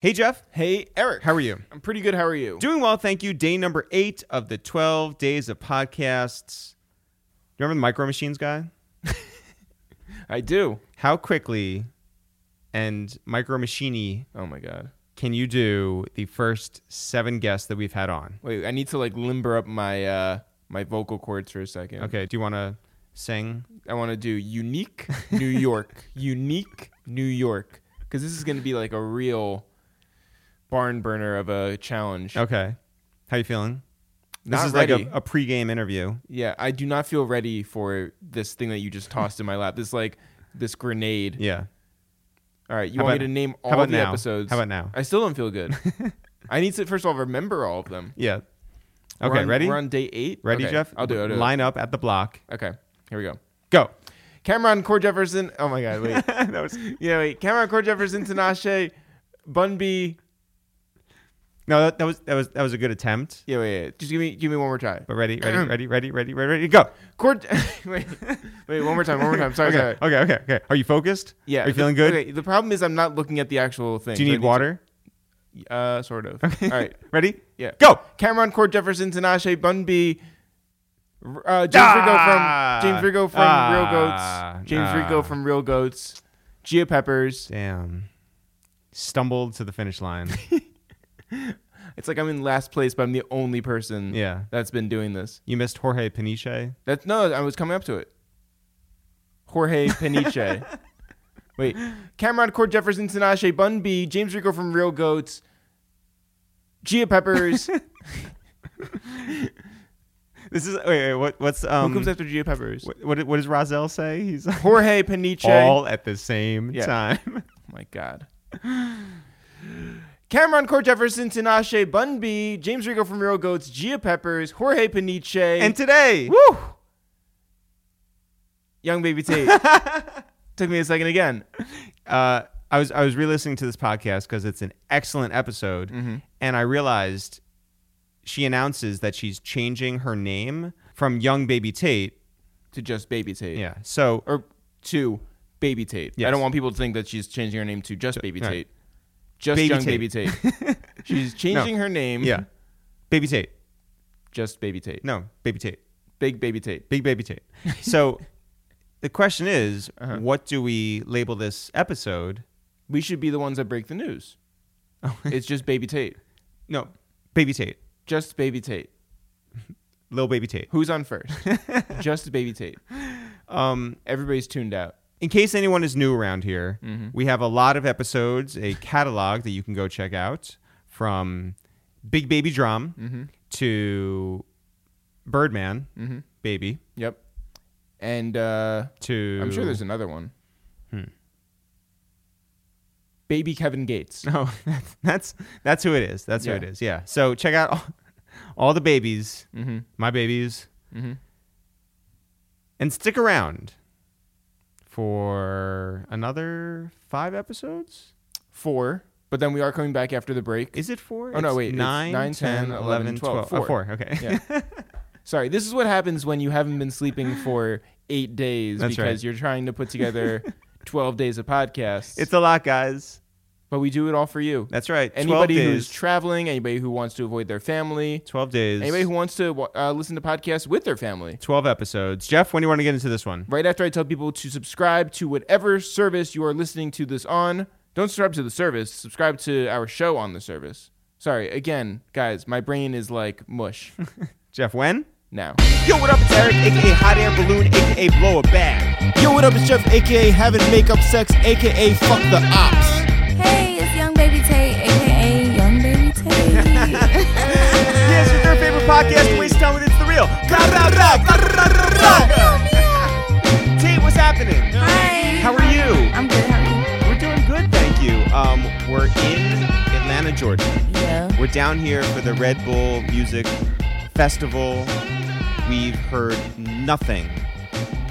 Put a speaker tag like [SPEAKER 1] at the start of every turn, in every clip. [SPEAKER 1] Hey, Jeff.
[SPEAKER 2] Hey, Eric.
[SPEAKER 1] How are you?
[SPEAKER 2] I'm pretty good. How are you?
[SPEAKER 1] Doing well, thank you. Day number eight of the 12 days of podcasts. You remember the Micro Machines guy?
[SPEAKER 2] I do.
[SPEAKER 1] How quickly and Micro Machini
[SPEAKER 2] Oh my god.
[SPEAKER 1] can you do the first seven guests that we've had on?
[SPEAKER 2] Wait, I need to like limber up my uh my vocal cords for a second.
[SPEAKER 1] Okay, do you want to sing?
[SPEAKER 2] I want to do unique New York. unique New York cuz this is going to be like a real barn burner of a challenge.
[SPEAKER 1] Okay. How you feeling? This
[SPEAKER 2] Not
[SPEAKER 1] is
[SPEAKER 2] ready.
[SPEAKER 1] like a, a pregame interview.
[SPEAKER 2] yeah, I do not feel ready for this thing that you just tossed in my lap. This like this grenade.
[SPEAKER 1] Yeah.
[SPEAKER 2] All right, you
[SPEAKER 1] How
[SPEAKER 2] want
[SPEAKER 1] about-
[SPEAKER 2] me to name all
[SPEAKER 1] How about
[SPEAKER 2] the
[SPEAKER 1] now?
[SPEAKER 2] episodes?
[SPEAKER 1] How about now?
[SPEAKER 2] I still don't feel good. I need to first of all remember all of them.
[SPEAKER 1] Yeah.
[SPEAKER 2] We're
[SPEAKER 1] Okay,
[SPEAKER 2] on-
[SPEAKER 1] ready?
[SPEAKER 2] We're on day eight.
[SPEAKER 1] Ready,
[SPEAKER 2] Okay,
[SPEAKER 1] Jeff?
[SPEAKER 2] I'll do it. I'll do it.
[SPEAKER 1] Line up at the block.
[SPEAKER 2] Okay, here we go.
[SPEAKER 1] Go.
[SPEAKER 2] Cameron Core Jefferson. Oh my God, wait.
[SPEAKER 1] that was,
[SPEAKER 2] yeah, wait. Cameron Core Jefferson, Tinashe, Bunby.
[SPEAKER 1] no, that, that was that was that was a good attempt.
[SPEAKER 2] Yeah, wait, wait. Just give me, give me one more try.
[SPEAKER 1] But ready, ready, ready, ready, ready, ready, ready, go.
[SPEAKER 2] Core. wait, wait. One more time. One more time. Sorry,
[SPEAKER 1] okay,
[SPEAKER 2] sorry.
[SPEAKER 1] okay, okay, okay. Are you focused?
[SPEAKER 2] Yeah.
[SPEAKER 1] Are you feeling good?
[SPEAKER 2] Okay, the problem is I'm not looking at the actual thing.
[SPEAKER 1] Do you
[SPEAKER 2] so I
[SPEAKER 1] need water?
[SPEAKER 2] to- uh, sort of. All right.
[SPEAKER 1] Ready?
[SPEAKER 2] Yeah.
[SPEAKER 1] Go.
[SPEAKER 2] Cameron Core Jefferson, Tinashe, Bunby. r- Uh, James
[SPEAKER 1] Ah!
[SPEAKER 2] Rigo from James Rigo from
[SPEAKER 1] Ah,
[SPEAKER 2] Real Goats. James
[SPEAKER 1] ah.
[SPEAKER 2] Rigo from Real Goats. Gia Peppers.
[SPEAKER 1] Damn. Stumbled to the finish line.
[SPEAKER 2] It's like I'm in last place, but I'm the only person
[SPEAKER 1] yeah.
[SPEAKER 2] that's been doing this.
[SPEAKER 1] You missed Jorge Peniche.
[SPEAKER 2] That's no, I was coming up to it. Jorge Peniche. Wait, Cameron Core Jefferson, Tinashe Bunby, James Rico from Real Goats, Gia Peppers.
[SPEAKER 1] This is wait, wait what what's
[SPEAKER 2] Who
[SPEAKER 1] um
[SPEAKER 2] comes after Gia Peppers?
[SPEAKER 1] what, what what does Razel say? He's
[SPEAKER 2] Jorge Peniche.
[SPEAKER 1] all at the same
[SPEAKER 2] Yeah.
[SPEAKER 1] time.
[SPEAKER 2] Oh my God. Cameron Core Jefferson, Tinashe Bunby, James Rico from Real Goats, Gia Peppers, Jorge Peniche,
[SPEAKER 1] and today,
[SPEAKER 2] woo, Young Baby Tate. Took me a second again.
[SPEAKER 1] uh I was I was re-listening to this podcast because it's an excellent episode,
[SPEAKER 2] Mm-hmm.
[SPEAKER 1] and I realized she announces that she's changing her name from Young Baby Tate.
[SPEAKER 2] To just Baby Tate.
[SPEAKER 1] Yeah. So er,
[SPEAKER 2] or to Baby Tate.
[SPEAKER 1] Yes.
[SPEAKER 2] I don't want people to think that she's changing her name to just Baby
[SPEAKER 1] right.
[SPEAKER 2] Tate. Just
[SPEAKER 1] Baby
[SPEAKER 2] young
[SPEAKER 1] Tate.
[SPEAKER 2] Baby Tate. she's changing her name.
[SPEAKER 1] yeah, Baby Tate.
[SPEAKER 2] Just Baby Tate.
[SPEAKER 1] No, Baby Tate.
[SPEAKER 2] Big Baby Tate.
[SPEAKER 1] Big Baby Tate. So the question is,
[SPEAKER 2] Uh-huh.
[SPEAKER 1] what do we label this episode?
[SPEAKER 2] We should be the ones that break the news.
[SPEAKER 1] Oh.
[SPEAKER 2] it's just Baby Tate.
[SPEAKER 1] No, Baby Tate.
[SPEAKER 2] Just Baby Tate.
[SPEAKER 1] Little Baby Tate.
[SPEAKER 2] Who's on first? just Baby Tate.
[SPEAKER 1] Um,
[SPEAKER 2] Everybody's tuned out.
[SPEAKER 1] in case anyone is new around
[SPEAKER 2] Mm.
[SPEAKER 1] here, we have a lot of episodes, a catalog that you can go check out from Big Baby Drum
[SPEAKER 2] Mm-hmm.
[SPEAKER 1] to Birdman Baby
[SPEAKER 2] Yep. And uh,
[SPEAKER 1] to
[SPEAKER 2] I'm sure there's another one.
[SPEAKER 1] Hmm.
[SPEAKER 2] Baby Kevin Gates.
[SPEAKER 1] no that's that's that's who it is that's
[SPEAKER 2] Yeah.
[SPEAKER 1] who it is yeah so check out all, all the babies
[SPEAKER 2] Mm-hmm.
[SPEAKER 1] my babies
[SPEAKER 2] Mm-hmm.
[SPEAKER 1] And stick around for another five episodes.
[SPEAKER 2] Four. But then we are coming back after the break.
[SPEAKER 1] Is it four?
[SPEAKER 2] Oh, no,
[SPEAKER 1] It's
[SPEAKER 2] wait, it's
[SPEAKER 1] Nine,
[SPEAKER 2] nine,
[SPEAKER 1] 10,
[SPEAKER 2] 10,
[SPEAKER 1] 11, 12. Oh,
[SPEAKER 2] four.
[SPEAKER 1] four, Okay.
[SPEAKER 2] Yeah. Sorry, this is what happens when you haven't been sleeping for eight days
[SPEAKER 1] That's
[SPEAKER 2] because
[SPEAKER 1] right.
[SPEAKER 2] you're trying to put together 12 days of podcasts.
[SPEAKER 1] it's a lot, guys.
[SPEAKER 2] but we do it all for you.
[SPEAKER 1] That's right. 12
[SPEAKER 2] Anybody
[SPEAKER 1] days,
[SPEAKER 2] who's traveling, anybody who wants to avoid their family,
[SPEAKER 1] 12 days.
[SPEAKER 2] anybody who wants to wa- uh, listen to podcasts with their family.
[SPEAKER 1] 12 episodes. Jeff, when do you want to get into this one?
[SPEAKER 2] Right after I tell people to subscribe to whatever service you are listening to this on, don't subscribe to the service, subscribe to our show on the service. Sorry, again, guys, my brain is like mush
[SPEAKER 1] Jeff, when?
[SPEAKER 2] now.
[SPEAKER 1] Yo, what up? It's Eric, aka Hot Air Balloon, aka Blow a Bag.
[SPEAKER 3] Yo, what up? It's Jeff, aka having makeup sex, aka fuck the ops.
[SPEAKER 4] Hey, it's Young Baby Tate, aka Young Baby Tate.
[SPEAKER 1] Yes, it's your favorite podcast to waste time with. It's the real. Tate, what's happening?
[SPEAKER 4] Hi.
[SPEAKER 1] How are you?
[SPEAKER 4] I'm good. How
[SPEAKER 1] We're doing good, thank you. Um, we're in Atlanta, Georgia.
[SPEAKER 4] are you? Yeah.
[SPEAKER 1] We're down here for the Red Bull Music Festival. We've heard nothing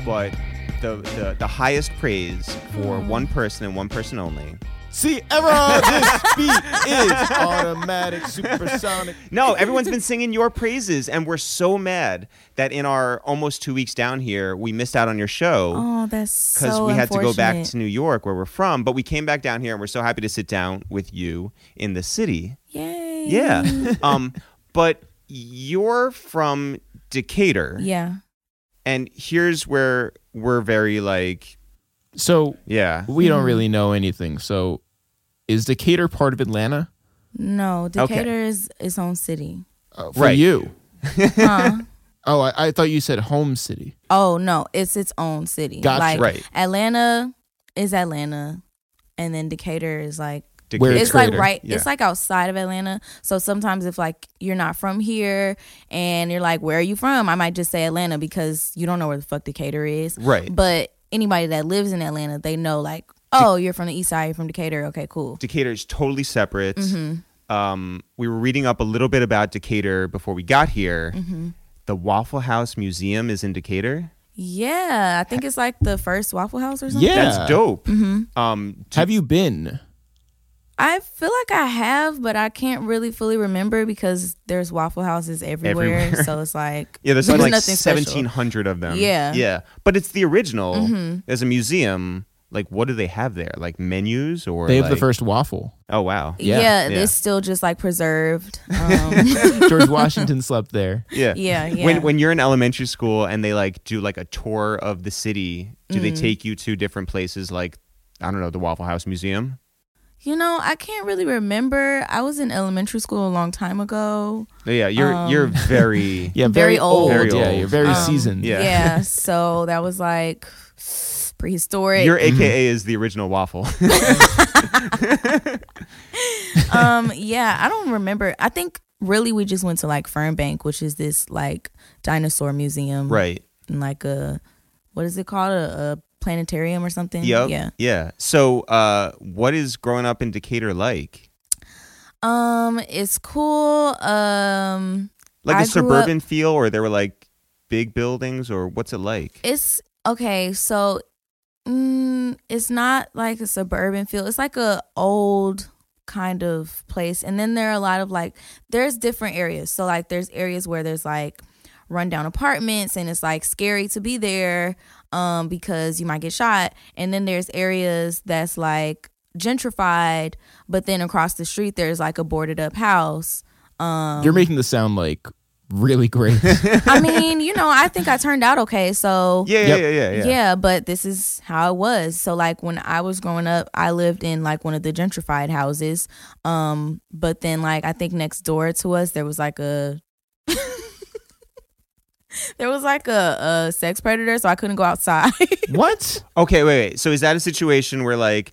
[SPEAKER 1] but the, the, the highest praise for one person and one person only
[SPEAKER 2] See, Everard, this beat is automatic, supersonic.
[SPEAKER 1] No, everyone's been singing your praises, and we're so mad that in our almost two weeks down here, we missed out on your show
[SPEAKER 4] Oh, that's so
[SPEAKER 1] because we had to go back
[SPEAKER 4] unfortunate.
[SPEAKER 1] to New York where we're from. But we came back down here, and we're so happy to sit down with you in the city.
[SPEAKER 4] Yay.
[SPEAKER 1] Yeah.
[SPEAKER 4] Mm.
[SPEAKER 1] um, but you're from Decatur,
[SPEAKER 4] Yeah.
[SPEAKER 1] and here's where we're very like,
[SPEAKER 5] So
[SPEAKER 1] yeah.
[SPEAKER 5] we don't really know anything. So is Decatur part of Atlanta?
[SPEAKER 4] No,
[SPEAKER 1] Okay.
[SPEAKER 4] Decatur is its own city.
[SPEAKER 5] Uh, for
[SPEAKER 1] Right.
[SPEAKER 5] you.
[SPEAKER 4] Huh?
[SPEAKER 5] Oh, I, I thought you said home city.
[SPEAKER 4] oh no, it's its own city.
[SPEAKER 5] Gotcha.
[SPEAKER 4] Like
[SPEAKER 1] Right.
[SPEAKER 4] Atlanta is Atlanta, and then Decatur is like
[SPEAKER 5] Where
[SPEAKER 4] it's,
[SPEAKER 5] It's
[SPEAKER 4] like
[SPEAKER 5] greater.
[SPEAKER 4] right.
[SPEAKER 1] Yeah.
[SPEAKER 4] It's like outside of Atlanta. So sometimes if like you're not from here and you're like, where are you from? I might just say Atlanta because you don't know where the fuck Decatur is.
[SPEAKER 1] Right.
[SPEAKER 4] But anybody that lives in Atlanta, they know like, oh, you're from the East Side. You're from Decatur. Okay, cool.
[SPEAKER 1] Decatur is totally separate.
[SPEAKER 4] Mm-hmm.
[SPEAKER 1] Um, we were reading up a little bit about Decatur before we got here.
[SPEAKER 4] Mm-hmm.
[SPEAKER 1] The Waffle House Museum is in Decatur.
[SPEAKER 4] Yeah, I think it's like the first Waffle House or something.
[SPEAKER 5] Yeah.
[SPEAKER 1] That's dope.
[SPEAKER 4] Mm-hmm.
[SPEAKER 1] Um, t-
[SPEAKER 5] Have you been?
[SPEAKER 4] I feel like I have, but I can't really fully remember because there's Waffle Houses everywhere.
[SPEAKER 1] Everywhere.
[SPEAKER 4] So it's like
[SPEAKER 1] yeah, there's something like
[SPEAKER 4] nothing special.
[SPEAKER 1] 1,700 of them.
[SPEAKER 4] Yeah. Mm-hmm.
[SPEAKER 1] Yeah. But it's the original. There's a museum. Like, what do they have there? Like menus or.
[SPEAKER 5] They have the
[SPEAKER 1] like-
[SPEAKER 5] first waffle.
[SPEAKER 1] Oh, wow.
[SPEAKER 4] Yeah,
[SPEAKER 1] Yeah.
[SPEAKER 4] it's still just like preserved. Um,
[SPEAKER 5] George Washington slept there.
[SPEAKER 1] Yeah.
[SPEAKER 4] Yeah, yeah.
[SPEAKER 1] When when you're in elementary school and they like do like a tour of the city, do
[SPEAKER 4] Mm.
[SPEAKER 1] they take you to different places like I don't know, the Waffle House Museum?
[SPEAKER 4] you know, I can't really remember. I was in elementary school a long time ago.
[SPEAKER 1] Yeah, you're you're
[SPEAKER 4] Um.
[SPEAKER 1] very
[SPEAKER 5] Yeah,
[SPEAKER 4] Very old.
[SPEAKER 1] Very
[SPEAKER 5] yeah,
[SPEAKER 1] old.
[SPEAKER 5] you're very
[SPEAKER 4] Um,
[SPEAKER 5] seasoned.
[SPEAKER 1] Yeah.
[SPEAKER 4] Yeah. So that was like prehistoric.
[SPEAKER 1] Your
[SPEAKER 4] Mm-hmm.
[SPEAKER 1] AKA is the original waffle.
[SPEAKER 4] um yeah i don't remember i think really we just went to like fernbank which is this like dinosaur museum
[SPEAKER 1] right.
[SPEAKER 4] and like a what is it called a, a planetarium or something
[SPEAKER 1] Yep.
[SPEAKER 4] yeah
[SPEAKER 1] Yeah. So, uh, what is growing up in Decatur like?
[SPEAKER 4] um it's cool um
[SPEAKER 1] Like a
[SPEAKER 4] I grew up-
[SPEAKER 1] suburban feel, or there were like big buildings, or what's it like?
[SPEAKER 4] it's okay so mm, it's not like a suburban feel it's like a old kind of place and then there are a lot of like there's different areas so like there's areas where there's like rundown apartments and it's like scary to be there um because you might get shot and then there's areas that's like gentrified but then across the street there's like a boarded up house um
[SPEAKER 5] You're making this sound like really great.
[SPEAKER 4] i mean you know i think i turned out okay so
[SPEAKER 1] yeah, yeah,
[SPEAKER 5] Yep.
[SPEAKER 1] yeah, yeah,
[SPEAKER 4] yeah.
[SPEAKER 1] yeah.
[SPEAKER 4] but this is how it was. So like when I was growing up, I lived in like one of the gentrified houses. Um, but then like I think next door to us there was like a there was like a, a sex predator, so I couldn't go outside.
[SPEAKER 5] what?
[SPEAKER 1] Okay, wait, wait. So, is that a situation where like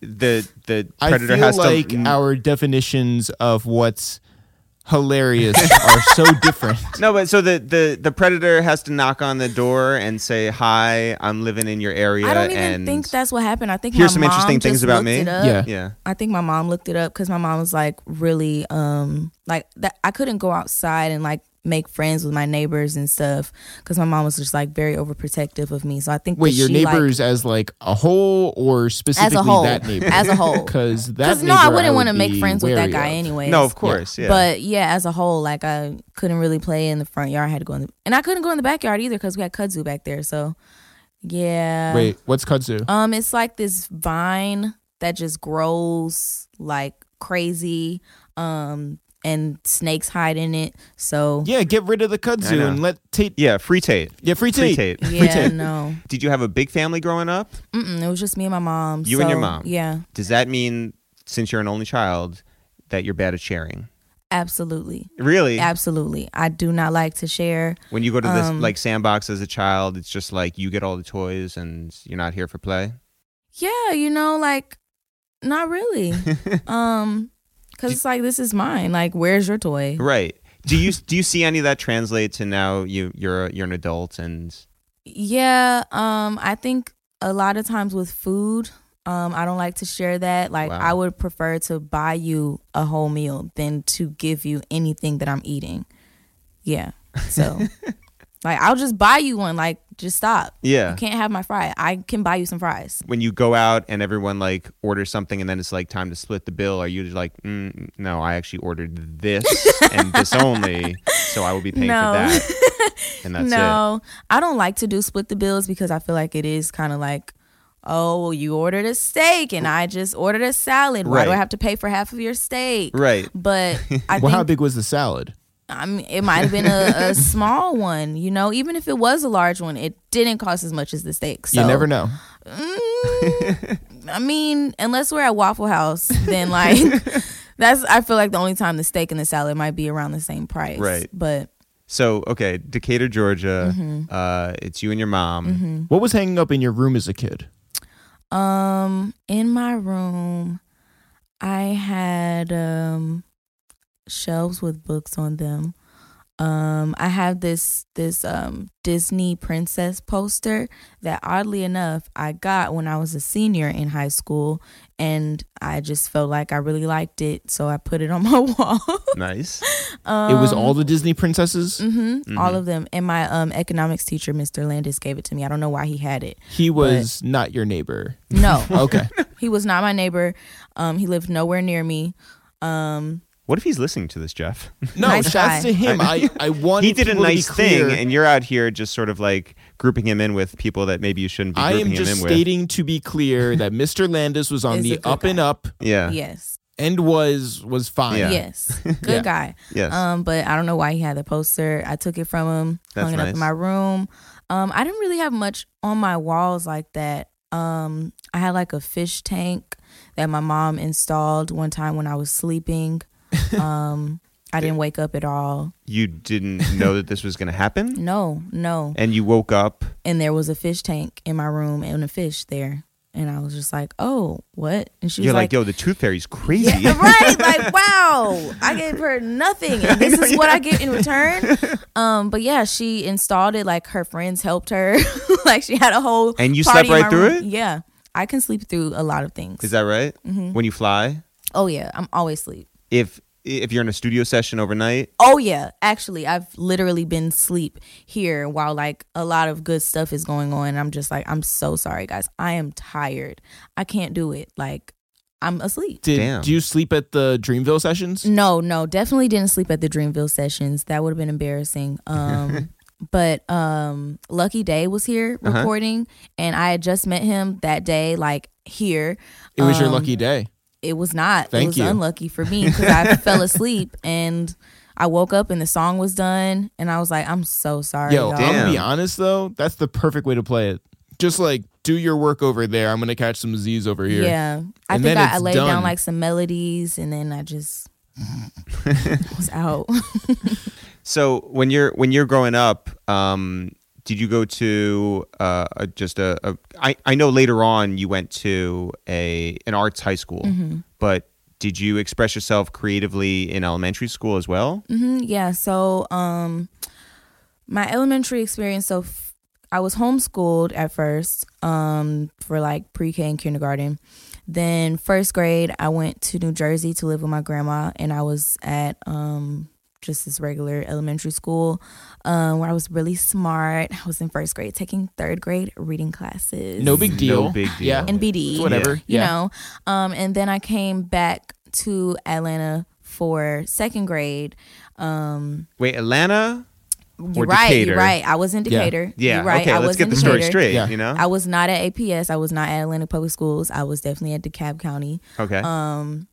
[SPEAKER 1] the the
[SPEAKER 5] I
[SPEAKER 1] predator
[SPEAKER 5] feel
[SPEAKER 1] has
[SPEAKER 5] like
[SPEAKER 1] to? Mm.
[SPEAKER 5] our definitions of what's hilarious are so different.
[SPEAKER 1] no, but so the, the the predator has to knock on the door and say, "Hi, I'm living in your area."
[SPEAKER 4] I don't even
[SPEAKER 1] and
[SPEAKER 4] think that's what happened. I think
[SPEAKER 1] Here's
[SPEAKER 4] my
[SPEAKER 1] some
[SPEAKER 4] mom
[SPEAKER 1] interesting
[SPEAKER 4] just
[SPEAKER 1] things about
[SPEAKER 4] looked
[SPEAKER 1] me.
[SPEAKER 4] it up.
[SPEAKER 5] Yeah.
[SPEAKER 1] Yeah.
[SPEAKER 4] I think my mom looked it up because my mom was like really um like that I couldn't go outside and like make friends with my neighbors and stuff because my mom was just like very overprotective of me. So I think
[SPEAKER 5] Wait,
[SPEAKER 4] that
[SPEAKER 5] your
[SPEAKER 4] she, like-
[SPEAKER 5] neighbors as like a whole or specifically
[SPEAKER 4] as a whole
[SPEAKER 5] that neighbor?
[SPEAKER 4] as a whole
[SPEAKER 5] Because that
[SPEAKER 4] because no I
[SPEAKER 5] neighbor
[SPEAKER 4] wouldn't
[SPEAKER 5] would
[SPEAKER 4] want to make
[SPEAKER 5] be
[SPEAKER 4] friends with
[SPEAKER 5] wary
[SPEAKER 4] that guy
[SPEAKER 5] of.
[SPEAKER 4] anyways.
[SPEAKER 1] No, of course. Yeah.
[SPEAKER 4] But yeah, as a whole, like I couldn't really play in the front yard. I had to go in the and I couldn't go in the backyard either because we had kudzu back there. So yeah,
[SPEAKER 5] Wait, what's kudzu?
[SPEAKER 4] um, it's like this vine that just grows like crazy. Um, and snakes hide in it. So
[SPEAKER 5] yeah, get rid of the
[SPEAKER 1] I
[SPEAKER 5] kudzu
[SPEAKER 1] know.
[SPEAKER 5] and let Tate.
[SPEAKER 1] yeah, free Tate.
[SPEAKER 5] Yeah, free
[SPEAKER 1] Free
[SPEAKER 5] Tate.
[SPEAKER 1] Tate.
[SPEAKER 4] yeah, no,
[SPEAKER 1] Did you have a big family growing up?
[SPEAKER 4] Mm-mm, it was just me and my mom.
[SPEAKER 1] You and your
[SPEAKER 4] So,
[SPEAKER 1] mom.
[SPEAKER 4] Yeah,
[SPEAKER 1] Does that mean since you're an only child that you're bad at sharing?
[SPEAKER 4] absolutely,
[SPEAKER 1] Really?
[SPEAKER 4] absolutely. I do not like to share.
[SPEAKER 1] When you go to this
[SPEAKER 4] Um,
[SPEAKER 1] like sandbox as a child, it's just like you get all the toys and you're not here for play.
[SPEAKER 4] yeah you know like not really um because it's like this is mine like where's your toy
[SPEAKER 1] Right. Do you do you see any of that translate to now you you're you're an adult and
[SPEAKER 4] yeah um i think a lot of times with food um i don't like to share that like
[SPEAKER 1] Wow.
[SPEAKER 4] i would prefer to buy you a whole meal than to give you anything that i'm eating yeah so Like I'll just buy you one. Like just stop.
[SPEAKER 1] Yeah.
[SPEAKER 4] You can't have my fry. I can buy you some fries.
[SPEAKER 1] When you go out and everyone like orders something and then it's like time to split the bill, are you just like, mm, no, I actually ordered this and this only, so I will be paying
[SPEAKER 4] No.
[SPEAKER 1] for that, and that's it.
[SPEAKER 4] no, I don't like to do split the bills because I feel like it is kind of like, oh, well, you ordered a steak and I just ordered a salad. Why do I
[SPEAKER 1] Right.
[SPEAKER 4] have to pay for half of your steak?
[SPEAKER 1] Right.
[SPEAKER 4] But I
[SPEAKER 2] Well, how
[SPEAKER 4] think
[SPEAKER 2] big was the salad?
[SPEAKER 4] I mean, it might have been a, a small one. You know, even if it was a large one, it didn't cost as much as the steak. So.
[SPEAKER 2] You never know.
[SPEAKER 4] Mm, I mean, unless we're at Waffle House, then like that's I feel like the only time the steak and the salad might be around the same price.
[SPEAKER 1] Right.
[SPEAKER 4] But
[SPEAKER 1] So okay, Decatur, Georgia. Uh, it's you and your mom.
[SPEAKER 2] What was hanging up in your room as a kid?
[SPEAKER 4] um in my room I had um shelves with books on them. Um I have this this um Disney princess poster that oddly enough I got when I was a senior in high school and I just felt like I really liked it so I put it on my wall.
[SPEAKER 1] Nice.
[SPEAKER 2] it was Mm-hmm. all
[SPEAKER 4] Um,
[SPEAKER 2] the Disney princesses.
[SPEAKER 4] hmm All of them. And my um, economics teacher, Mr. Landis, gave it to me. I don't know why he had it.
[SPEAKER 2] He was not your neighbor.
[SPEAKER 4] No,
[SPEAKER 2] Okay.
[SPEAKER 4] he was not my neighbor. Um, he lived nowhere near me. Um,
[SPEAKER 1] What if he's listening to this, Jeff?
[SPEAKER 2] No,
[SPEAKER 4] Nice
[SPEAKER 2] shouts
[SPEAKER 4] try.
[SPEAKER 2] to him. I, I wanted
[SPEAKER 1] he did a
[SPEAKER 2] people to be
[SPEAKER 1] nice thing,
[SPEAKER 2] clear.
[SPEAKER 1] and you're out here just sort of like grouping him in with people that maybe you shouldn't be
[SPEAKER 2] I
[SPEAKER 1] grouping
[SPEAKER 2] am
[SPEAKER 1] him
[SPEAKER 2] just
[SPEAKER 1] in
[SPEAKER 2] stating to be clear that Mr. Landis was on
[SPEAKER 4] Is a
[SPEAKER 2] the
[SPEAKER 4] good
[SPEAKER 2] up and up
[SPEAKER 1] with. Yeah.
[SPEAKER 4] yes,
[SPEAKER 2] and was was fine.
[SPEAKER 1] Yeah.
[SPEAKER 4] yes, good guy.
[SPEAKER 1] Yes.
[SPEAKER 4] Um, but I don't know why he had the poster. I took it from him,
[SPEAKER 1] That's
[SPEAKER 4] hung it up
[SPEAKER 1] nice.
[SPEAKER 4] in my room. Um, I didn't really have much on my walls like that. Um, I had like a fish tank that my mom installed one time when I was sleeping. Um, I didn't wake up at all.
[SPEAKER 1] you didn't know that this was going to happen,
[SPEAKER 4] No, no.
[SPEAKER 1] and you woke up.
[SPEAKER 4] and there was a fish tank in my room and a fish there. And I was just like, oh, what? And she
[SPEAKER 1] You're
[SPEAKER 4] was
[SPEAKER 1] like,
[SPEAKER 4] like,
[SPEAKER 1] "Yo, the tooth fairy's crazy."
[SPEAKER 4] yeah, right. Like, wow. I gave her nothing. And this is what I get in return. Um, but yeah, she installed it, like her friends helped her. like she had a whole
[SPEAKER 1] And you slept
[SPEAKER 4] party in
[SPEAKER 1] right
[SPEAKER 4] my
[SPEAKER 1] through
[SPEAKER 4] room.
[SPEAKER 1] it?
[SPEAKER 4] Yeah. I can sleep through a lot of things.
[SPEAKER 1] Is that right?
[SPEAKER 4] Mm-hmm.
[SPEAKER 1] When you fly,
[SPEAKER 4] oh yeah, I'm always asleep.
[SPEAKER 1] if if you're in a studio session overnight,
[SPEAKER 4] Oh yeah, actually, I've literally been sleep here while like a lot of good stuff is going on. I'm just like, I'm so sorry, guys. I am tired. I can't do it. Like, I'm asleep.
[SPEAKER 2] Did
[SPEAKER 1] Damn.
[SPEAKER 2] do you sleep at the Dreamville sessions?
[SPEAKER 4] No, no, definitely didn't sleep at the Dreamville sessions. That would have been embarrassing. Um, but um, Lucky Day was here
[SPEAKER 2] Uh-huh.
[SPEAKER 4] recording, and I had just met him that day, like here.
[SPEAKER 2] It was your
[SPEAKER 4] Um,
[SPEAKER 2] lucky day.
[SPEAKER 4] it was not.
[SPEAKER 2] Thank
[SPEAKER 4] it was
[SPEAKER 2] you.
[SPEAKER 4] unlucky for me because I fell asleep and I woke up and the song was done and I was like, I'm so sorry,
[SPEAKER 2] Yo,
[SPEAKER 4] y'all.
[SPEAKER 2] I'm gonna be
[SPEAKER 1] Damn.
[SPEAKER 2] honest though, that's the perfect way to play it. Just like do your work over there. I'm gonna catch some Z's over here.
[SPEAKER 4] Yeah, I
[SPEAKER 2] And
[SPEAKER 4] think
[SPEAKER 2] then
[SPEAKER 4] I, I
[SPEAKER 2] it's
[SPEAKER 4] laid
[SPEAKER 2] done.
[SPEAKER 4] down like some melodies and then I just was out.
[SPEAKER 1] so when you're when you're growing up, um, did you go to uh, a, just a, a I, I know later on you went to a an arts high school,
[SPEAKER 4] Mm-hmm.
[SPEAKER 1] but did you express yourself creatively in elementary school as well?
[SPEAKER 4] Mhm, yeah, so um, my elementary experience. So f- I was homeschooled at first um, for like pre K and kindergarten. Then first grade, I went to New Jersey to live with my grandma, and I was at um, just this regular elementary school um, where I was really smart. I was in first grade taking third grade reading classes.
[SPEAKER 2] No big deal.
[SPEAKER 1] big deal.
[SPEAKER 2] Yeah.
[SPEAKER 4] and BD.
[SPEAKER 2] It's whatever.
[SPEAKER 4] You
[SPEAKER 2] Yeah.
[SPEAKER 4] know, um, and then I came back to Atlanta for second grade. Um,
[SPEAKER 1] Wait, Atlanta?
[SPEAKER 4] you're
[SPEAKER 1] Or
[SPEAKER 4] right,
[SPEAKER 1] Decatur.
[SPEAKER 4] you're right. I was in Decatur.
[SPEAKER 1] Yeah.
[SPEAKER 4] You're right.
[SPEAKER 1] Okay,
[SPEAKER 4] I
[SPEAKER 1] let's
[SPEAKER 4] was
[SPEAKER 1] get
[SPEAKER 4] in
[SPEAKER 1] the story
[SPEAKER 4] Decatur.
[SPEAKER 1] straight.
[SPEAKER 2] Yeah.
[SPEAKER 1] You know?
[SPEAKER 4] I was not at APS. I was not at Atlanta Public Schools. I was definitely at DeKalb County.
[SPEAKER 1] okay.
[SPEAKER 4] Um,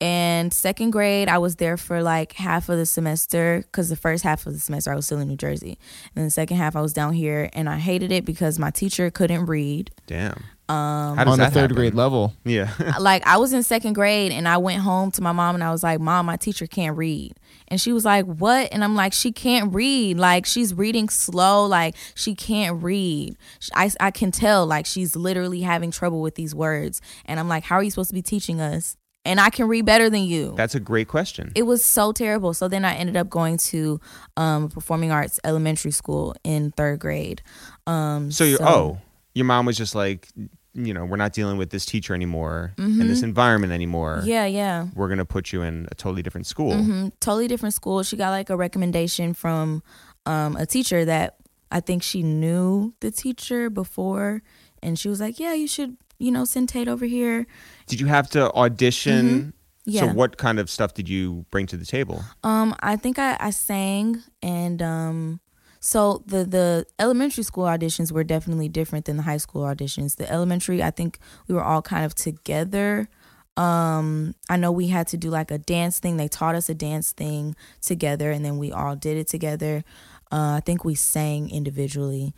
[SPEAKER 4] and second grade, I was there for like half of the semester because the first half of the semester I was still in New Jersey, and the second half I was down here, and I hated it because my teacher couldn't read.
[SPEAKER 1] Damn.
[SPEAKER 4] Um,
[SPEAKER 1] How does
[SPEAKER 2] on a
[SPEAKER 1] that
[SPEAKER 2] third
[SPEAKER 1] happen?
[SPEAKER 2] grade level.
[SPEAKER 1] Yeah.
[SPEAKER 4] like I was in second grade and I went home to my mom and I was like, "Mom, my teacher can't read." And she was like, "What?" And I'm like, "She can't read. Like she's reading slow. Like she can't read. Sh- I I can tell like she's literally having trouble with these words." And I'm like, "How are you supposed to be teaching us?" And I can read better than you.
[SPEAKER 1] That's a great question.
[SPEAKER 4] It was so terrible. So then I ended up going to um, performing arts elementary school in third grade. Um,
[SPEAKER 1] So you're oh, your mom was just like, you know, we're not dealing with this teacher anymore and this environment anymore.
[SPEAKER 4] Mm-hmm. yeah, Mm-hmm. yeah.
[SPEAKER 1] We're gonna put you in a totally different school.
[SPEAKER 4] Mhm. totally different school. She got like a recommendation from um, a teacher that I think she knew the teacher before, and she was like, "Yeah, you should, you know, send Tate over here."
[SPEAKER 1] Did you have to audition?
[SPEAKER 4] Mm-hmm. Yeah.
[SPEAKER 1] So what kind of stuff did you bring to the table?
[SPEAKER 4] Um, I think I, I sang and um so the the elementary school auditions were definitely different than the high school auditions. The elementary, I think we were all kind of together. Um, I know we had to do like a dance thing. They taught us a dance thing together, and then we all did it together. Uh, I think we sang individually,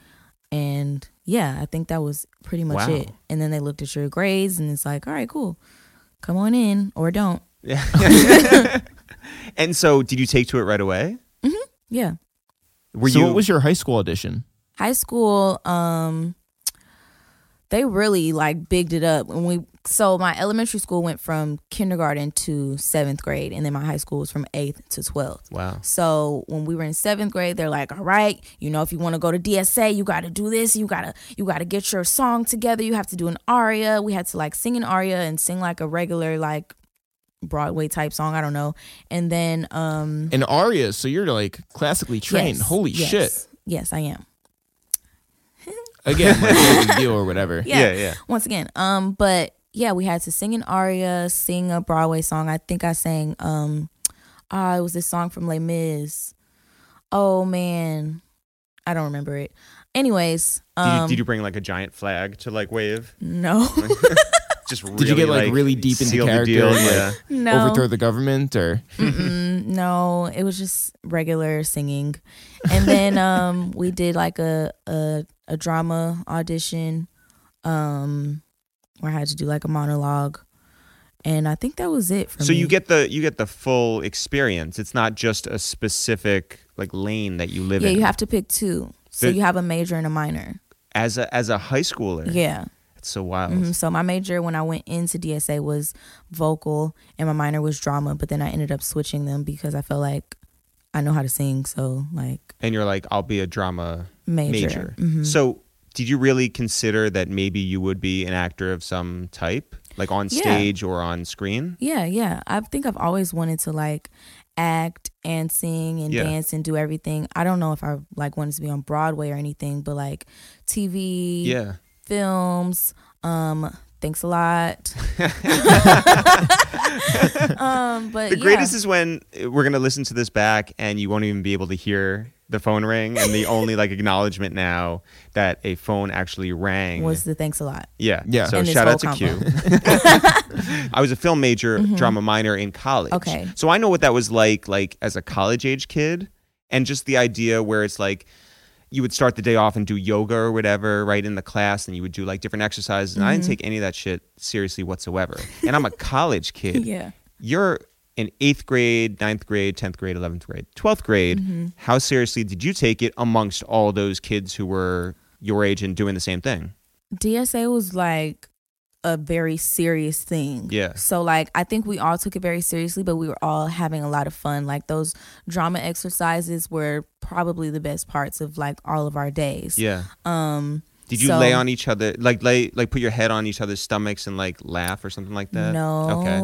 [SPEAKER 4] and yeah, I think that was pretty much
[SPEAKER 1] Wow.
[SPEAKER 4] it. And then they looked at your grades, and it's like, all right, cool, come on in or don't.
[SPEAKER 1] And so did you take to it right away?
[SPEAKER 4] Yeah.
[SPEAKER 1] Were
[SPEAKER 2] so
[SPEAKER 1] you
[SPEAKER 2] what was your high school audition?
[SPEAKER 4] high school um they really like bigged it up when we so my elementary school went from kindergarten to seventh grade and then my high school was from eighth to 12th
[SPEAKER 1] Wow.
[SPEAKER 4] so when we were in seventh grade, they're like, "All right, you know, if you want to go to DSA, you got to do this. You gotta, you gotta get your song together. You have to do an aria. We had to like sing an aria and sing like a regular like Broadway type song. I don't know. And then, um,
[SPEAKER 2] An aria, so you're like classically trained.
[SPEAKER 4] yes,
[SPEAKER 2] Holy
[SPEAKER 4] yes,
[SPEAKER 2] shit.
[SPEAKER 4] Yes, I am.
[SPEAKER 2] Again, like, no big deal or whatever.
[SPEAKER 1] Yeah, yeah.
[SPEAKER 4] once again. Um, but yeah, we had to sing an aria, sing a Broadway song. I think I sang um ah, it was this song from Les Mis. Oh man. I don't remember it. Anyways,
[SPEAKER 1] Did,
[SPEAKER 4] um
[SPEAKER 1] you, did you bring like a giant flag to like wave?
[SPEAKER 4] no.
[SPEAKER 1] Just really,
[SPEAKER 2] Did you get like, really deep into
[SPEAKER 1] seal the
[SPEAKER 2] character
[SPEAKER 1] deal?
[SPEAKER 2] and like
[SPEAKER 1] Yeah.
[SPEAKER 4] no.
[SPEAKER 2] overthrow the government or
[SPEAKER 4] Mm, no, it was just regular singing. And then um we did like a a, a drama audition um where I had to do like a monologue. And I think that was it for
[SPEAKER 1] So
[SPEAKER 4] me.
[SPEAKER 1] you get the you get the full experience. It's not just a specific like lane that you live
[SPEAKER 4] yeah,
[SPEAKER 1] in.
[SPEAKER 4] you have to pick two. So
[SPEAKER 1] The-
[SPEAKER 4] you have a major and a minor.
[SPEAKER 1] as a as a high schooler.
[SPEAKER 4] Yeah.
[SPEAKER 1] It's so wild.
[SPEAKER 4] Mhm. So my major when I went into DSA was vocal and my minor was drama, but then I ended up switching them because I felt like I know how to sing, so like
[SPEAKER 1] And you're like, I'll be a drama
[SPEAKER 4] major.
[SPEAKER 1] major.
[SPEAKER 4] Mhm.
[SPEAKER 1] So did you really consider that maybe you would be an actor of some type, like on
[SPEAKER 4] Yeah.
[SPEAKER 1] stage or on screen?
[SPEAKER 4] Yeah, yeah. I think I've always wanted to like act and sing and
[SPEAKER 1] Yeah.
[SPEAKER 4] dance and do everything. I don't know if I like wanted to be on Broadway or anything, but like TV,
[SPEAKER 1] Yeah.
[SPEAKER 4] films. Um, thanks a lot. um, but
[SPEAKER 1] The
[SPEAKER 4] yeah.
[SPEAKER 1] greatest is when uh, we're gonna listen to this back and you won't even be able to hear the phone ring and the only like acknowledgement now that a phone actually rang
[SPEAKER 4] was the thanks a lot.
[SPEAKER 1] yeah
[SPEAKER 2] Yeah.
[SPEAKER 1] so
[SPEAKER 4] And this
[SPEAKER 1] shout out to
[SPEAKER 4] whole Mm-hmm.
[SPEAKER 1] q i was a film major drama minor in college
[SPEAKER 4] Okay.
[SPEAKER 1] so i know what that was like like as a college age kid and just the idea where it's like you would start the day off and do yoga or whatever right in the class and you would do like different exercises and i
[SPEAKER 4] Mm-hmm.
[SPEAKER 1] didn't take any of that shit seriously whatsoever and i'm a college kid
[SPEAKER 4] Yeah.
[SPEAKER 1] you're in eighth grade, ninth grade, 10th grade, 11th grade, 12th grade.
[SPEAKER 4] Mm-hmm.
[SPEAKER 1] How seriously did you take it amongst all those kids who were your age and doing the same thing?
[SPEAKER 4] DSA was like a very serious thing.
[SPEAKER 1] Yeah.
[SPEAKER 4] So like I think we all took it very seriously, but we were all having a lot of fun. Like those drama exercises were probably the best parts of like all of our days.
[SPEAKER 1] Yeah.
[SPEAKER 4] Um
[SPEAKER 1] Did you
[SPEAKER 4] So-
[SPEAKER 1] lay on each other, like lay, like put your head on each other's stomachs and like laugh or something like that?
[SPEAKER 4] no.
[SPEAKER 1] Okay.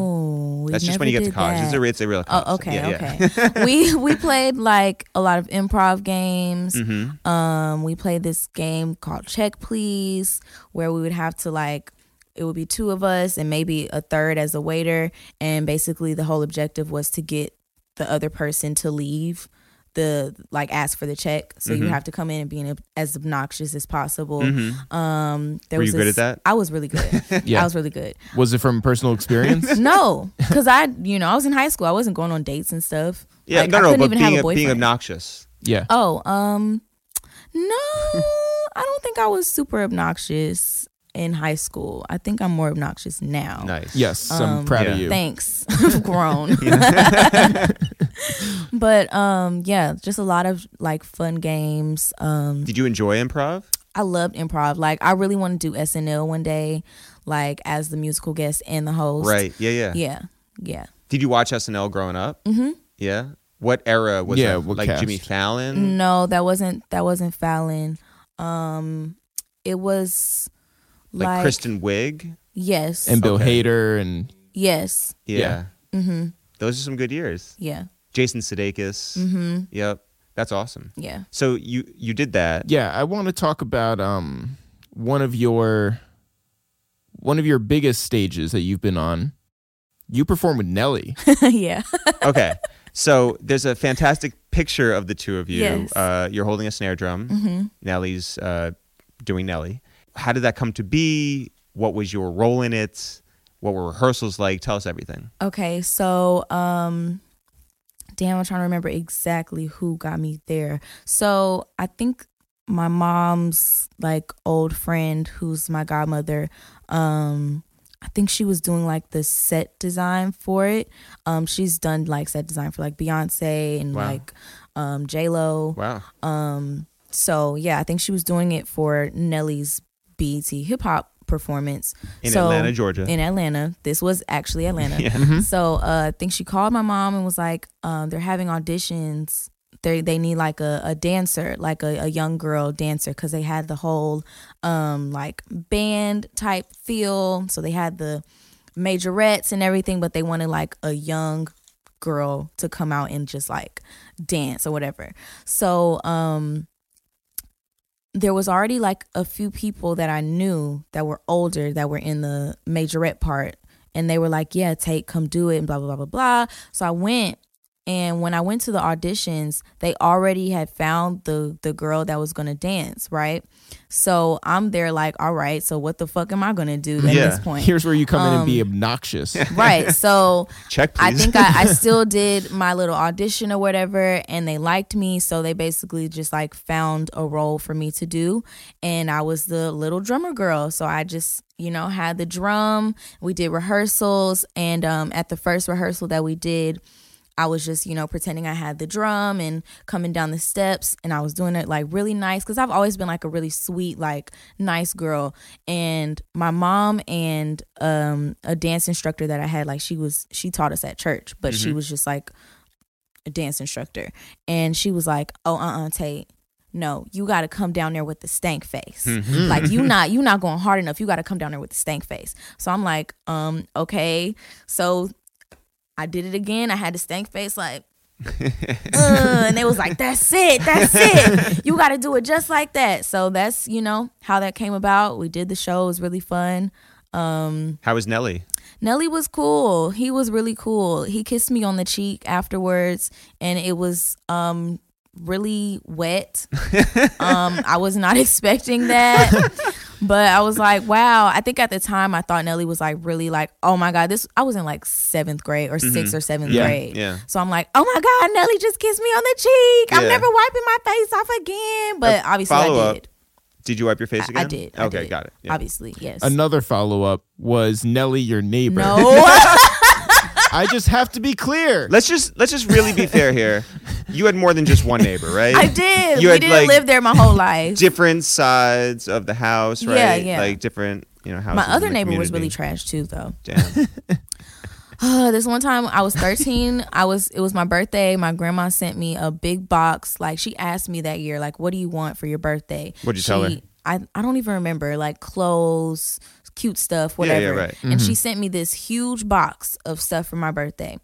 [SPEAKER 4] we
[SPEAKER 1] That's just when
[SPEAKER 4] never
[SPEAKER 1] you get to
[SPEAKER 4] did
[SPEAKER 1] college. It's
[SPEAKER 4] that.
[SPEAKER 1] a, it's a real college.
[SPEAKER 4] Oh, okay,
[SPEAKER 1] Yeah, yeah.
[SPEAKER 4] okay. we we played like a lot of improv games.
[SPEAKER 1] Mhm.
[SPEAKER 4] Um, we played this game called Check Please, where we would have to like it would be two of us and maybe a third as a waiter, and basically the whole objective was to get the other person to leave the like ask for the check. So
[SPEAKER 1] Mm-hmm.
[SPEAKER 4] you have to come in and be ob- as obnoxious as possible. Um, there
[SPEAKER 1] Were
[SPEAKER 4] was
[SPEAKER 1] you good
[SPEAKER 4] this-
[SPEAKER 1] at that?
[SPEAKER 4] I was really good.
[SPEAKER 2] Yeah.
[SPEAKER 4] I was really good.
[SPEAKER 2] was it from personal experience?
[SPEAKER 4] No, because I, you know, I was in high school. I wasn't going on dates and stuff.
[SPEAKER 1] Yeah,
[SPEAKER 4] Like,
[SPEAKER 1] no,
[SPEAKER 4] I
[SPEAKER 1] no,
[SPEAKER 4] couldn't
[SPEAKER 1] but
[SPEAKER 4] even
[SPEAKER 1] being,
[SPEAKER 4] have a
[SPEAKER 1] a being
[SPEAKER 4] boyfriend.
[SPEAKER 1] obnoxious.
[SPEAKER 2] yeah.
[SPEAKER 4] Oh, um, no, I don't think I was super obnoxious in high school. I think I'm more obnoxious now.
[SPEAKER 1] Nice.
[SPEAKER 2] Yes, I'm
[SPEAKER 4] Um,
[SPEAKER 2] proud
[SPEAKER 1] Yeah.
[SPEAKER 2] of you.
[SPEAKER 4] Thanks, I've grown. but um, yeah, just a lot of like fun games. Um,
[SPEAKER 1] Did you enjoy improv?
[SPEAKER 4] I loved improv. Like, I really want to do SNL one day, like as the musical guest and the host.
[SPEAKER 1] Right. Yeah, yeah.
[SPEAKER 4] Yeah. Yeah.
[SPEAKER 1] Did you watch SNL growing up? Mm-hmm. Yeah. What era was
[SPEAKER 2] Yeah,
[SPEAKER 1] that?
[SPEAKER 2] what
[SPEAKER 1] Like
[SPEAKER 2] cast?
[SPEAKER 1] Jimmy Fallon?
[SPEAKER 4] No, that wasn't that wasn't Fallon. Um, it was
[SPEAKER 1] Like,
[SPEAKER 4] like,
[SPEAKER 1] Kristen Wiig?
[SPEAKER 4] Yes.
[SPEAKER 2] And Bill
[SPEAKER 1] Okay.
[SPEAKER 2] Hader and
[SPEAKER 4] yes.
[SPEAKER 1] Yeah.
[SPEAKER 2] Yeah.
[SPEAKER 4] Mhm.
[SPEAKER 1] Those are some good years.
[SPEAKER 4] Yeah.
[SPEAKER 1] Jason Sudeikis.
[SPEAKER 4] Mhm.
[SPEAKER 1] Yep.
[SPEAKER 5] That's awesome.
[SPEAKER 4] Yeah.
[SPEAKER 1] So you you did that.
[SPEAKER 2] Yeah, I want to talk about um one of your one of your biggest stages that you've been on. You performed with Nelly.
[SPEAKER 4] yeah.
[SPEAKER 1] Okay. so there's a fantastic picture of the two of you.
[SPEAKER 4] Yes.
[SPEAKER 1] Uh, you're holding a snare drum.
[SPEAKER 4] hmm
[SPEAKER 1] Nelly's uh, doing Nelly. How did that come to be? What was your role in it? What were rehearsals like? Tell us everything.
[SPEAKER 4] Okay, so um damn, I'm trying to remember exactly who got me there. So I think my mom's like old friend who's my godmother, um, I think she was doing like the set design for it. Um, she's done like set design for like Beyonce and
[SPEAKER 5] Wow.
[SPEAKER 4] like um J Lo.
[SPEAKER 5] Wow.
[SPEAKER 4] Um, so yeah, I think she was doing it for Nelly's BET hip hop performance
[SPEAKER 1] In
[SPEAKER 4] So-
[SPEAKER 1] Atlanta, Georgia.
[SPEAKER 4] in Atlanta. This was actually Atlanta.
[SPEAKER 1] Yeah. Mm-hmm.
[SPEAKER 2] Mm-hmm.
[SPEAKER 4] So uh, I think she called my mom and was like, um, "They're having auditions. They they need like a, a dancer, like a, a young girl dancer, because they had the whole um, like band type feel. So they had the majorettes and everything, but they wanted like a young girl to come out and just like dance or whatever. So um, there was already like a few people that I knew that were older that were in the majorette part. And they were like, yeah, take, come do it, and blah, blah, blah, blah, blah. So I went. And when I went to the auditions, they already had found the the girl that was gonna dance, right? So I'm there like, all right, so what the fuck am I gonna do at
[SPEAKER 1] Yeah.
[SPEAKER 4] this point? Um,
[SPEAKER 2] Here's where you come in and be obnoxious.
[SPEAKER 4] right. So
[SPEAKER 1] Check,
[SPEAKER 4] I
[SPEAKER 1] please.
[SPEAKER 4] think I, I still did my little audition or whatever, and they liked me, so they basically just like found a role for me to do, and I was the little drummer girl. So I just you know had the drum. We did rehearsals, and um, at the first rehearsal that we did. I was just, you know, pretending I had the drum and coming down the steps and I was doing it like really nice cuz I've always been like a really sweet like nice girl and my mom and um a dance instructor that I had like she was she taught us at church but she was just like a dance instructor and she was like, "Oh, uh-uh, Tate. No, you got to come down there with the stank face.
[SPEAKER 1] Mm-hmm.
[SPEAKER 4] Like you not you not going hard enough. You got to come down there with the stank face." So I'm like, "Um, okay." So I did it again. I had the stank face like "Uh," and they was like, "That's it, that's it. You got to do it just like that." So that's you know how that came about. We did the show. It was really fun. Um,
[SPEAKER 1] How was Nelly?
[SPEAKER 4] Nelly was cool. He was really cool. He kissed me on the cheek afterwards, and it was um really wet. um, I was not expecting that. But I was like, wow. I think at the time I thought Nelly was like really like, oh my God, this I was in like seventh grade or 6th or seventh
[SPEAKER 2] Yeah,
[SPEAKER 4] grade.
[SPEAKER 1] Mm-hmm. yeah.
[SPEAKER 4] So I'm like, oh my God, Nelly just kissed me on the cheek. I'm
[SPEAKER 1] Yeah.
[SPEAKER 4] never wiping my face off again. But obviously I
[SPEAKER 1] follow-up
[SPEAKER 4] did.
[SPEAKER 1] Did you wipe your face
[SPEAKER 4] I-
[SPEAKER 1] again?
[SPEAKER 4] I did. I
[SPEAKER 1] Okay,
[SPEAKER 4] did.
[SPEAKER 1] got it. Yeah.
[SPEAKER 4] Obviously, yes.
[SPEAKER 2] Another follow up was Nelly, your neighbor.
[SPEAKER 4] no.
[SPEAKER 2] I just have to be clear.
[SPEAKER 1] Let's just let's just really be fair here. You had more than just one neighbor, right?
[SPEAKER 4] I did.
[SPEAKER 1] You
[SPEAKER 4] we
[SPEAKER 1] had,
[SPEAKER 4] didn't
[SPEAKER 1] like,
[SPEAKER 4] live there my whole life.
[SPEAKER 1] Different sides of the house, right?
[SPEAKER 4] Yeah, yeah.
[SPEAKER 1] Like different, you know, houses.
[SPEAKER 4] My
[SPEAKER 1] in
[SPEAKER 4] other
[SPEAKER 1] the
[SPEAKER 4] neighbor was really
[SPEAKER 1] community.
[SPEAKER 4] trash too, though.
[SPEAKER 1] Damn.
[SPEAKER 4] Uh, this one time I was 13. I was it was my birthday. My grandma sent me a big box. Like she asked me that year, like, what do you want for your birthday?
[SPEAKER 1] What'd you tell her?
[SPEAKER 4] She- I, I don't even remember, like clothes, cute stuff,
[SPEAKER 1] Yeah, yeah,
[SPEAKER 4] whatever.
[SPEAKER 1] right. Mm-hmm.
[SPEAKER 4] And she sent me this huge box of stuff for my birthday.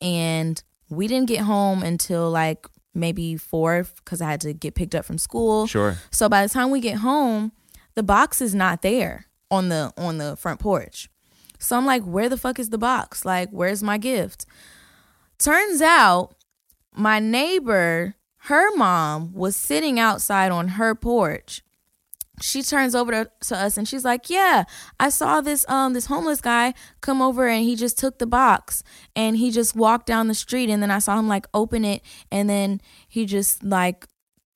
[SPEAKER 4] And we didn't get home until like maybe four because I had to get picked up from school.
[SPEAKER 1] Sure.
[SPEAKER 4] So by the time we get home, the box is not there on the on the front porch. So I'm like, where the fuck is the box? Like, where's my gift? Turns out my neighbor, her mom was sitting outside on her porch. She turns over to, to us and she's like, "Yeah, I saw this um this homeless guy come over and he just took the box and he just walked down the street and then I saw him like open it and then he just like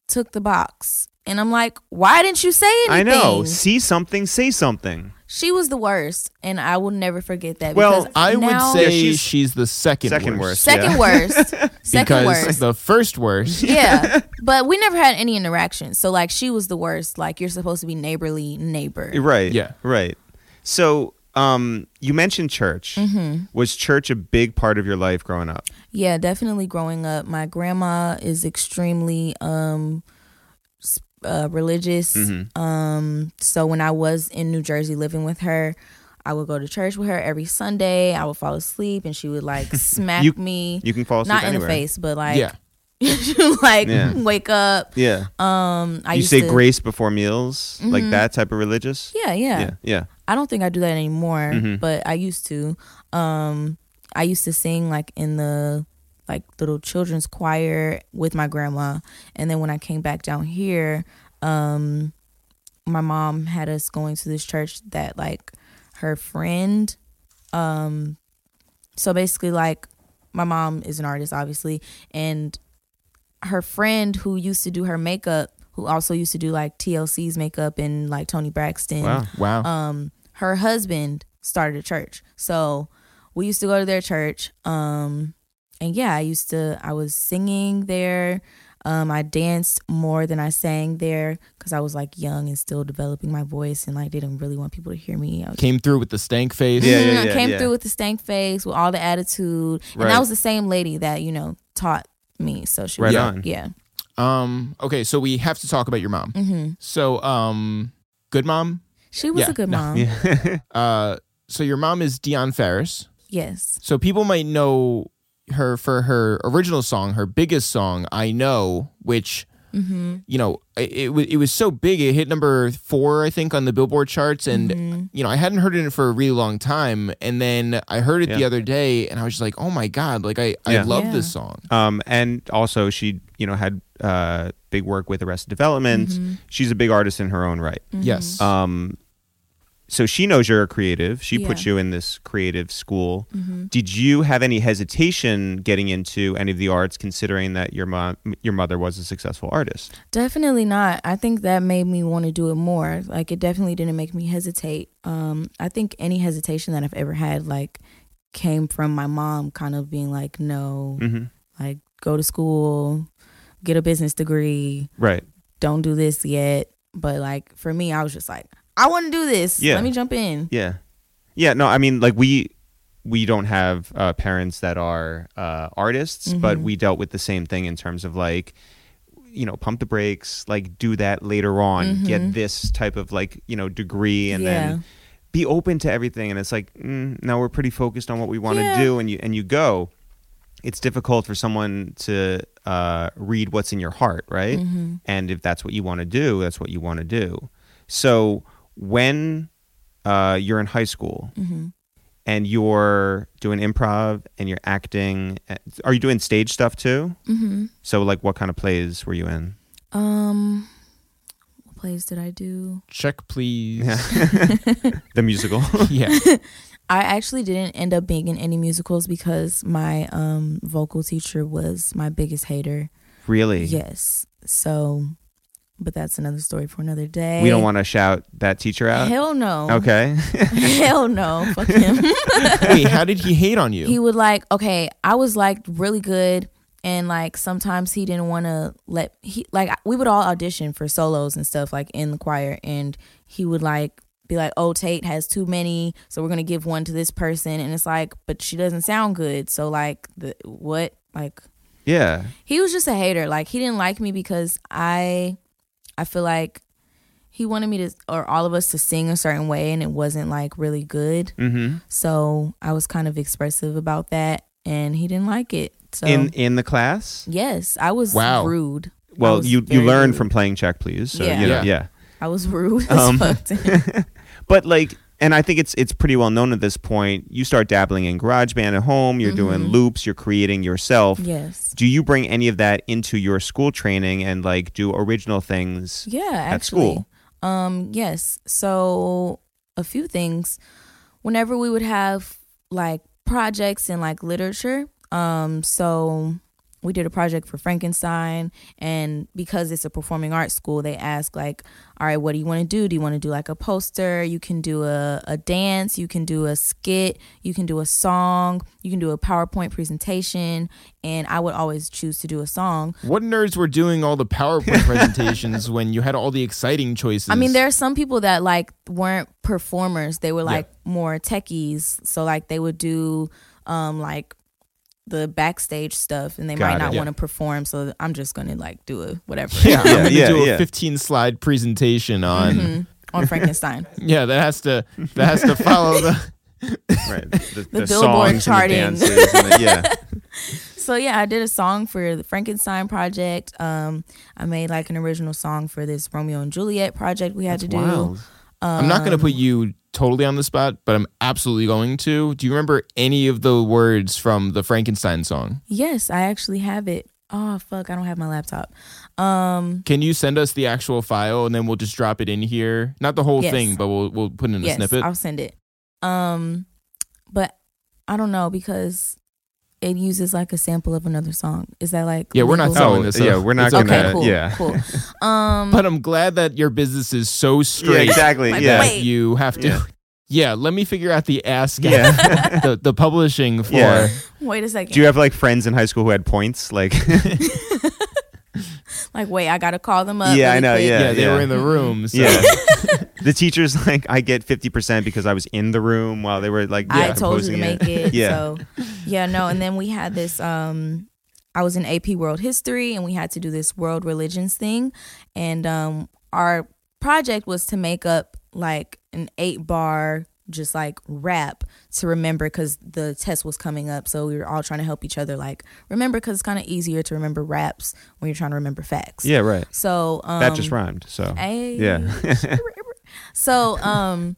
[SPEAKER 4] took the box." And I'm like, "Why didn't you say anything?"
[SPEAKER 1] I know. See something, say something.
[SPEAKER 4] She was the worst, and I will never forget that.
[SPEAKER 1] Well,
[SPEAKER 4] because
[SPEAKER 2] I
[SPEAKER 4] now-
[SPEAKER 2] would say
[SPEAKER 1] Yeah,
[SPEAKER 2] she's,
[SPEAKER 1] she's-
[SPEAKER 2] the second
[SPEAKER 1] Second
[SPEAKER 2] worst.
[SPEAKER 1] worst.
[SPEAKER 4] second
[SPEAKER 1] yeah.
[SPEAKER 4] worst, second
[SPEAKER 2] because
[SPEAKER 4] worst.
[SPEAKER 2] the first worst.
[SPEAKER 4] yeah, but we never had any interaction. So like, she was the worst. Like you're supposed to be neighborly neighbor.
[SPEAKER 1] Right.
[SPEAKER 2] Yeah.
[SPEAKER 1] Right. So, um, you mentioned church.
[SPEAKER 4] Mm-hmm.
[SPEAKER 1] Was church a big part of your life growing up?
[SPEAKER 4] Yeah, definitely. Growing up, my grandma is extremely um s- uh, religious.
[SPEAKER 1] Mm-hmm.
[SPEAKER 4] Um, so when I was in New Jersey living with her. I would go to church with her every Sunday. I would fall asleep, and she would like smack
[SPEAKER 1] You-
[SPEAKER 4] me,
[SPEAKER 1] You can fall asleep
[SPEAKER 4] not in
[SPEAKER 1] anywhere.
[SPEAKER 4] the face, but like
[SPEAKER 2] Yeah.
[SPEAKER 4] like
[SPEAKER 1] Yeah.
[SPEAKER 4] wake up.
[SPEAKER 1] Yeah.
[SPEAKER 4] Um, I
[SPEAKER 1] you
[SPEAKER 4] used
[SPEAKER 1] say
[SPEAKER 4] to,
[SPEAKER 1] grace before meals, like that type of religious.
[SPEAKER 4] Yeah, yeah,
[SPEAKER 1] Yeah. Yeah.
[SPEAKER 4] I don't think I do that anymore,
[SPEAKER 1] Mhm.
[SPEAKER 4] but I used to. Um, I used to sing like in the like little children's choir with my grandma, and then when I came back down here, um, my mom had us going to this church that like her friend, um, so basically like my mom is an artist, obviously, and her friend who used to do her makeup, who also used to do like TLC's makeup and like Tony Braxton
[SPEAKER 1] Wow.
[SPEAKER 2] Wow.
[SPEAKER 4] um her husband started a church so we used to go to their church um and yeah i used to i was singing there um i danced more than i sang there because i was like young and still developing my voice and like didn't really want people to hear me I was-
[SPEAKER 2] Came through with the stank face.
[SPEAKER 1] Yeah, yeah,
[SPEAKER 4] Mhm, I
[SPEAKER 1] yeah,
[SPEAKER 4] came
[SPEAKER 1] yeah.
[SPEAKER 4] through with the stank face with all the attitude and
[SPEAKER 1] Right.
[SPEAKER 4] that was the same lady that you know taught me so she
[SPEAKER 1] Right
[SPEAKER 4] was,
[SPEAKER 1] on.
[SPEAKER 4] yeah
[SPEAKER 2] Um. Okay. So we have to talk about your mom.
[SPEAKER 4] hmm
[SPEAKER 2] So, um, good mom.
[SPEAKER 4] she was
[SPEAKER 2] Yeah,
[SPEAKER 4] a good
[SPEAKER 2] no,
[SPEAKER 4] mom
[SPEAKER 1] Yeah.
[SPEAKER 2] Uh, so your mom is Dion Ferris.
[SPEAKER 4] yes
[SPEAKER 2] So people might know her for her original song, her biggest song, "I Know," which
[SPEAKER 4] hmm
[SPEAKER 2] you know it it, wa- it was so big it hit number four, I think, on the Billboard charts, and
[SPEAKER 4] Mm-hmm.
[SPEAKER 2] you know I hadn't heard it for a really long time, and then I heard it the
[SPEAKER 1] Yeah.
[SPEAKER 2] other day, and I was just like, oh my god, like I I
[SPEAKER 1] Yeah.
[SPEAKER 2] love
[SPEAKER 4] Yeah.
[SPEAKER 2] this song.
[SPEAKER 1] um, and also she, you know, had uh, big work with Arrested Development.
[SPEAKER 4] Mm-hmm.
[SPEAKER 1] She's a big artist in her own right.
[SPEAKER 2] Yes.
[SPEAKER 1] Um, so she knows you're a creative. She
[SPEAKER 4] Yeah. Mm-hmm.
[SPEAKER 1] put you in this creative school. Did you have any hesitation getting into any of the arts, considering that your mom, your mother was a successful artist?
[SPEAKER 4] Definitely not. I think that made me want to do it more. Like it definitely didn't make me hesitate. Um I think any hesitation that I've ever had like came from my mom kind of being like no,
[SPEAKER 1] hmm
[SPEAKER 4] like go to school, get a business degree,
[SPEAKER 1] Right.
[SPEAKER 4] don't do this yet. But like for me I was just like I want to do this.
[SPEAKER 1] Yeah.
[SPEAKER 4] Let me jump in.
[SPEAKER 1] Yeah. Yeah, no, I mean like we we don't have uh, parents that are uh, artists, but
[SPEAKER 4] Mm-hmm.
[SPEAKER 1] we dealt with the same thing in terms of like you know, pump the brakes, like do that later on, get this type of like, you know, degree and
[SPEAKER 4] Mm-hmm. Yeah.
[SPEAKER 1] then be open to everything and it's like, mm, no, we're pretty focused on what we want to
[SPEAKER 4] Yeah.
[SPEAKER 1] do and you and you go. It's difficult for someone to uh, read what's in your heart, right?
[SPEAKER 4] Mm-hmm.
[SPEAKER 1] And if that's what you want to do, that's what you want to do. So when uh, you're in high school
[SPEAKER 4] mm-hmm,
[SPEAKER 1] and you're doing improv and you're acting, uh, are you doing stage stuff too?
[SPEAKER 4] Mhm.
[SPEAKER 1] So like, what kind of plays were you in?
[SPEAKER 4] Um what plays did I do?
[SPEAKER 2] Check please.
[SPEAKER 1] The musical.
[SPEAKER 2] yeah.
[SPEAKER 4] I actually didn't end up being in any musicals because my um vocal teacher was my biggest hater.
[SPEAKER 1] really?
[SPEAKER 4] Yes. So, but that's another story for another day.
[SPEAKER 1] We don't want to shout that teacher out.
[SPEAKER 4] Hell no.
[SPEAKER 1] Okay.
[SPEAKER 4] Hell no. Fuck him.
[SPEAKER 2] Wait, how did he hate on you?
[SPEAKER 4] he would like. Okay, I was like really good, and like sometimes he didn't want to let he like we would all audition for solos and stuff like in the choir, and he would like be like, "Oh, Tate has too many, so we're gonna give one to this person," and it's like, but she doesn't sound good, so like the what like
[SPEAKER 1] yeah.
[SPEAKER 4] he was just a hater like he didn't like me because i i feel like he wanted me to or all of us to sing a certain way and it wasn't like really good
[SPEAKER 1] Mm-hmm.
[SPEAKER 4] so i was kind of expressive about that and he didn't like it so
[SPEAKER 1] In in the class.
[SPEAKER 4] yes i was
[SPEAKER 2] Wow.
[SPEAKER 4] rude I
[SPEAKER 1] Well,
[SPEAKER 4] was
[SPEAKER 1] you you
[SPEAKER 4] very
[SPEAKER 1] learn
[SPEAKER 4] rude.
[SPEAKER 1] from playing check, please. So
[SPEAKER 4] Yeah.
[SPEAKER 1] you know,
[SPEAKER 2] Yeah.
[SPEAKER 1] yeah.
[SPEAKER 4] i was rude as
[SPEAKER 1] Um,
[SPEAKER 4] fuck to him.
[SPEAKER 1] but like and i think it's it's pretty well known at this point you start dabbling in garageband at home you're doing loops you're creating yourself
[SPEAKER 4] Mm-hmm. yes
[SPEAKER 1] do you bring any of that into your school training and like do original things
[SPEAKER 4] yeah
[SPEAKER 1] at
[SPEAKER 4] actually
[SPEAKER 1] school
[SPEAKER 4] Um, yes. So a few things. Whenever we would have like projects in like literature, um, so we did a project for Frankenstein and because it's a performing arts school, they ask like, All right, what do you want to do? Do you want to do like a poster? You can do a, a dance, you can do a skit, you can do a song, you can do a PowerPoint presentation, and I would always choose to do a song.
[SPEAKER 2] What nerds were doing all the PowerPoint presentations when you had all the exciting choices?
[SPEAKER 4] I mean, there are some people that like weren't performers; they were like more techies. So like they would do um like the backstage stuff, and they
[SPEAKER 1] Got
[SPEAKER 4] might not
[SPEAKER 1] it.
[SPEAKER 4] want to perform. So I'm just gonna like do a whatever
[SPEAKER 2] Yeah, I'm gonna
[SPEAKER 1] Yeah,
[SPEAKER 2] do a
[SPEAKER 1] yeah.
[SPEAKER 2] 15 slide presentation on.
[SPEAKER 4] Mm-hmm. on Frankenstein.
[SPEAKER 2] Yeah, that has to that has to follow the.
[SPEAKER 1] right the,
[SPEAKER 4] Billboard
[SPEAKER 1] songs and the
[SPEAKER 4] charting.
[SPEAKER 1] dances and the- yeah
[SPEAKER 4] so yeah, I did a song for the Frankenstein project. Um, I made like an original song for this Romeo and Juliet project we had to do. Um,
[SPEAKER 2] I'm not going to put you totally on the spot, but I'm absolutely going to. Do you remember any of the words from the Frankenstein song?
[SPEAKER 4] Yes, I actually have it. Oh fuck, I don't have my laptop. Um,
[SPEAKER 2] Can you send us the actual file and then we'll just drop it in here? Not the whole
[SPEAKER 4] Yes.
[SPEAKER 2] thing, but we'll we'll put in a
[SPEAKER 4] yes,
[SPEAKER 2] snippet.
[SPEAKER 4] I'll send it. Um, but I don't know because it uses like a sample of another song. Is that like
[SPEAKER 2] Yeah, we're not
[SPEAKER 4] legal?
[SPEAKER 2] selling
[SPEAKER 1] Oh,
[SPEAKER 2] this.
[SPEAKER 1] yeah,
[SPEAKER 2] stuff.
[SPEAKER 1] we're not
[SPEAKER 2] It's
[SPEAKER 1] gonna-
[SPEAKER 4] Okay,
[SPEAKER 1] Uh,
[SPEAKER 4] cool.
[SPEAKER 1] yeah.
[SPEAKER 4] cool. Um,
[SPEAKER 2] But I'm glad that your business is so
[SPEAKER 1] Yeah,
[SPEAKER 2] straight
[SPEAKER 1] exactly.
[SPEAKER 4] Like,
[SPEAKER 1] yeah.
[SPEAKER 4] wait.
[SPEAKER 2] you have to. Yeah.
[SPEAKER 1] Yeah.
[SPEAKER 2] let me figure out the ask
[SPEAKER 1] Yeah.
[SPEAKER 2] the the publishing for.
[SPEAKER 1] Yeah.
[SPEAKER 4] wait a second.
[SPEAKER 1] Do you have like friends in high school who had points? Like,
[SPEAKER 4] like, wait, I gotta call them up.
[SPEAKER 1] Yeah, I
[SPEAKER 4] really
[SPEAKER 1] know,
[SPEAKER 4] quick.
[SPEAKER 2] Yeah,
[SPEAKER 1] Yeah,
[SPEAKER 2] they
[SPEAKER 1] yeah.
[SPEAKER 2] were in the room. So.
[SPEAKER 1] yeah. the teacher's like, I get 50% because I was in the room while they were like,
[SPEAKER 4] I
[SPEAKER 1] yeah,
[SPEAKER 4] told you to
[SPEAKER 1] composing
[SPEAKER 4] make it.
[SPEAKER 1] Yeah.
[SPEAKER 4] So yeah, no. And then we had this um I was in AP World History and we had to do this world religions thing. And um our project was to make up like an eight bar just like rap to remember because the test was coming up so we were all trying to help each other like remember because it's kind of easier to remember raps when you're trying to remember facts
[SPEAKER 1] Yeah, right.
[SPEAKER 4] so um
[SPEAKER 1] That just rhymed. So,
[SPEAKER 4] Ay.
[SPEAKER 1] Yeah.
[SPEAKER 4] so um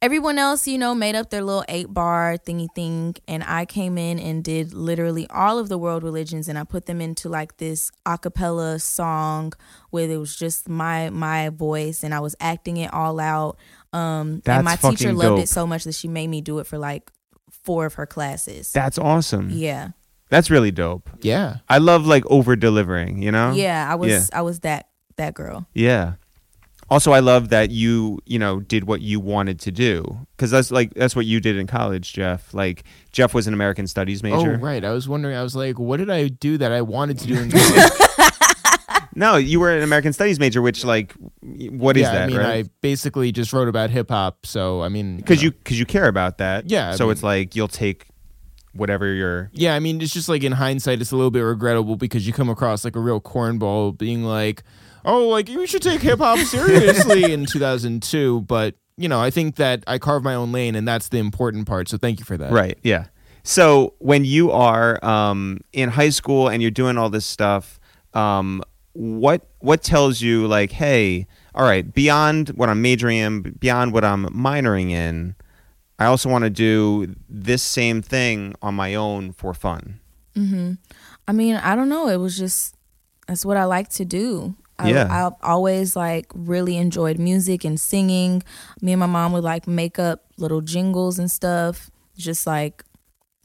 [SPEAKER 4] everyone else, you know, made up their little eight bar thingy thing and I came in and did literally all of the world religions and I put them into like this a cappella song where it was just my my voice and I was acting it all out. Um
[SPEAKER 1] That's
[SPEAKER 4] and my teacher
[SPEAKER 1] fucking
[SPEAKER 4] loved
[SPEAKER 1] dope.
[SPEAKER 4] it so much that she made me do it for like four of her classes.
[SPEAKER 1] that's awesome.
[SPEAKER 4] yeah.
[SPEAKER 1] That's really dope.
[SPEAKER 2] yeah.
[SPEAKER 1] I love like over delivering, you know?
[SPEAKER 4] yeah, I was
[SPEAKER 1] yeah.
[SPEAKER 4] I was that that girl.
[SPEAKER 1] Yeah. Also, I love that you, you know, did what you wanted to do because that's like that's what you did in college, Jeff. Like Jeff was an American Studies major.
[SPEAKER 2] Oh right, I was wondering. I was like, what did I do that I wanted to do? In college?
[SPEAKER 1] No, you were an American Studies major, which like, y- what is
[SPEAKER 2] yeah,
[SPEAKER 1] that?
[SPEAKER 2] I mean,
[SPEAKER 1] right?
[SPEAKER 2] I basically just wrote about hip hop. So I mean,
[SPEAKER 1] Because
[SPEAKER 2] know.
[SPEAKER 1] you because you care about that.
[SPEAKER 2] Yeah, I
[SPEAKER 1] So
[SPEAKER 2] mean-
[SPEAKER 1] it's like you'll take whatever your
[SPEAKER 2] Yeah, I mean, it's just like in hindsight, it's a little bit regrettable because you come across like a real cornball being like, oh, like you should take hip hop seriously in 2002. But, you know, I think that I carved my own lane and that's the important part. So thank you for that.
[SPEAKER 1] Right. Yeah. So when you are um, in high school and you're doing all this stuff, um, what what tells you like, hey, all right, beyond what I'm majoring in, beyond what I'm minoring in, I also want to do this same thing on my own for fun.
[SPEAKER 4] hmm I mean, I don't know. It was just that's what I like to do. I,
[SPEAKER 1] Yeah.
[SPEAKER 4] I've always like really enjoyed music and singing. Me and my mom would like make up little jingles and stuff, just like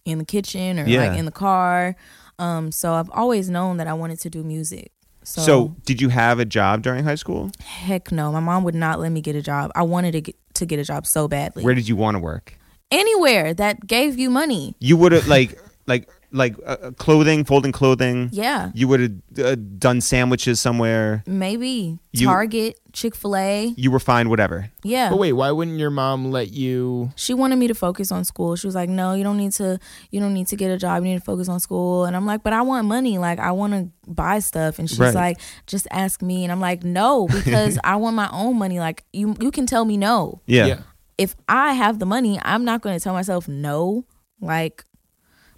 [SPEAKER 4] in the kitchen or
[SPEAKER 1] Yeah.
[SPEAKER 4] like in the car. Um, so I've always known that I wanted to do music. So,
[SPEAKER 1] So, did you have a job during high school?
[SPEAKER 4] heck no, my mom would not let me get a job. I wanted to get to get a job so badly.
[SPEAKER 1] Where did you want to work?
[SPEAKER 4] Anywhere that gave you money,
[SPEAKER 1] You would have like like like uh, uh, clothing, folding clothing.
[SPEAKER 4] yeah,
[SPEAKER 1] You would have uh, done sandwiches somewhere.
[SPEAKER 4] maybe
[SPEAKER 1] You-
[SPEAKER 4] Target, Chick Fil A,
[SPEAKER 1] You were fine, whatever.
[SPEAKER 4] yeah.
[SPEAKER 2] But wait, why wouldn't your mom let you?
[SPEAKER 4] she wanted me to focus on school. She was like, "No, you don't need to. You don't need to get a job. You need to focus on school." And I'm like, "But I want money. Like, I want to buy stuff." And she's
[SPEAKER 1] Right.
[SPEAKER 4] like, "Just ask me." And I'm like, "No, because I want my own money. Like, you you can tell me no.
[SPEAKER 1] yeah.
[SPEAKER 4] If I have the money, I'm not going to tell myself no. Like."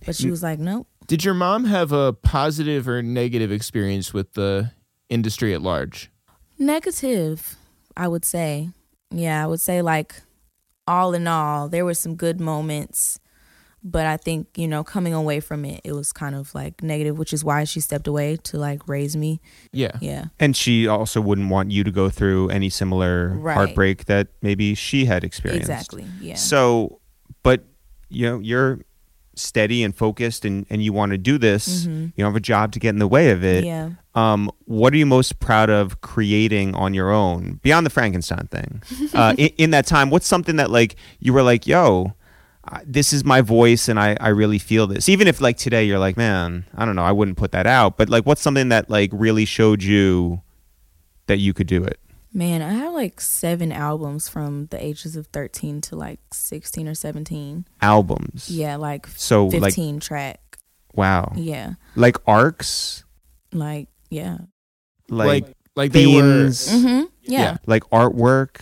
[SPEAKER 4] But she was like, "No."
[SPEAKER 2] Did your mom have a positive or negative experience with the industry at large?
[SPEAKER 4] Negative, I would say. Yeah, I would say like all in all, there were some good moments, but I think, you know, coming away from it, it was kind of like negative, which is why she stepped away to like raise me.
[SPEAKER 2] Yeah.
[SPEAKER 4] Yeah.
[SPEAKER 1] And she also wouldn't want you to go through any similar
[SPEAKER 4] Right.
[SPEAKER 1] heartbreak that maybe she had experienced.
[SPEAKER 4] Exactly. Yeah.
[SPEAKER 1] So, but you know, you're steady and focused and, and you want to do this.
[SPEAKER 4] Mm-hmm.
[SPEAKER 1] You don't have a job to get in the way of it.
[SPEAKER 4] yeah.
[SPEAKER 1] Um, what are you most proud of creating on your own beyond the Frankenstein thing? uh, in, in that time, what's something that like you were like, yo, I- this is my voice and I, I really feel this. Even if like today you're like, man, I don't know, I wouldn't put that out. But like, what's something that like really showed you that you could do it?
[SPEAKER 4] Man, I have like seven albums from the ages of 13 to like 16 or 17.
[SPEAKER 1] Albums.
[SPEAKER 4] Yeah, like
[SPEAKER 1] So like,
[SPEAKER 4] 15 track.
[SPEAKER 1] wow.
[SPEAKER 4] Yeah.
[SPEAKER 1] Like arcs,
[SPEAKER 4] Like, yeah.
[SPEAKER 1] like,
[SPEAKER 2] like, like they were.
[SPEAKER 1] themes,
[SPEAKER 4] Mm-hmm. Yeah.
[SPEAKER 2] Yeah.
[SPEAKER 1] like artwork.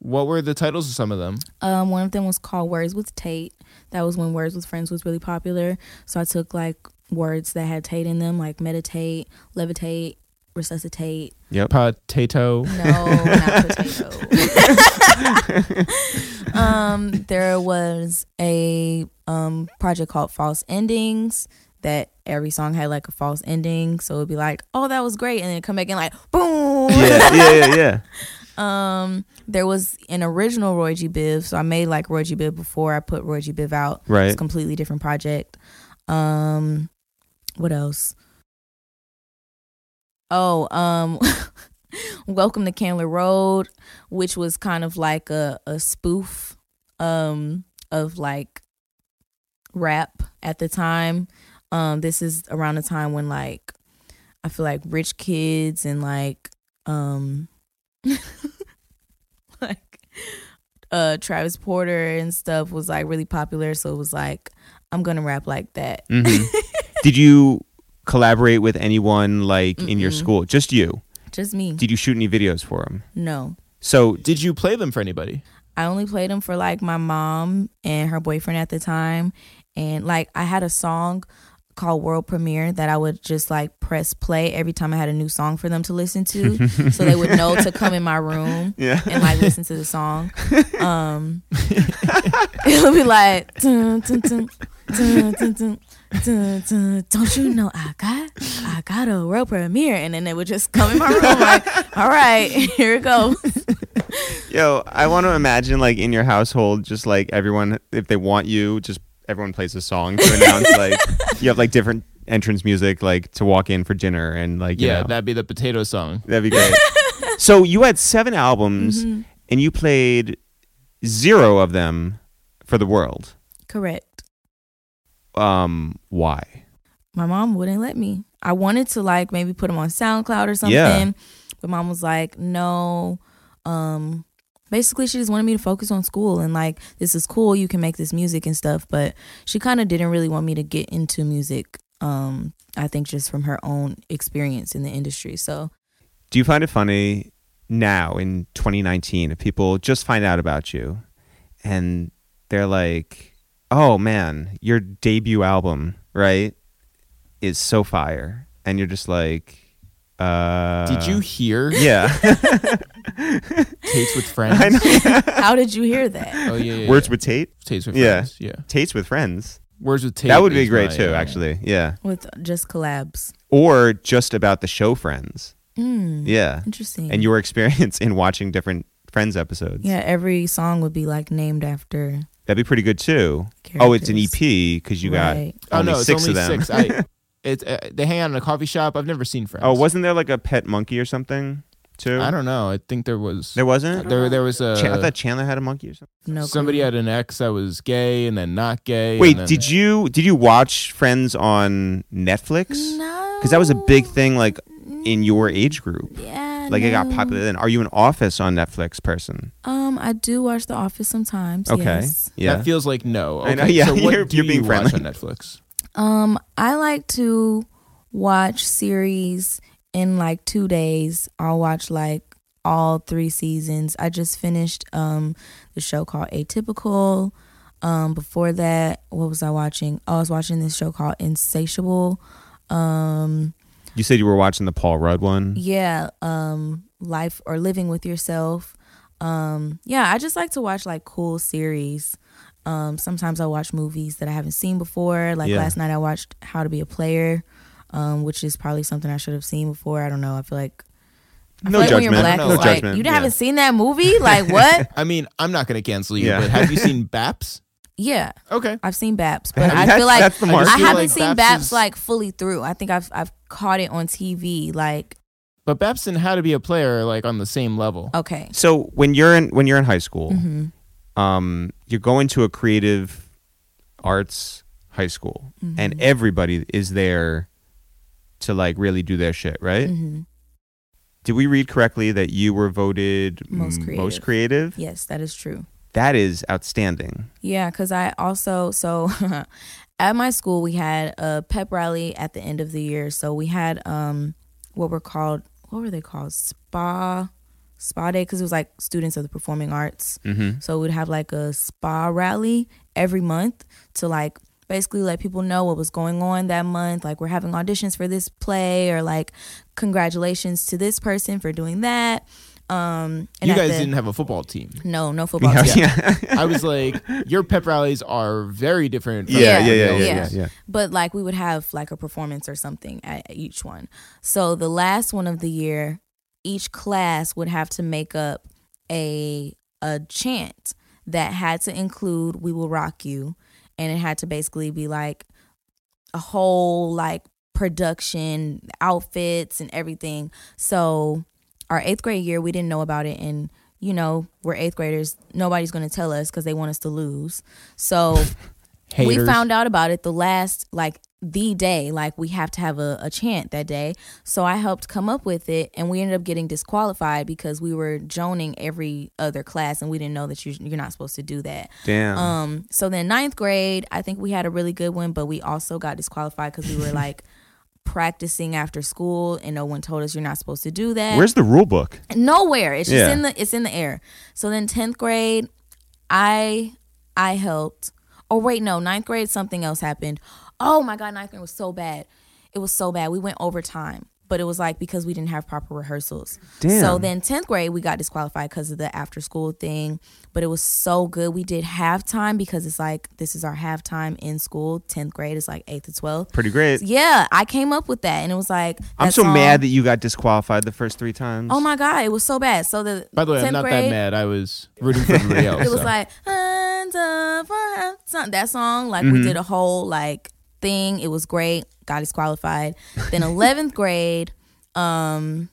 [SPEAKER 2] What were the titles of some of them?
[SPEAKER 4] Um, one of them was called Words with Tate. That was when Words with Friends was really popular. So I took like words that had Tate in them, like meditate, levitate, resuscitate.
[SPEAKER 1] Yep.
[SPEAKER 2] Potato.
[SPEAKER 4] No, not potato. um, there was a um project called False Endings that every song had like a false ending. So it'd be like, oh, that was great, and then come back in like, boom.
[SPEAKER 5] yeah, yeah, yeah, yeah.
[SPEAKER 4] Um, there was an original Roy G. Biv, so I made like Roy G. Biv before I put Roy G. Biv out. It's
[SPEAKER 5] Right.
[SPEAKER 4] a completely different project. Um, what else? Oh, um, Welcome to Candler Road, which was kind of like a a spoof, um, of like rap at the time. Um, this is around the time when like I feel like rich kids and like um like uh Travis Porter and stuff was like really popular, so it was like I'm gonna rap like that.
[SPEAKER 1] hmm Did you collaborate with anyone like in your
[SPEAKER 4] Mm-mm.
[SPEAKER 1] school? Just you.
[SPEAKER 4] Just me.
[SPEAKER 1] Did you shoot any videos for them?
[SPEAKER 4] No.
[SPEAKER 1] So
[SPEAKER 2] Did you play them for anybody?
[SPEAKER 4] I only played them for like my mom and her boyfriend at the time. And like I had a song called World Premiere that I would just like press play every time I had a new song for them to listen to. so they would know to come in my room
[SPEAKER 1] Yeah.
[SPEAKER 4] and like listen to the song. Um it would be like dun, dun, dun, dun, dun, dun, dun, dun. don't you know I got I got a world premiere and then they would just come in my room like, All right, here it goes.
[SPEAKER 1] Yo, I want to imagine like in your household, just like everyone, if they want you, just everyone plays a song to announce like you have like different entrance music like to walk in for dinner and like you
[SPEAKER 2] Yeah,
[SPEAKER 1] know,
[SPEAKER 2] that'd be the potato song.
[SPEAKER 1] that'd be great. so you had seven albums
[SPEAKER 4] Mhm.
[SPEAKER 1] and you played zero of them for the world.
[SPEAKER 4] Correct.
[SPEAKER 1] Um, why?
[SPEAKER 4] my mom wouldn't let me. I wanted to like maybe put them on SoundCloud or something,
[SPEAKER 1] Yeah.
[SPEAKER 4] but mom was like, "No." Um, basically, she just wanted me to focus on school and like this is cool. You can make this music and stuff, but she kind of didn't really want me to get into music. Um, I think just from her own experience in the industry. So
[SPEAKER 1] Do you find it funny now in 2019 if people just find out about you and they're like, "Oh man, your debut album, right, is so fire," and you're just like, uh,
[SPEAKER 2] Did you hear Oh,
[SPEAKER 1] Yeah,
[SPEAKER 2] Tates with Friends?
[SPEAKER 4] how did you hear that?
[SPEAKER 2] Oh yeah, yeah,
[SPEAKER 1] words
[SPEAKER 2] yeah.
[SPEAKER 1] with Tate,
[SPEAKER 2] Tates with
[SPEAKER 1] Yeah.
[SPEAKER 2] Friends. Yeah,
[SPEAKER 1] Tates with friends.
[SPEAKER 2] words with Tate.
[SPEAKER 1] that would be
[SPEAKER 2] is
[SPEAKER 1] great
[SPEAKER 2] my,
[SPEAKER 1] too,
[SPEAKER 2] uh,
[SPEAKER 1] actually. Yeah,
[SPEAKER 4] With just collabs.
[SPEAKER 1] or just about the show Friends.
[SPEAKER 4] Mm,
[SPEAKER 1] Yeah,
[SPEAKER 4] interesting.
[SPEAKER 1] and your experience in watching different Friends episodes.
[SPEAKER 4] yeah, every song would be like named after.
[SPEAKER 1] that'd be pretty good too.
[SPEAKER 4] Characters.
[SPEAKER 1] Oh, it's an EP because you got
[SPEAKER 4] Right.
[SPEAKER 2] Oh
[SPEAKER 1] only
[SPEAKER 2] no,
[SPEAKER 1] six
[SPEAKER 2] it's only
[SPEAKER 1] of them.
[SPEAKER 2] six. I, it's uh, they hang out in a coffee shop. I've never seen Friends.
[SPEAKER 1] Oh, wasn't there like a pet monkey or something too?
[SPEAKER 2] I don't know. I think there was uh,
[SPEAKER 1] There wasn't.
[SPEAKER 2] there there was a
[SPEAKER 1] Chan- I thought Chandler had a monkey or something.
[SPEAKER 4] No,
[SPEAKER 2] somebody
[SPEAKER 4] clue.
[SPEAKER 2] had an ex that was gay and then not gay.
[SPEAKER 1] Wait,
[SPEAKER 2] and then-
[SPEAKER 1] did you did you watch Friends on Netflix?
[SPEAKER 4] No,
[SPEAKER 1] Because that was a big thing, like in your age group.
[SPEAKER 4] Yeah,
[SPEAKER 1] Like it got
[SPEAKER 4] no.
[SPEAKER 1] popular then. Are you an Office on Netflix person?
[SPEAKER 4] Um, I do watch The Office sometimes.
[SPEAKER 1] Okay,
[SPEAKER 4] yes.
[SPEAKER 1] yeah.
[SPEAKER 2] That feels like no. Okay,
[SPEAKER 1] I know, yeah,
[SPEAKER 2] so what
[SPEAKER 1] you're-
[SPEAKER 2] do
[SPEAKER 1] you're being
[SPEAKER 2] you watch
[SPEAKER 1] friendly.
[SPEAKER 2] on Netflix?
[SPEAKER 4] Um, I like to watch series in like two days. I'll watch like all three seasons. I just finished um the show called Atypical. Um, before that, what was I watching? Oh, I was watching this show called Insatiable. Um,
[SPEAKER 1] you said you were watching the Paul Rudd one.
[SPEAKER 4] yeah um life or living with yourself um yeah i just like to watch like cool series um sometimes i watch movies that i haven't seen before like
[SPEAKER 1] Yeah.
[SPEAKER 4] last night i watched how to be a player um which is probably something i should have seen before i don't know i feel like I
[SPEAKER 1] No
[SPEAKER 4] feel like when you're
[SPEAKER 1] judgment.
[SPEAKER 4] black,
[SPEAKER 2] No, no
[SPEAKER 4] it's like,
[SPEAKER 1] judgment.
[SPEAKER 4] you
[SPEAKER 1] Yeah.
[SPEAKER 4] haven't seen that movie like what
[SPEAKER 2] I mean, I'm not going to cancel you,
[SPEAKER 1] Yeah.
[SPEAKER 2] but have you seen Baps?
[SPEAKER 4] yeah
[SPEAKER 2] Okay.
[SPEAKER 4] i've seen baps but i
[SPEAKER 1] That's-
[SPEAKER 4] feel like
[SPEAKER 1] that's the
[SPEAKER 2] I
[SPEAKER 1] mark.
[SPEAKER 4] i
[SPEAKER 2] just feel
[SPEAKER 4] haven't
[SPEAKER 2] like Baps
[SPEAKER 4] seen baps
[SPEAKER 2] is-
[SPEAKER 4] like fully through i think i've i've caught it on tv like
[SPEAKER 2] But Baps and How to Be a Player are like on the same level.
[SPEAKER 4] okay
[SPEAKER 1] So when you're in when you're in high school,
[SPEAKER 4] hmm
[SPEAKER 1] um, you're going to a creative arts high school,
[SPEAKER 4] mm-hmm.
[SPEAKER 1] and everybody is there to like really do their shit, right?
[SPEAKER 4] hmm
[SPEAKER 1] Did we read correctly that you were voted
[SPEAKER 4] Most
[SPEAKER 1] m-
[SPEAKER 4] creative.
[SPEAKER 1] creative?
[SPEAKER 4] yes that is true
[SPEAKER 1] That is outstanding.
[SPEAKER 4] Yeah, because I also, so at my school, we had a pep rally at the end of the year. So we had um what were called, what were they called? Spa, spa day, because it was like students of the performing arts.
[SPEAKER 1] Mm-hmm.
[SPEAKER 4] So we'd have like a spa rally every month to like basically let people know what was going on that month. Like, we're having auditions for this play, or like, congratulations to this person for doing that. Um, and
[SPEAKER 2] you
[SPEAKER 4] at
[SPEAKER 2] guys
[SPEAKER 4] the-
[SPEAKER 2] didn't have a football team.
[SPEAKER 4] No, no football. team.
[SPEAKER 2] I was like, your pep rallies are very different. from
[SPEAKER 4] Yeah,
[SPEAKER 2] everybody
[SPEAKER 4] yeah,
[SPEAKER 2] else's.
[SPEAKER 4] yeah. but like we would have like a performance or something at each one. So the last one of the year, each class would have to make up a a chant that had to include "We will rock you," and it had to basically be like a whole like production outfits and everything. So our eighth grade year, we didn't know about it and. You know, we're eighth graders. Nobody's going to tell us because they want us to lose. So we
[SPEAKER 2] Haters.
[SPEAKER 4] found out about it the last like the day like we have to have a, a chant that day so i helped come up with it and we ended up getting disqualified because we were joning every other class and we didn't know that you, you're not supposed to do that
[SPEAKER 1] Damn.
[SPEAKER 4] um so then ninth grade i think we had a really good one but we also got disqualified because we were like practicing after school and no one told us you're not supposed to do that
[SPEAKER 1] Where's the rule book?
[SPEAKER 4] nowhere it's just
[SPEAKER 1] Yeah.
[SPEAKER 4] in the it's in the air so then 10th grade i i helped oh wait no ninth grade something else happened oh my god ninth grade was so bad it was so bad we went overtime but it was like because we didn't have proper rehearsals so
[SPEAKER 1] Damn.
[SPEAKER 4] then 10th grade we got disqualified because of the after school thing but it was so good we did halftime because it's like this is our halftime in school 10th grade is like 8th to 12th
[SPEAKER 1] Pretty great.
[SPEAKER 4] yeah i came up with that and it was like
[SPEAKER 1] I'm
[SPEAKER 4] that
[SPEAKER 1] so
[SPEAKER 4] song-
[SPEAKER 1] mad that you got disqualified the first three times.
[SPEAKER 4] oh my god it was so bad so the
[SPEAKER 2] By the way,
[SPEAKER 4] 10th
[SPEAKER 2] I'm not
[SPEAKER 4] grade-
[SPEAKER 2] that mad. I was rooting for everybody else.
[SPEAKER 4] it was
[SPEAKER 2] so.
[SPEAKER 4] like "And, uh, for- some- that song like
[SPEAKER 2] Mm-hmm.
[SPEAKER 4] we did a whole like thing it was great got disqualified then 11th grade um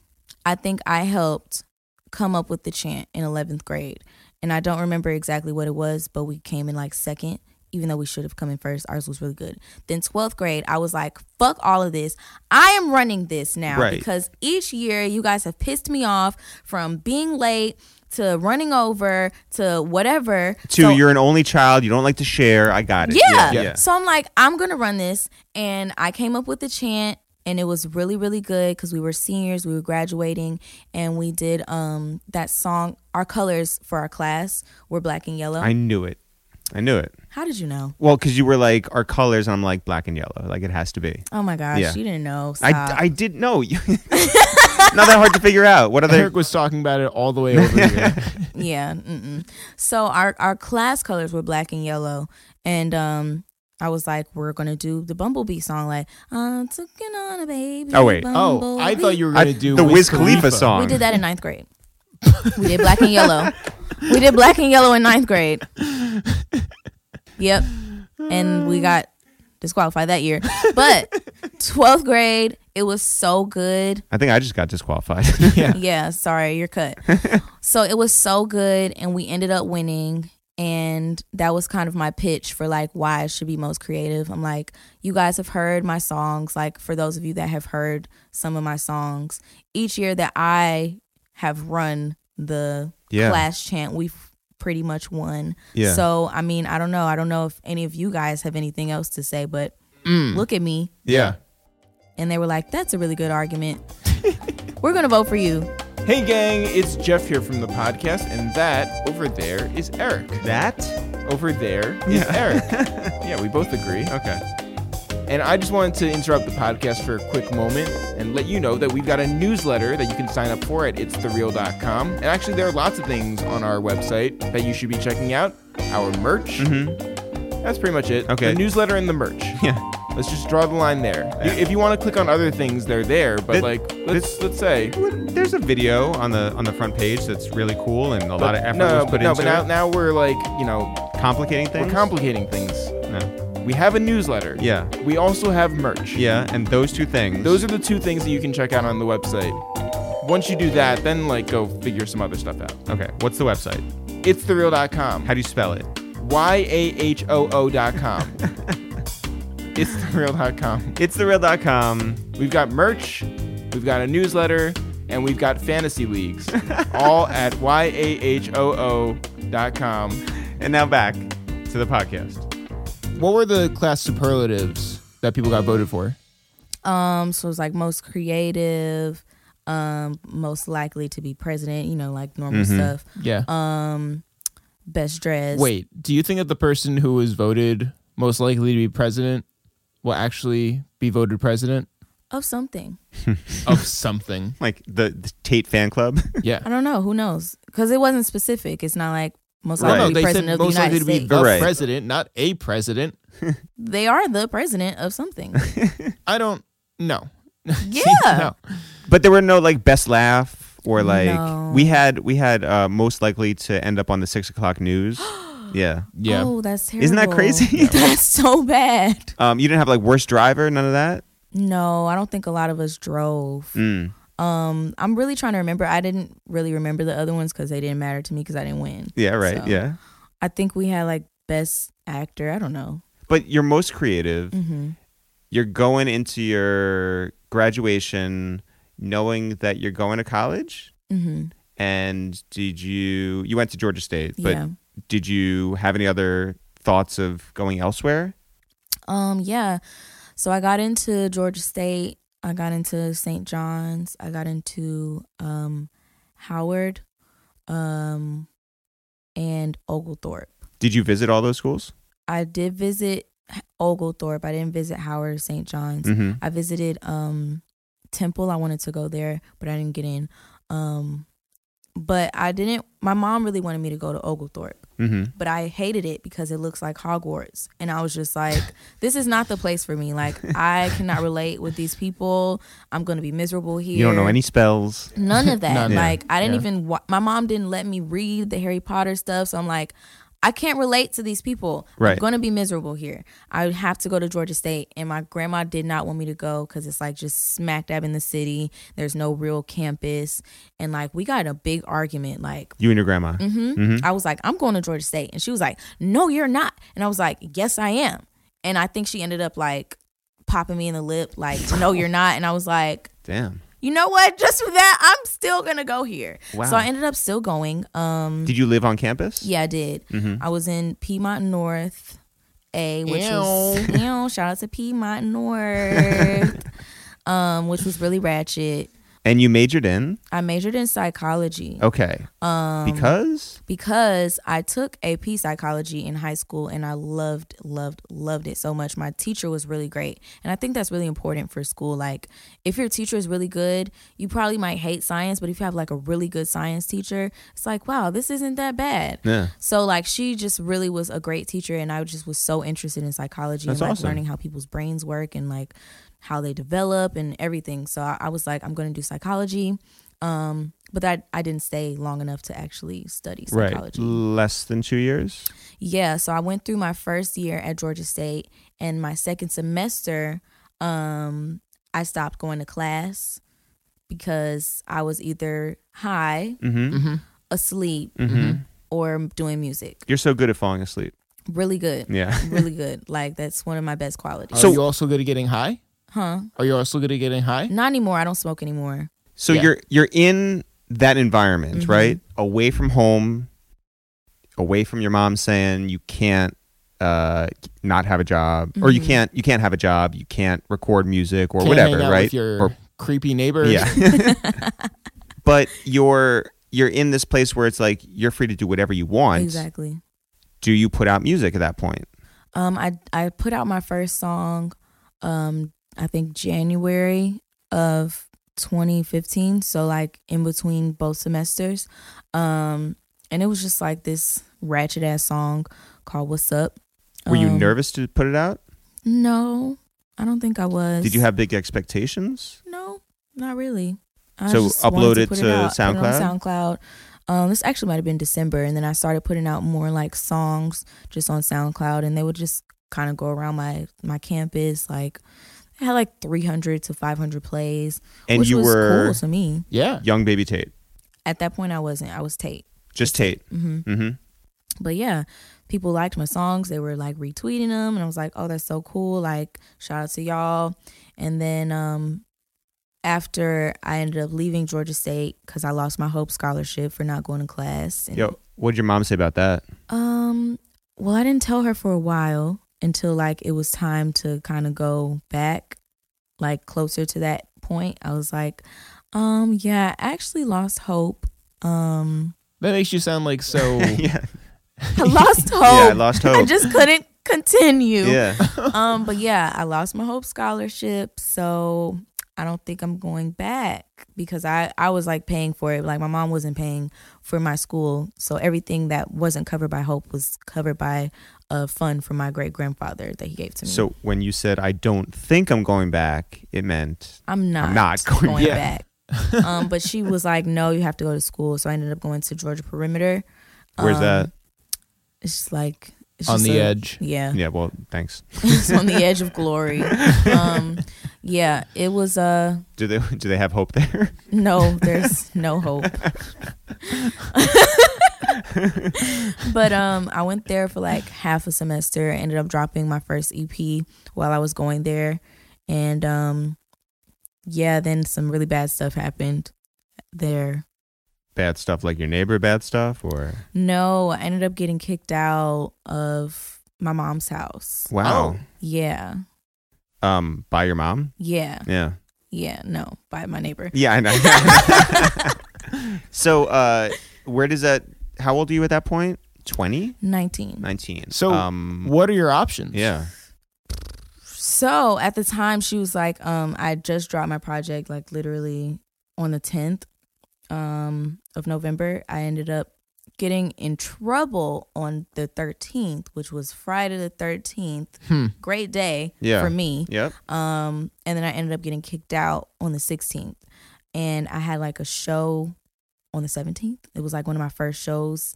[SPEAKER 4] i think i helped come up with the chant in 11th grade and i don't remember exactly what it was but we came in like second even though we should have come in first ours was really good then 12th grade i was like fuck all of this i am running this now
[SPEAKER 1] Right.
[SPEAKER 4] because each year you guys have pissed me off from being late to running over to whatever
[SPEAKER 1] Two,
[SPEAKER 4] So-
[SPEAKER 1] you're an only child. You don't like to share. I got it.
[SPEAKER 4] yeah.
[SPEAKER 1] Yeah.
[SPEAKER 4] So I'm like, I'm gonna run this, and I came up with the chant, and it was really, really good because we were seniors, we were graduating, and we did um that song. Our colors for our class were black and yellow.
[SPEAKER 1] I knew it. I knew it.
[SPEAKER 4] How did you know?
[SPEAKER 1] Well, because you were like our colors, and I'm like black and yellow. Like it has to be.
[SPEAKER 4] Oh my gosh,
[SPEAKER 1] Yeah.
[SPEAKER 4] you didn't know.
[SPEAKER 1] I,
[SPEAKER 4] Stop.
[SPEAKER 1] I did know. Not that hard to figure out. What other?
[SPEAKER 2] Eric was talking about it all the way over here.
[SPEAKER 4] yeah. Mm-mm. So our our class colors were black and yellow, and um. I was like, we're gonna do the Bumblebee song, like I'm taking on a baby.
[SPEAKER 1] Oh, wait.
[SPEAKER 2] Oh, I thought
[SPEAKER 4] bumblebee."
[SPEAKER 2] you were
[SPEAKER 1] I-
[SPEAKER 2] going to do
[SPEAKER 1] the Wiz
[SPEAKER 2] Wiz
[SPEAKER 1] Khalifa song.
[SPEAKER 4] We did that in ninth grade. we did black and yellow. We did black and yellow in ninth grade. Yep. And we got disqualified that year. But 12th grade, it was so good.
[SPEAKER 1] I think I just got disqualified.
[SPEAKER 4] Yeah, sorry, you're cut. so it was so good, and we ended up winning. And that was kind of my pitch for like why I should be most creative. I'm like, you guys have heard my songs. Like, for those of you that have heard some of my songs, each year that I have run the
[SPEAKER 1] Yeah.
[SPEAKER 4] class chant, we've pretty much won.
[SPEAKER 1] Yeah.
[SPEAKER 4] So, I mean, I don't know. I don't know if any of you guys have anything else to say, but
[SPEAKER 2] Mm,
[SPEAKER 1] Hmm.
[SPEAKER 4] look at me
[SPEAKER 1] yeah.
[SPEAKER 4] and they were like, "That's a really good argument. We're gonna vote for you."
[SPEAKER 5] Hey, gang, it's Jeff here from the podcast, and that over there is Eric.
[SPEAKER 1] That?
[SPEAKER 5] Over there is Eric. yeah, we both agree.
[SPEAKER 1] Okay.
[SPEAKER 5] And I just wanted to interrupt the podcast for a quick moment and let you know that we've got a newsletter that you can sign up for at itsthereal.com. And actually, there are lots of things on our website that you should be checking out. Our merch. That's pretty much it.
[SPEAKER 1] Mm-hmm. Okay.
[SPEAKER 5] The newsletter and the merch.
[SPEAKER 1] Yeah.
[SPEAKER 5] Let's just draw the line there. You- If you want to click on other things, they're there. But
[SPEAKER 1] Th-
[SPEAKER 5] like, let's
[SPEAKER 1] this-
[SPEAKER 5] let's say
[SPEAKER 1] There's a video on the on the front page that's really cool and a lot of
[SPEAKER 5] But-
[SPEAKER 1] effort
[SPEAKER 5] no,
[SPEAKER 1] was
[SPEAKER 5] but
[SPEAKER 1] put
[SPEAKER 5] no,
[SPEAKER 1] into
[SPEAKER 5] but now,
[SPEAKER 1] it.
[SPEAKER 5] now we're like, you know,
[SPEAKER 1] Complicating things.
[SPEAKER 5] we're complicating things.
[SPEAKER 1] No.
[SPEAKER 5] We have a newsletter.
[SPEAKER 1] Yeah.
[SPEAKER 5] We also have merch.
[SPEAKER 1] Yeah, and those two things.
[SPEAKER 5] Those are the two things that you can check out on the website. Once you do that, then like go figure some other stuff out.
[SPEAKER 1] okay. What's the website?
[SPEAKER 5] It's thereal.com.
[SPEAKER 1] How do you spell it?
[SPEAKER 5] Y A H O O.com. it's thereal.com.
[SPEAKER 1] It's thereal.com.
[SPEAKER 5] We've got merch, we've got a newsletter, and we've got fantasy leagues. all at Y A H O O.com.
[SPEAKER 1] And now back to the podcast.
[SPEAKER 2] What were the class superlatives that people got voted for?
[SPEAKER 4] Um, so it was like most creative, um, most likely to be president. You know, like normal
[SPEAKER 1] Mm-hmm.
[SPEAKER 4] stuff.
[SPEAKER 2] Yeah.
[SPEAKER 4] Um, best dressed.
[SPEAKER 2] Wait, do you think that the person who was voted most likely to be president will actually be voted president
[SPEAKER 4] of something.
[SPEAKER 2] of something.
[SPEAKER 1] Like the, the Tate fan club.
[SPEAKER 2] Yeah.
[SPEAKER 4] I don't know. Who knows? Because it wasn't specific. It's not like most
[SPEAKER 1] Right.
[SPEAKER 4] likely
[SPEAKER 2] No, they
[SPEAKER 4] president
[SPEAKER 2] said
[SPEAKER 4] of the
[SPEAKER 2] most likely
[SPEAKER 4] United
[SPEAKER 2] to be
[SPEAKER 4] States.
[SPEAKER 2] the
[SPEAKER 1] Right.
[SPEAKER 2] president, not a president.
[SPEAKER 4] they are the president of something.
[SPEAKER 2] I don't know.
[SPEAKER 4] Yeah.
[SPEAKER 2] No.
[SPEAKER 1] But there were no like best laugh or like
[SPEAKER 4] No.
[SPEAKER 1] we had we had uh, most likely to end up on the six o'clock news. yeah.
[SPEAKER 2] Yeah.
[SPEAKER 4] Oh, that's terrible.
[SPEAKER 1] Isn't that crazy?
[SPEAKER 4] that's so bad.
[SPEAKER 1] Um, you didn't have like worst driver, none of that.
[SPEAKER 4] No, I don't think a lot of us drove.
[SPEAKER 1] Mm.
[SPEAKER 4] Um, I'm really trying to remember. I didn't really remember the other ones because they didn't matter to me because I didn't win.
[SPEAKER 1] Yeah, right.
[SPEAKER 4] So,
[SPEAKER 1] Yeah.
[SPEAKER 4] I think we had like best actor. I don't know.
[SPEAKER 1] But you're most creative.
[SPEAKER 4] hmm
[SPEAKER 1] You're going into your graduation knowing that you're going to college.
[SPEAKER 4] hmm
[SPEAKER 1] And did you you went to Georgia State, but
[SPEAKER 4] yeah.
[SPEAKER 1] did you have any other thoughts of going elsewhere?
[SPEAKER 4] Um, yeah. So I got into Georgia State. I got into St. John's. I got into um, Howard, um, and Oglethorpe.
[SPEAKER 1] Did you visit all those schools?
[SPEAKER 4] I did visit Oglethorpe. I didn't visit Howard or St. John's.
[SPEAKER 1] Mm-hmm.
[SPEAKER 4] I visited um Temple. I wanted to go there, but I didn't get in. Um but I didn't my mom really wanted me to go to Oglethorpe,
[SPEAKER 1] Mm-hmm.
[SPEAKER 4] but I hated it because it looks like Hogwarts and I was just like this is not the place for me. Like I cannot relate with these people. I'm going to be miserable here.
[SPEAKER 1] You don't know any spells.
[SPEAKER 4] None of that.
[SPEAKER 2] None. Yeah.
[SPEAKER 4] Like I didn't
[SPEAKER 2] Yeah.
[SPEAKER 4] even. Wa- my mom didn't let me read the Harry Potter stuff, so I'm like, I can't relate to these people.
[SPEAKER 1] Right.
[SPEAKER 4] I'm gonna be miserable here. I would have to go to Georgia State, and my grandma did not want me to go because it's like just smack dab in the city. There's no real campus, and like we got in a big argument. Like
[SPEAKER 1] You and your grandma.
[SPEAKER 4] hmm
[SPEAKER 1] Mm-hmm.
[SPEAKER 4] I was like, I'm going to Georgia State. And she was like, No, you're not. And I was like, Yes, I am. And I think she ended up like popping me in the lip, like, No, you're not. And I was like,
[SPEAKER 1] Damn.
[SPEAKER 4] you know what? Just for that, I'm still gonna go here.
[SPEAKER 1] Wow.
[SPEAKER 4] So I ended up still going. Um,
[SPEAKER 1] Did you live on campus? Mm-hmm.
[SPEAKER 4] yeah, I did. I was in Piedmont North A, which was ew, shout out to Piedmont North, um, which was really ratchet.
[SPEAKER 1] And you majored in?
[SPEAKER 4] I majored in psychology
[SPEAKER 1] Okay. because?
[SPEAKER 4] because I took AP psychology in high school and I loved, loved, loved it so much. My teacher was really great. And I think that's really important for school. Like, if your teacher is really good, you probably might hate science, but if you have like a really good science teacher, it's like, wow, this isn't that bad.
[SPEAKER 1] Yeah.
[SPEAKER 4] So, like, she just really was a great teacher. And I just was so interested in psychology
[SPEAKER 1] That's
[SPEAKER 4] and like
[SPEAKER 1] awesome.
[SPEAKER 4] learning how people's brains work and like how they develop and everything. So I, I was like, I'm going to do psychology. Um, but that I didn't stay long enough to actually study psychology.
[SPEAKER 1] Less than two years?
[SPEAKER 4] Yeah, so I went through my first year at Georgia State, and my second semester, um, I stopped going to class because I was either high,
[SPEAKER 1] Mm-hmm.
[SPEAKER 4] asleep,
[SPEAKER 1] Mm-hmm.
[SPEAKER 4] or doing music.
[SPEAKER 1] You're so good at falling asleep.
[SPEAKER 4] Really good,
[SPEAKER 1] Yeah.
[SPEAKER 4] really good. Like that's one of my best qualities.
[SPEAKER 2] Are
[SPEAKER 1] So-
[SPEAKER 2] you also good at getting high?
[SPEAKER 4] huh?
[SPEAKER 2] Are you also good at getting high?
[SPEAKER 4] Not anymore. I don't smoke anymore.
[SPEAKER 1] So
[SPEAKER 2] Yeah.
[SPEAKER 1] you're you're in that environment,
[SPEAKER 4] Mhm.
[SPEAKER 1] right? Away from home, away from your mom saying you can't uh not have a job or you
[SPEAKER 4] Mhm.
[SPEAKER 1] can't you can't have a job, you can't record music or
[SPEAKER 2] Can't
[SPEAKER 1] whatever,
[SPEAKER 2] hang out
[SPEAKER 1] right?
[SPEAKER 2] With your
[SPEAKER 1] Or-
[SPEAKER 2] creepy neighbor.
[SPEAKER 1] Yeah. but you're you're in this place where it's like you're free to do whatever you want.
[SPEAKER 4] Exactly.
[SPEAKER 1] Do you put out music at that point?
[SPEAKER 4] Um, I I put out my first song, um, I think January of 2015. So like in between both semesters, um, and it was just like this ratchet ass song called "What's Up."
[SPEAKER 1] Were you
[SPEAKER 4] Um,
[SPEAKER 1] nervous to put it out?
[SPEAKER 4] No, I don't think I was.
[SPEAKER 1] Did you have big expectations?
[SPEAKER 4] No, not really. I
[SPEAKER 1] So
[SPEAKER 4] just wanted
[SPEAKER 1] upload it
[SPEAKER 4] put
[SPEAKER 1] to
[SPEAKER 4] out, put it on
[SPEAKER 1] SoundCloud?
[SPEAKER 4] SoundCloud. Um, this actually might have been December, and then I started putting out more like songs just on SoundCloud, and they would just kind of go around my my campus. Like I had like three hundred to five hundred plays,
[SPEAKER 1] And
[SPEAKER 4] which
[SPEAKER 1] you
[SPEAKER 4] was
[SPEAKER 1] were
[SPEAKER 4] cool to me.
[SPEAKER 2] Yeah.
[SPEAKER 1] young baby Tate.
[SPEAKER 4] At that point, I wasn't. I was Tate.
[SPEAKER 1] Just Tate.
[SPEAKER 4] hmm
[SPEAKER 1] Mm-hmm.
[SPEAKER 4] But yeah, people liked my songs. They were like retweeting them, and I was like, "Oh, that's so cool!" Like, shout out to y'all. And then um, after I ended up leaving Georgia State because I lost my Hope scholarship for not going to class. And,
[SPEAKER 1] Yo, what did your mom say about that?
[SPEAKER 4] Um. Well, I didn't tell her for a while until like it was time to kind of go back, like closer to that point. I was like, um, yeah, I actually lost hope. Um,
[SPEAKER 2] That makes you sound like so.
[SPEAKER 1] yeah.
[SPEAKER 4] I lost hope.
[SPEAKER 1] Yeah, I lost
[SPEAKER 4] I
[SPEAKER 1] hope.
[SPEAKER 4] just couldn't continue.
[SPEAKER 6] Yeah.
[SPEAKER 4] Um, but yeah, I lost my Hope Scholarship, so I don't think I'm going back because I I was like paying for it. Like my mom wasn't paying for my school, so everything that wasn't covered by Hope was covered by a fund from my great grandfather that he gave to me.
[SPEAKER 6] So when you said I don't think I'm going back, it meant
[SPEAKER 4] I'm not,
[SPEAKER 6] not
[SPEAKER 4] going,
[SPEAKER 6] going
[SPEAKER 4] back. um, but she was like, "No, you have to go to school." So I ended up going to Georgia Perimeter.
[SPEAKER 6] where's
[SPEAKER 4] Um,
[SPEAKER 6] that?
[SPEAKER 4] It's just like it's
[SPEAKER 2] on
[SPEAKER 4] just
[SPEAKER 2] the
[SPEAKER 4] a-
[SPEAKER 2] edge.
[SPEAKER 4] Yeah,
[SPEAKER 6] Yeah. Well, thanks.
[SPEAKER 4] it's on the edge of glory. Um, yeah, it was uh
[SPEAKER 6] Do they do they have hope there?
[SPEAKER 4] no, Oh, there's no hope. but um I went there for like half a semester, ended up dropping my first EP while I was going there and um yeah, then some really bad stuff happened there.
[SPEAKER 6] bad stuff like your neighbor bad stuff or
[SPEAKER 4] No, I ended up getting kicked out of my mom's house.
[SPEAKER 6] wow.
[SPEAKER 4] Yeah.
[SPEAKER 6] Um, by your mom.
[SPEAKER 4] Yeah.
[SPEAKER 6] Yeah.
[SPEAKER 4] Yeah, no, by my neighbor.
[SPEAKER 6] Yeah, I know. so, uh, where does that? How old are you at that point? 20?
[SPEAKER 4] 19.
[SPEAKER 6] 19.
[SPEAKER 2] So,
[SPEAKER 6] um,
[SPEAKER 2] What are your options?
[SPEAKER 6] Yeah.
[SPEAKER 4] So at the time, she was like, um, I just dropped my project, like literally on the 10th um, of November. I ended up getting in trouble on the 13th, which was Friday the 13th.
[SPEAKER 2] Hmm.
[SPEAKER 4] Great day
[SPEAKER 6] Yeah.
[SPEAKER 4] for me.
[SPEAKER 6] Yep.
[SPEAKER 4] Um, and then I ended up getting kicked out on the 16th. And I had like a show on the 17th. It was like one of my first shows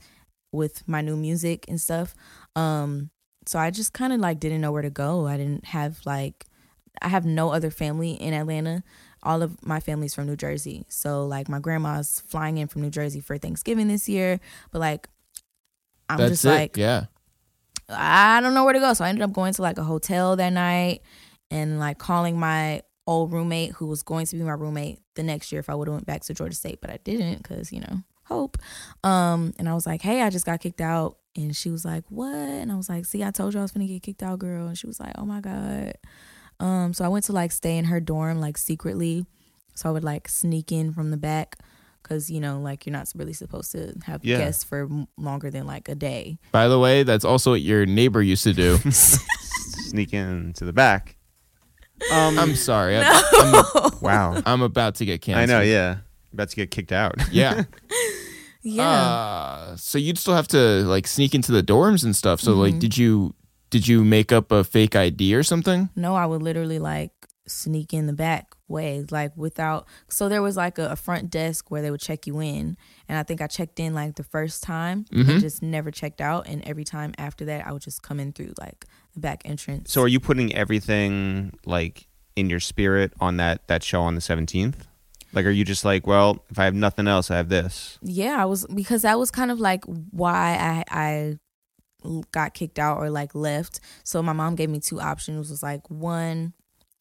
[SPEAKER 4] with my new music and stuff. Um, so I just kind of like didn't know where to go. I didn't have like, I have no other family in Atlanta. All of my family's from New Jersey. So like my grandma's flying in from New Jersey for Thanksgiving this year. But like, I'm
[SPEAKER 2] That's
[SPEAKER 4] just
[SPEAKER 2] it.
[SPEAKER 4] like,
[SPEAKER 2] yeah.
[SPEAKER 4] I don't know where to go. So I ended up going to like a hotel that night and like calling my old roommate who was going to be my roommate the next year if I would have went back to Georgia State, but I didn't cuz you know, hope. Um and I was like, "Hey, I just got kicked out." And she was like, "What?" And I was like, "See, I told you I was going to get kicked out, girl." And she was like, "Oh my god." Um so I went to like stay in her dorm like secretly. So I would like sneak in from the back cuz you know, like you're not really supposed to have
[SPEAKER 6] Yeah.
[SPEAKER 4] guests for m- longer than like a day.
[SPEAKER 2] By the way, that's also what your neighbor used to do.
[SPEAKER 6] Sneak in to the back. Um,
[SPEAKER 2] I'm sorry. I'm, I'm,
[SPEAKER 6] wow.
[SPEAKER 2] I'm about to get
[SPEAKER 6] I
[SPEAKER 2] canceled.
[SPEAKER 6] know. Yeah. About to get kicked out.
[SPEAKER 2] Yeah.
[SPEAKER 4] Yeah.
[SPEAKER 2] Uh, so you'd still have to like sneak into the dorms and stuff. So
[SPEAKER 4] Mm-hmm.
[SPEAKER 2] like, did you did you make up a fake ID or something?
[SPEAKER 4] No, I would literally like sneak in the back way, like without. So there was like a, a front desk where they would check you in, and I think I checked in like the first time
[SPEAKER 6] Mm-hmm.
[SPEAKER 2] Mhm.
[SPEAKER 4] and just never checked out. And every time after that, I would just come in through like the back entrance.
[SPEAKER 6] So, are you putting everything like in your spirit on that that show on the 17th? Like, are you just like, well, if I have nothing else, I have this.
[SPEAKER 4] yeah, I was because that was kind of like why I I l- got kicked out or like left. So my mom gave me two options. Was like one,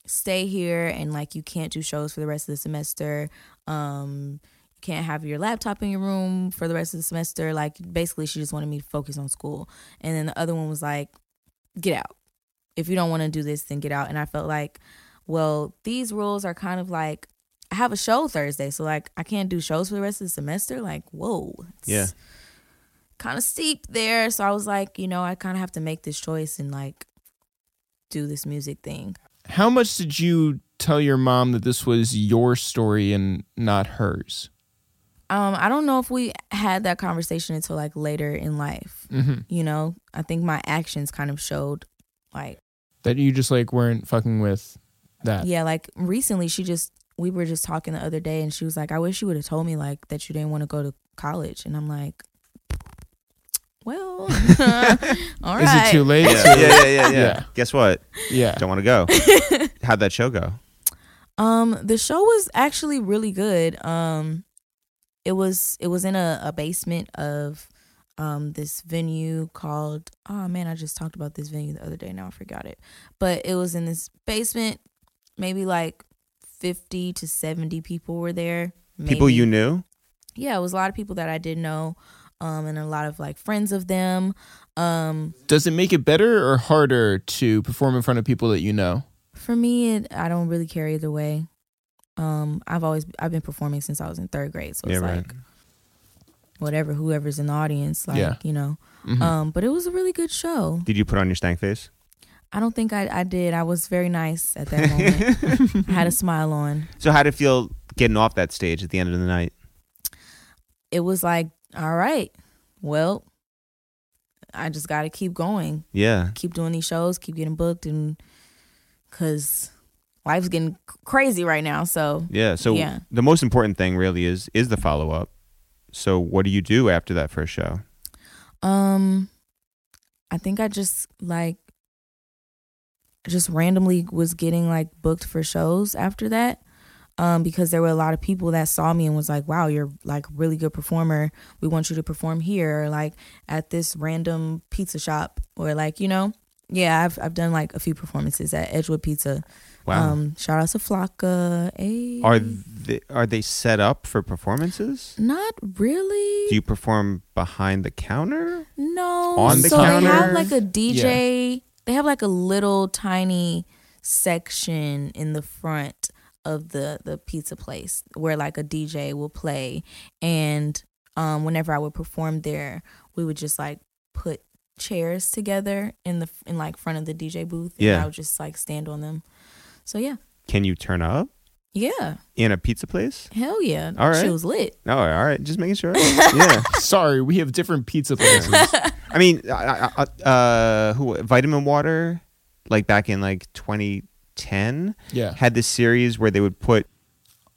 [SPEAKER 4] stay here and like you can't do shows for the rest of the semester. Um, you can't have your laptop in your room for the rest of the semester. Like basically, she just wanted me to focus on school. And then the other one was like, get out. If you don't want to do this, then get out. And I felt like, well, these rules are kind of like. I have a show Thursday, so like I can't do shows for the rest of the semester. Like, whoa, it's-
[SPEAKER 6] Yeah.
[SPEAKER 4] kind of steep there. So I was like, you know, I kind of have to make this choice and like do this music thing.
[SPEAKER 2] How much did you tell your mom that this was your story and not hers?
[SPEAKER 4] Um, I don't know if we had that conversation until like later in life.
[SPEAKER 2] Mm-hmm.
[SPEAKER 4] You know, I think my actions kind of showed like,
[SPEAKER 2] That you just like weren't fucking with that.
[SPEAKER 4] yeah, like recently she just, we were just talking the other day and she was like, I wish you would have told me like that you didn't want to go to college. And I'm like, well, all right.
[SPEAKER 2] Is it too late?
[SPEAKER 6] Yeah. yeah, yeah, yeah, yeah.
[SPEAKER 2] Yeah.
[SPEAKER 6] Guess what?
[SPEAKER 2] Yeah.
[SPEAKER 6] Don't want to go. How'd that show go?
[SPEAKER 4] Um, the show was actually really good. Um, it was it was in a, a basement of um this venue called oh man, I just talked about this venue the other day. Now I forgot it, but it was in this basement. Maybe like fifty to seventy people were there.
[SPEAKER 6] People
[SPEAKER 4] maybe
[SPEAKER 6] you knew?
[SPEAKER 4] yeah, it was a lot of people that I did know, um, and a lot of like friends of them. Um,
[SPEAKER 2] Does it make it better or harder to perform in front of people that you know?
[SPEAKER 4] For me, it, I don't really care either way. Um, I've always I've been performing since I was in third grade, so it's
[SPEAKER 6] Yeah, right.
[SPEAKER 4] like whatever whoever's in the audience like
[SPEAKER 2] Yeah.
[SPEAKER 4] you know
[SPEAKER 2] Mm-hmm.
[SPEAKER 4] um but it was a really good show
[SPEAKER 1] Did you put on your stank face?
[SPEAKER 4] i don't think i, I did i was very nice at that moment i had a smile on
[SPEAKER 1] So how did it feel getting off that stage at the end of the night?
[SPEAKER 4] it was like all right well i just gotta keep going
[SPEAKER 1] Yeah.
[SPEAKER 4] keep doing these shows keep getting booked and because life's getting c- crazy right now so
[SPEAKER 1] Yeah. So
[SPEAKER 4] Yeah.
[SPEAKER 1] the most important thing really is is the follow up. So what do you do after that first show?
[SPEAKER 4] Um, I think I just like just randomly was getting like booked for shows after that. Um, because there were a lot of people that saw me and was like, "Wow, you're like a really good performer. We want you to perform here, or, like at this random pizza shop, or like you know, yeah, I've I've done like a few performances at Edgewood Pizza.
[SPEAKER 1] Wow.
[SPEAKER 4] Um, shout out to Flocka. Hey,
[SPEAKER 1] are they, are they set up for performances?
[SPEAKER 4] not really.
[SPEAKER 1] Do you perform behind the counter?
[SPEAKER 4] No.
[SPEAKER 1] On the
[SPEAKER 4] so they have
[SPEAKER 1] counter?
[SPEAKER 4] like a DJ. They have like a little tiny section in the front of the the pizza place where like a DJ will play and um whenever I would perform there, we would just like put chairs together in the in like front of the DJ booth and
[SPEAKER 1] Yeah.
[SPEAKER 4] I would just like stand on them. So yeah.
[SPEAKER 1] Can you turn up
[SPEAKER 4] Yeah.
[SPEAKER 1] in a pizza place?
[SPEAKER 4] Hell yeah.
[SPEAKER 1] All right.
[SPEAKER 4] She was lit.
[SPEAKER 1] Oh, all right. Just making sure. yeah.
[SPEAKER 2] Sorry, we have different pizza places.
[SPEAKER 1] I mean, I- I- I- uh, who? Vitamin Water, like back in like 2010,
[SPEAKER 2] yeah.
[SPEAKER 1] had this series where they would put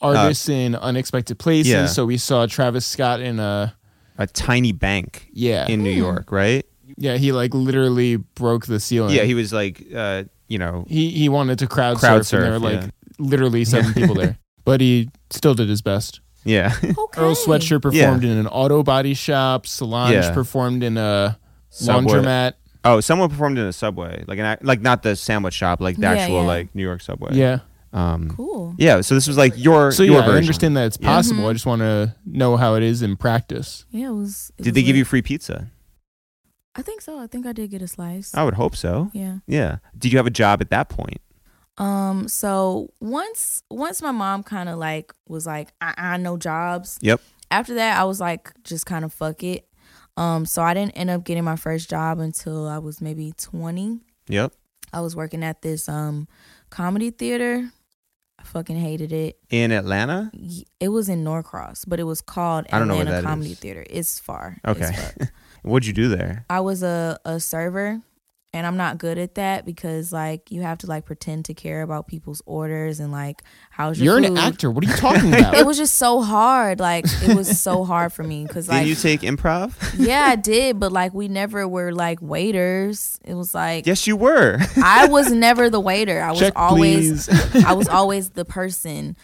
[SPEAKER 2] Artists in unexpected places.
[SPEAKER 1] Uh, yeah.
[SPEAKER 2] So we saw Travis Scott in a
[SPEAKER 1] a tiny bank
[SPEAKER 2] yeah.
[SPEAKER 1] in New York, right?
[SPEAKER 2] yeah, he like literally broke the ceiling.
[SPEAKER 1] Yeah, he was like, uh, you know,
[SPEAKER 2] he he wanted to crowd,
[SPEAKER 1] Crowd
[SPEAKER 2] surf, and there
[SPEAKER 1] surf,
[SPEAKER 2] were like
[SPEAKER 1] yeah.
[SPEAKER 2] literally seven people there. But he still did his best.
[SPEAKER 1] yeah,
[SPEAKER 4] Okay.
[SPEAKER 2] Earl Sweatshirt performed in an auto body shop. Solange
[SPEAKER 1] Yeah.
[SPEAKER 2] performed in a
[SPEAKER 1] Subway.
[SPEAKER 2] laundromat.
[SPEAKER 1] Oh, someone performed in a subway, like an act- like not the sandwich shop, like the
[SPEAKER 4] Yeah,
[SPEAKER 1] actual
[SPEAKER 4] yeah.
[SPEAKER 1] like New York subway.
[SPEAKER 2] Yeah.
[SPEAKER 1] Um,
[SPEAKER 4] Cool.
[SPEAKER 1] yeah. So this was like your
[SPEAKER 2] So
[SPEAKER 1] your
[SPEAKER 2] yeah,
[SPEAKER 1] version.
[SPEAKER 2] I understand that it's
[SPEAKER 1] Yeah.
[SPEAKER 2] possible.
[SPEAKER 4] Mm-hmm.
[SPEAKER 2] I just want to know how it is in practice.
[SPEAKER 4] Yeah, it was it
[SPEAKER 1] Did
[SPEAKER 4] was
[SPEAKER 1] they give
[SPEAKER 4] lit.
[SPEAKER 1] you free pizza?
[SPEAKER 4] I think so. I think I did get a slice.
[SPEAKER 1] I would hope so.
[SPEAKER 4] Yeah.
[SPEAKER 1] Yeah. Did you have a job at that point?
[SPEAKER 4] Um. So once once my mom kind of like was like, I, I no jobs.
[SPEAKER 1] Yep.
[SPEAKER 4] After that, I was like, just kind of fuck it. Um. So I didn't end up getting my first job until I was maybe twenty.
[SPEAKER 1] Yep.
[SPEAKER 4] I was working at this um comedy theater. I fucking hated it.
[SPEAKER 1] In Atlanta.
[SPEAKER 4] Y- It was in Norcross, but it was called
[SPEAKER 1] I don't know
[SPEAKER 4] Atlanta
[SPEAKER 1] where that
[SPEAKER 4] Comedy
[SPEAKER 1] is.
[SPEAKER 4] Theater. It's far. as
[SPEAKER 1] Okay.
[SPEAKER 4] fuck.
[SPEAKER 1] What'd you do there?
[SPEAKER 4] I was a, a server and I'm not good at that because like you have to like pretend to care about people's orders and like how's your
[SPEAKER 2] You're an
[SPEAKER 4] food?
[SPEAKER 2] actor. What are you talking
[SPEAKER 4] It
[SPEAKER 2] about?
[SPEAKER 4] was just so hard. Like it was so hard for me because
[SPEAKER 1] Did
[SPEAKER 4] like
[SPEAKER 1] you take improv?
[SPEAKER 4] yeah, I did, but like we never were like waiters. It was like
[SPEAKER 1] yes, you were.
[SPEAKER 4] I was never the waiter. I was
[SPEAKER 2] Check,
[SPEAKER 4] always
[SPEAKER 2] please.
[SPEAKER 4] I was always the person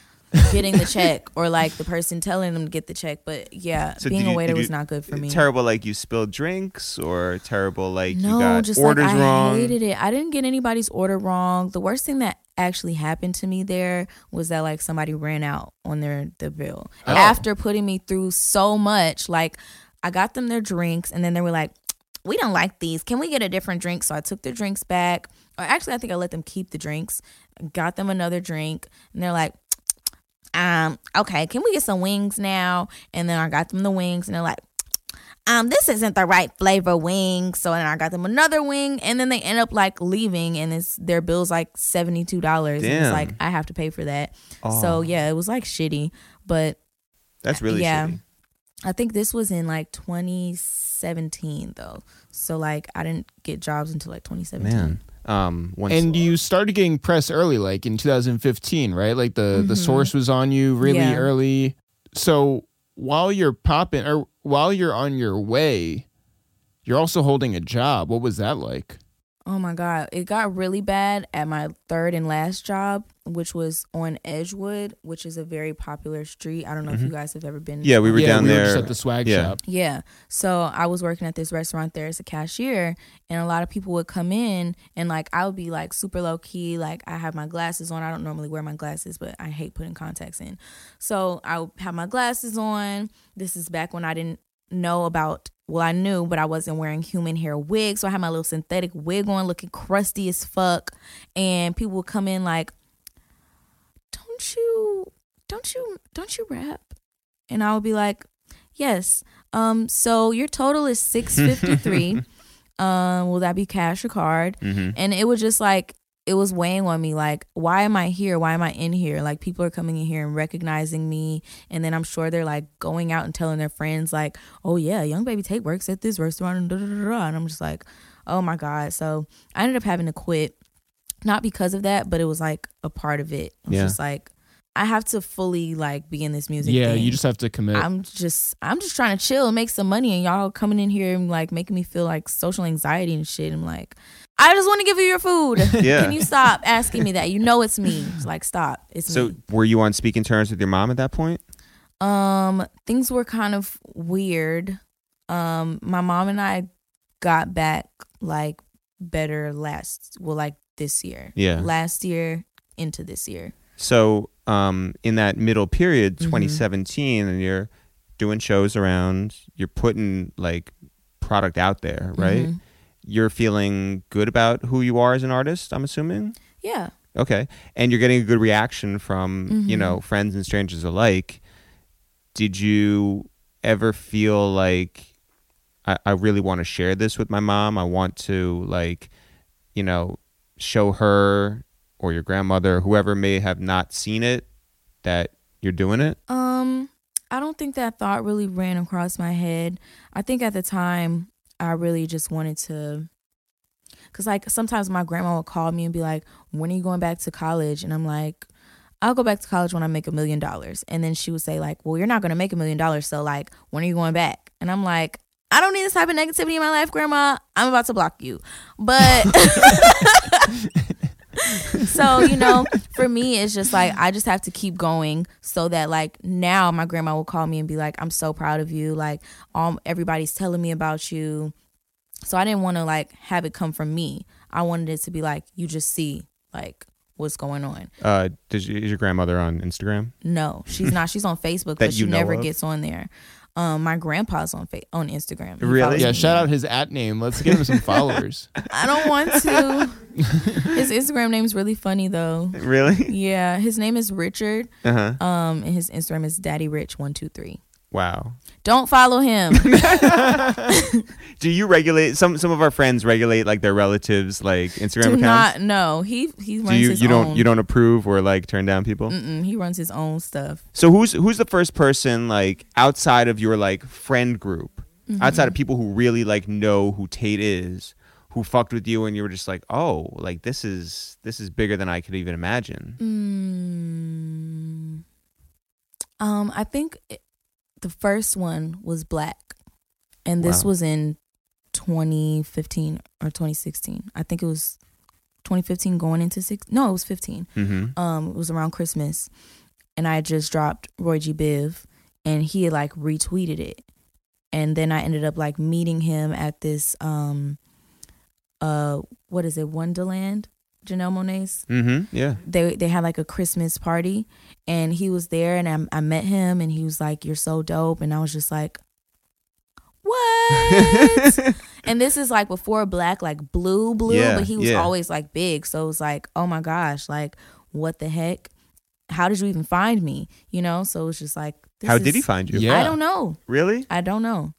[SPEAKER 4] getting the check or like the person telling them to get the check. But yeah,
[SPEAKER 1] So
[SPEAKER 4] being
[SPEAKER 1] did you-
[SPEAKER 4] a waiter
[SPEAKER 1] did you-
[SPEAKER 4] was not good for me.
[SPEAKER 1] Terrible, like you spilled drinks, or terrible, like
[SPEAKER 4] no,
[SPEAKER 1] you got
[SPEAKER 4] just
[SPEAKER 1] orders
[SPEAKER 4] like I
[SPEAKER 1] wrong.
[SPEAKER 4] hated it. I didn't get anybody's order wrong. The worst thing that actually happened to me there was that like somebody ran out on their the bill
[SPEAKER 2] Oh.
[SPEAKER 4] after putting me through so much. Like I got them their drinks, and then they were like, "We don't like these. Can we get a different drink?" So I took their drinks back. Or actually, I think I let them keep the drinks. Got them another drink, and they're like. Um, okay, can we get some wings now? And then I got them the wings and they're like, um, this isn't the right flavor wing. So then I got them another wing, and then they end up like leaving, and it's their bill's like seventy two dollars. And it's
[SPEAKER 1] Damn.
[SPEAKER 4] like I have to pay for that. So yeah, it was like shitty. But
[SPEAKER 1] Oh, That's really
[SPEAKER 4] yeah,
[SPEAKER 1] shitty.
[SPEAKER 4] I think this was in like twenty seventeen though. So like I didn't get jobs until like twenty seventeen.
[SPEAKER 1] man. Um, once
[SPEAKER 2] and you started getting press early, like in 2015, right? Like the the source was on you really
[SPEAKER 4] Mm-hmm. Yeah.
[SPEAKER 2] early. So while you're popping or while you're on your way, you're also holding a job. What was that like?
[SPEAKER 4] Oh my God. It got really bad at my third and last job, which was on Edgewood, which is a very popular street. I don't know if you guys have ever been.
[SPEAKER 1] yeah, we were
[SPEAKER 2] yeah,
[SPEAKER 1] down
[SPEAKER 2] we
[SPEAKER 1] there.
[SPEAKER 2] Were just at the swag
[SPEAKER 1] Yeah.
[SPEAKER 2] shop.
[SPEAKER 4] Yeah. So I was working at this restaurant there as a cashier, and a lot of people would come in, and like I would be like super low key. Like I have my glasses on. I don't normally wear my glasses, but I hate putting contacts in. So I would have my glasses on. This is back when I didn't know about, well, I knew, but I wasn't wearing human hair wigs. So I had my little synthetic wig on, looking crusty as fuck. And people would come in like, don't you, don't you, don't you rap? And I would be like, Yes. Um, so your total is six fifty three. um, will that be cash or card?
[SPEAKER 1] Mm-hmm.
[SPEAKER 4] And it was just like it was weighing on me, like, why am I here? Why am I in here? Like people are coming in here and recognizing me. And then I'm sure they're like going out and telling their friends, like, oh yeah, young baby Tate works at this restaurant and da da da da. And I'm just like, oh my God. So I ended up having to quit. Not because of that, but it was like a part of it. It's
[SPEAKER 1] Yeah.
[SPEAKER 4] just like I have to fully like be in this music.
[SPEAKER 2] yeah,
[SPEAKER 4] thing.
[SPEAKER 2] you just have to commit.
[SPEAKER 4] I'm just I'm just trying to chill and make some money and y'all coming in here and like making me feel like social anxiety and shit. I'm like, I just want to give you your food.
[SPEAKER 1] Yeah.
[SPEAKER 4] Can you stop asking me that? You know it's me. It's like stop. It's
[SPEAKER 1] So,
[SPEAKER 4] me.
[SPEAKER 1] were you on speaking terms with your mom at that point?
[SPEAKER 4] Um things were kind of weird. Um my mom and I got back like better last well like this year.
[SPEAKER 1] Yeah.
[SPEAKER 4] Last year into this year.
[SPEAKER 1] So, um, in that middle period,
[SPEAKER 4] Mhm.
[SPEAKER 1] 2017, and you're doing shows around, you're putting like product out there, right?
[SPEAKER 4] Mhm.
[SPEAKER 1] You're feeling good about who you are as an artist, I'm assuming.
[SPEAKER 4] Yeah.
[SPEAKER 1] Okay. And you're getting a good reaction from, you
[SPEAKER 4] Mhm.
[SPEAKER 1] know, friends and strangers alike. Did you ever feel like I, I really want to share this with my mom? I want to like, you know, show her or your grandmother, whoever may have not seen it, that you're doing it.
[SPEAKER 4] Um, I don't think that thought really ran across my head. I think at the time I really just wanted to cuz like sometimes my grandma would call me and be like, "When are you going back to college?" and I'm like, "I'll go back to college when I make a million dollars." And then she would say like, "Well, you're not going to make a million dollars, so like, when are you going back?" And I'm like, I don't need this type of negativity in my life, grandma. I'm about to block you. But so you know for me it's just like i just have to keep going so that like now my grandma will call me and be like i'm so proud of you like um everybody's telling me about you so i didn't want to like have it come from me i wanted it to be like you just see like what's going on
[SPEAKER 1] Uh, does, is your grandmother on Instagram?
[SPEAKER 4] no she's not she's on facebook but she
[SPEAKER 1] you know
[SPEAKER 4] never
[SPEAKER 1] of?
[SPEAKER 4] gets on there um my grandpa's on fa- on instagram He
[SPEAKER 1] Really?
[SPEAKER 4] follows
[SPEAKER 2] yeah,
[SPEAKER 4] me.
[SPEAKER 2] shout out his at name. Let's give him some followers.
[SPEAKER 4] i don't want to his instagram name's really funny though
[SPEAKER 1] Really?
[SPEAKER 4] yeah his name is richard
[SPEAKER 1] Uh huh.
[SPEAKER 4] Um, and his Instagram is Daddy Rich one two three.
[SPEAKER 1] Wow.
[SPEAKER 4] Don't follow him.
[SPEAKER 1] Do you regulate some? Some of our friends regulate like their relatives' like Instagram
[SPEAKER 4] Do
[SPEAKER 1] accounts.
[SPEAKER 4] not. No, he he runs
[SPEAKER 1] Do you
[SPEAKER 4] his
[SPEAKER 1] you
[SPEAKER 4] own.
[SPEAKER 1] don't you don't approve or like turn down people?
[SPEAKER 4] Mm-mm, he runs his own stuff.
[SPEAKER 1] So who's who's the first person like outside of your like friend group,
[SPEAKER 4] Mm-hmm.
[SPEAKER 1] outside of people who really like know who Tate is, who fucked with you and you were just like, oh, like this is this is bigger than I could even imagine.
[SPEAKER 4] Mm. Um, I think it, the first one was Black, and this
[SPEAKER 1] Wow.
[SPEAKER 4] was in 2015 or 2016. I think it was 2015 going into six. No, it was 15.
[SPEAKER 1] Mm-hmm.
[SPEAKER 4] um it was around Christmas and I had just dropped Roy G. Biv and he had like retweeted it. And then I ended up like meeting him at this um uh what is it, Wonderland? Janelle Monet's
[SPEAKER 1] Mm-hmm. Yeah.
[SPEAKER 4] they they had like a Christmas party and he was there and I, I met him and he was like you're so dope and I was just like what and this is like before black like blue blue
[SPEAKER 1] Yeah,
[SPEAKER 4] but he was
[SPEAKER 1] yeah.
[SPEAKER 4] always like big so it was like oh my gosh like what the heck how did you even find me you know so it was just like this
[SPEAKER 1] How did he
[SPEAKER 4] is-
[SPEAKER 1] find you?
[SPEAKER 2] Yeah.
[SPEAKER 4] I don't know
[SPEAKER 1] Really?
[SPEAKER 4] I don't know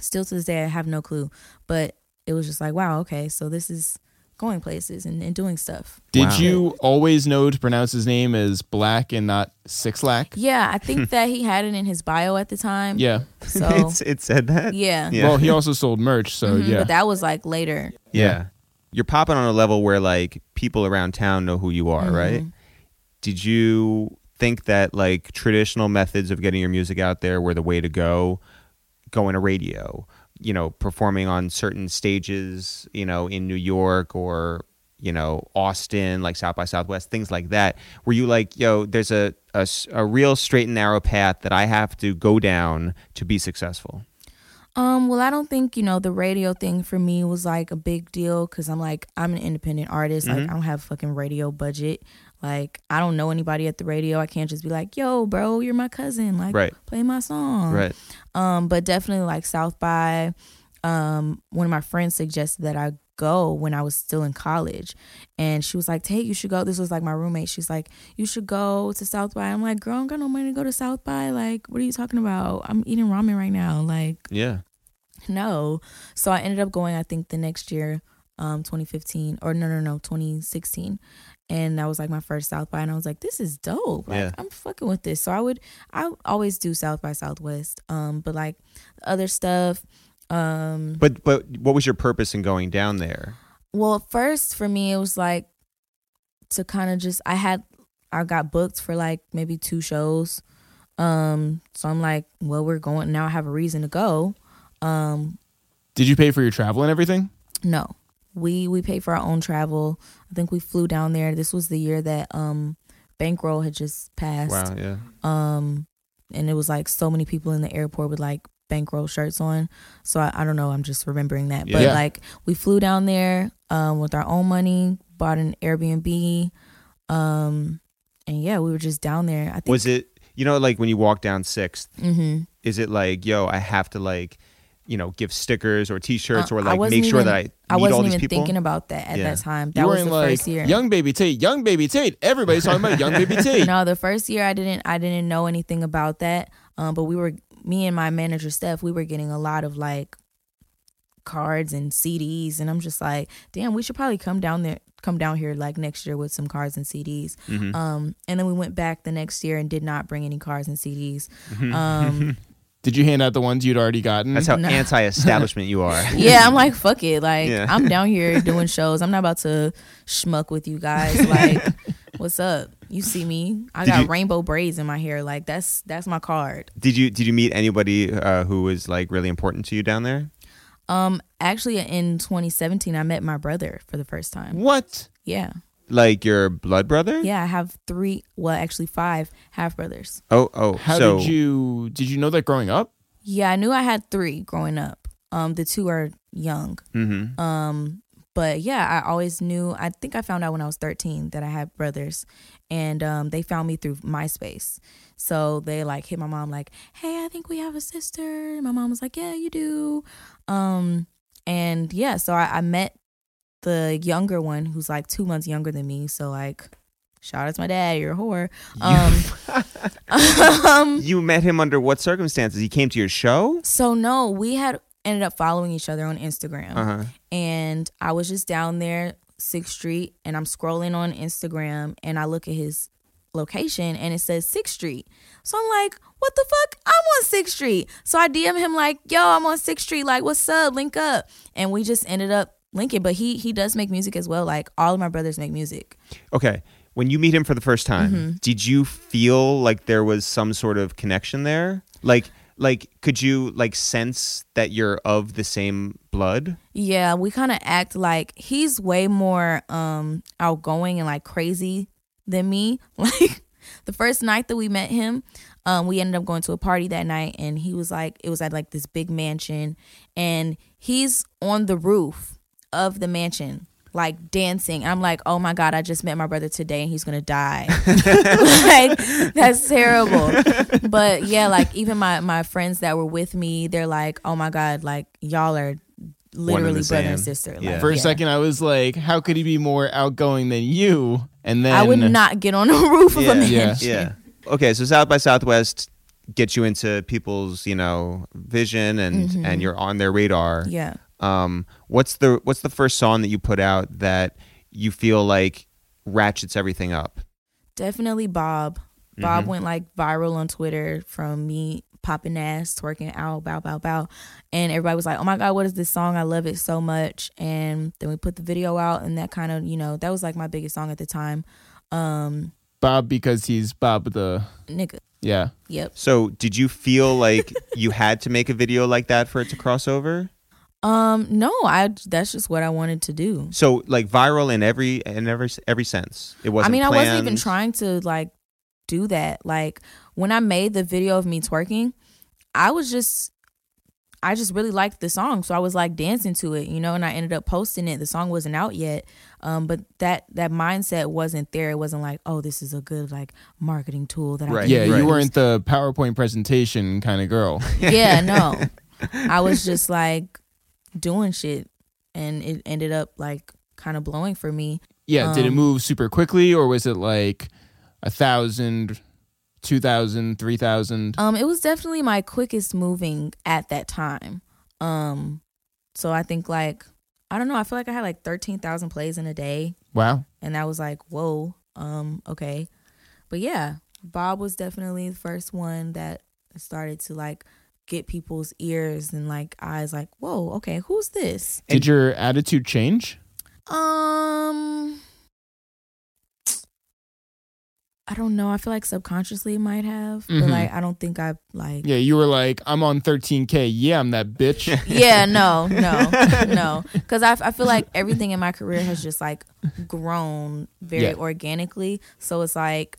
[SPEAKER 4] still to this day I have no clue but it was just like wow okay so this is going places and, and doing stuff
[SPEAKER 2] Did
[SPEAKER 1] Wow.
[SPEAKER 2] you always know to pronounce his name as Black and not Six Lack?
[SPEAKER 4] Yeah, I think that he had it in his bio at the time.
[SPEAKER 2] Yeah.
[SPEAKER 4] So
[SPEAKER 1] it's, it said that.
[SPEAKER 4] yeah.
[SPEAKER 1] Yeah.
[SPEAKER 2] Well, he also sold merch, so
[SPEAKER 4] Mhm,
[SPEAKER 2] yeah.
[SPEAKER 4] But that was like later.
[SPEAKER 1] Yeah. You're popping on a level where like people around town know who you are, right? Did you think that like traditional methods of getting your music out there were the way to go? Going to radio, you know, performing on certain stages, you know, in New York or you know Austin, like South by Southwest, things like that. Were you like, yo, there's a a s a a real straight and narrow path that I have to go down to be successful?
[SPEAKER 4] Um, well, I don't think, you know, the radio thing for me was like a big deal because I'm like, I'm an independent artist.
[SPEAKER 1] Mm-hmm.
[SPEAKER 4] Like, I don't have a fucking radio budget. Like, I don't know anybody at the radio. I can't just be like, yo, bro, you're my cousin. Like,
[SPEAKER 1] Right.
[SPEAKER 4] play my song.
[SPEAKER 1] Right.
[SPEAKER 4] Um, but definitely like South by. Um, one of my friends suggested that I go when I was still in college. And she was like, Hey, you should go. This was like my roommate. She's like, You should go to South by. I'm like, Girl, I don't got no money to go to South by. Like, what are you talking about? I'm eating ramen right now. Like,
[SPEAKER 1] Yeah.
[SPEAKER 4] no. So I ended up going, I think, the next year, um, 2015, or no, no, no, 2016. And that was like my first South by, and I was like, this is dope. Like,
[SPEAKER 1] Yeah.
[SPEAKER 4] I'm fucking with this. So I would, I would always do South by Southwest. Um, but like the other stuff, um,
[SPEAKER 1] But but what was your purpose in going down there?
[SPEAKER 4] well, at first for me, it was like to kind of just, I had, I got booked for like maybe two shows. Um, so I'm like, well, we're going now. I have a reason to go. Um,
[SPEAKER 2] Did you pay for your travel and everything?
[SPEAKER 4] No. We we paid for our own travel. I think we flew down there. This was the year that um bankroll had just
[SPEAKER 1] Wow.
[SPEAKER 4] passed.
[SPEAKER 1] Yeah.
[SPEAKER 4] Um and it was like so many people in the airport with like bankroll shirts on. So I, I don't know, I'm just remembering that. But
[SPEAKER 1] Yeah.
[SPEAKER 4] like we flew down there um with our own money, bought an Airbnb, um and yeah, we were just down there. I think
[SPEAKER 1] Was it you know like when you walk down Sixth?
[SPEAKER 4] hmm
[SPEAKER 1] Is it like yo? I have to like you know give stickers or T-shirts
[SPEAKER 4] Uh,
[SPEAKER 1] or
[SPEAKER 4] I
[SPEAKER 1] like
[SPEAKER 4] wasn't
[SPEAKER 1] make sure
[SPEAKER 4] even-
[SPEAKER 1] that I meet
[SPEAKER 4] I wasn't
[SPEAKER 1] all these
[SPEAKER 4] even
[SPEAKER 1] people.
[SPEAKER 4] thinking about that at
[SPEAKER 1] Yeah.
[SPEAKER 4] that time.
[SPEAKER 2] you
[SPEAKER 4] That
[SPEAKER 2] were
[SPEAKER 4] was
[SPEAKER 2] in
[SPEAKER 4] the
[SPEAKER 2] like
[SPEAKER 4] first year.
[SPEAKER 2] young baby Tate, young baby Tate. Everybody's talking about young baby Tate.
[SPEAKER 4] No, the first year I didn't I didn't know anything about that. Um, but we were me and my manager Steph, we were getting a lot of like cards and CDs, and I'm just like, damn, we should probably come down there, come down here like next year with some cards and CDs.
[SPEAKER 1] Mm-hmm.
[SPEAKER 4] Um, and then we went back the next year and did not bring any cards and CDs.
[SPEAKER 1] Mm-hmm.
[SPEAKER 4] Um,
[SPEAKER 2] Did you hand out the ones you'd already gotten?
[SPEAKER 1] That's how anti-establishment you are.
[SPEAKER 4] yeah, I'm like, fuck it, like
[SPEAKER 1] Yeah.
[SPEAKER 4] I'm down here doing shows. I'm not about to schmuck with you guys, like. What's up? You see me? I
[SPEAKER 1] Did
[SPEAKER 4] got
[SPEAKER 1] you-
[SPEAKER 4] rainbow braids in my hair. Like that's that's my card.
[SPEAKER 1] Did you did you meet anybody uh, who was like really important to you down there?
[SPEAKER 4] Um, actually, in 2017, I met my brother for the first time.
[SPEAKER 2] what?
[SPEAKER 4] Yeah,
[SPEAKER 1] Like your blood brother?
[SPEAKER 4] yeah. I have three, well, actually five half brothers.
[SPEAKER 1] Oh oh.
[SPEAKER 2] How
[SPEAKER 1] so
[SPEAKER 2] did you did you know that growing up?
[SPEAKER 4] Yeah, I knew I had three growing up. Um, the two are young.
[SPEAKER 1] mhm.
[SPEAKER 4] Um, but yeah, I always knew. I think I found out when I was 13 that I had brothers, and um, they found me through MySpace. So they like hit my mom like, "Hey, I think we have a sister." And my mom was like, "Yeah, you do." Um, and yeah, so I, I met the younger one who's like two months younger than me. So like, shout out to my dad, you're a whore. Um, um,
[SPEAKER 1] You met him under what circumstances? He came to your show?
[SPEAKER 4] so no, we had ended up following each other on Instagram
[SPEAKER 1] Uh huh.
[SPEAKER 4] and I was just down there, Sixth Street, and I'm scrolling on Instagram, and I look at his location, and it says Sixth Street. So I'm like, what the fuck? I'm on Sixth Street. So I DM him like, yo, I'm on Sixth Street. Like, what's up? Link up. And we just ended up linking. But he he does make music as well. Like all of my brothers make music.
[SPEAKER 1] Okay. When you meet him for the first time,
[SPEAKER 4] Mm-hmm.
[SPEAKER 1] did you feel like there was some sort of connection there? Like like could you like sense that you're of the same blood?
[SPEAKER 4] Yeah, we kind of act like he's way more um outgoing and like crazy than me. Like the first night that we met him, um we ended up going to a party that night and he was like it was at like this big mansion and he's on the roof of the mansion like dancing. I'm like, "Oh my god, I just met my brother today and he's going to die." like that's terrible but yeah like even my my friends that were with me they're like oh my god like y'all are literally
[SPEAKER 1] the
[SPEAKER 4] brother and
[SPEAKER 1] same.
[SPEAKER 4] sister
[SPEAKER 1] Yeah.
[SPEAKER 4] like,
[SPEAKER 2] For a
[SPEAKER 4] yeah.
[SPEAKER 2] second, I was like, how could he be more outgoing than you? And then
[SPEAKER 4] i would not get on the roof of a man
[SPEAKER 2] Yeah.
[SPEAKER 1] Yeah. Okay, so South by Southwest gets you into people's, you know, vision and and you're on their radar.
[SPEAKER 4] Mm-hmm. yeah
[SPEAKER 1] Um, what's the what's the first song that you put out that you feel like ratchets everything up? Mm-hmm.
[SPEAKER 4] definitely bob bob went like viral on twitter from me popping ass twerking out bow bow bow and everybody was like oh my god what is this song i love it so much and then we put the video out and that kind of you know that was like my biggest song at the time um
[SPEAKER 2] Bob because he's Bob the
[SPEAKER 4] nigga
[SPEAKER 2] yeah.
[SPEAKER 4] yep
[SPEAKER 1] So, did you feel like you had to make a video like that for it to cross over?
[SPEAKER 4] um no i that's just what i wanted to do
[SPEAKER 1] So, like viral in every in every every sense. It wasn't.
[SPEAKER 4] I mean, I wasn't even
[SPEAKER 1] planned.
[SPEAKER 4] trying to like do that. Like when I made the video of me twerking, I was just I just really liked the song, so I was like dancing to it, you know, and I ended up posting it. The song wasn't out yet, um, but that that mindset wasn't there. It wasn't like, oh, this is a good like marketing tool that I
[SPEAKER 1] Right,
[SPEAKER 4] can
[SPEAKER 2] Yeah,
[SPEAKER 1] right.
[SPEAKER 2] you weren't the PowerPoint presentation kind of girl.
[SPEAKER 4] yeah, no. I was just like doing shit. and it ended up like kind of blowing for me.
[SPEAKER 2] Yeah, did it
[SPEAKER 4] Um,
[SPEAKER 2] move super quickly or was it like a thousand, two thousand, three thousand?
[SPEAKER 4] Um, it was definitely my quickest moving at that time. Um, so I think like I don't know. I feel like I had like thirteen thousand plays in a day,
[SPEAKER 2] Wow.
[SPEAKER 4] and that was like whoa. Um, okay, but yeah, Bob was definitely the first one that started to like get people's ears and like eyes. Like whoa, okay, who's this?
[SPEAKER 2] Did your attitude change?
[SPEAKER 4] Um, I don't know. I feel like subconsciously it might have,
[SPEAKER 2] Mhm.
[SPEAKER 4] but like I don't think I like.
[SPEAKER 2] Yeah, you were like, I'm on 13K. Yeah, I'm that bitch.
[SPEAKER 4] yeah no no no because I, I feel like everything in my career has just like grown very
[SPEAKER 2] Yeah.
[SPEAKER 4] organically so it's like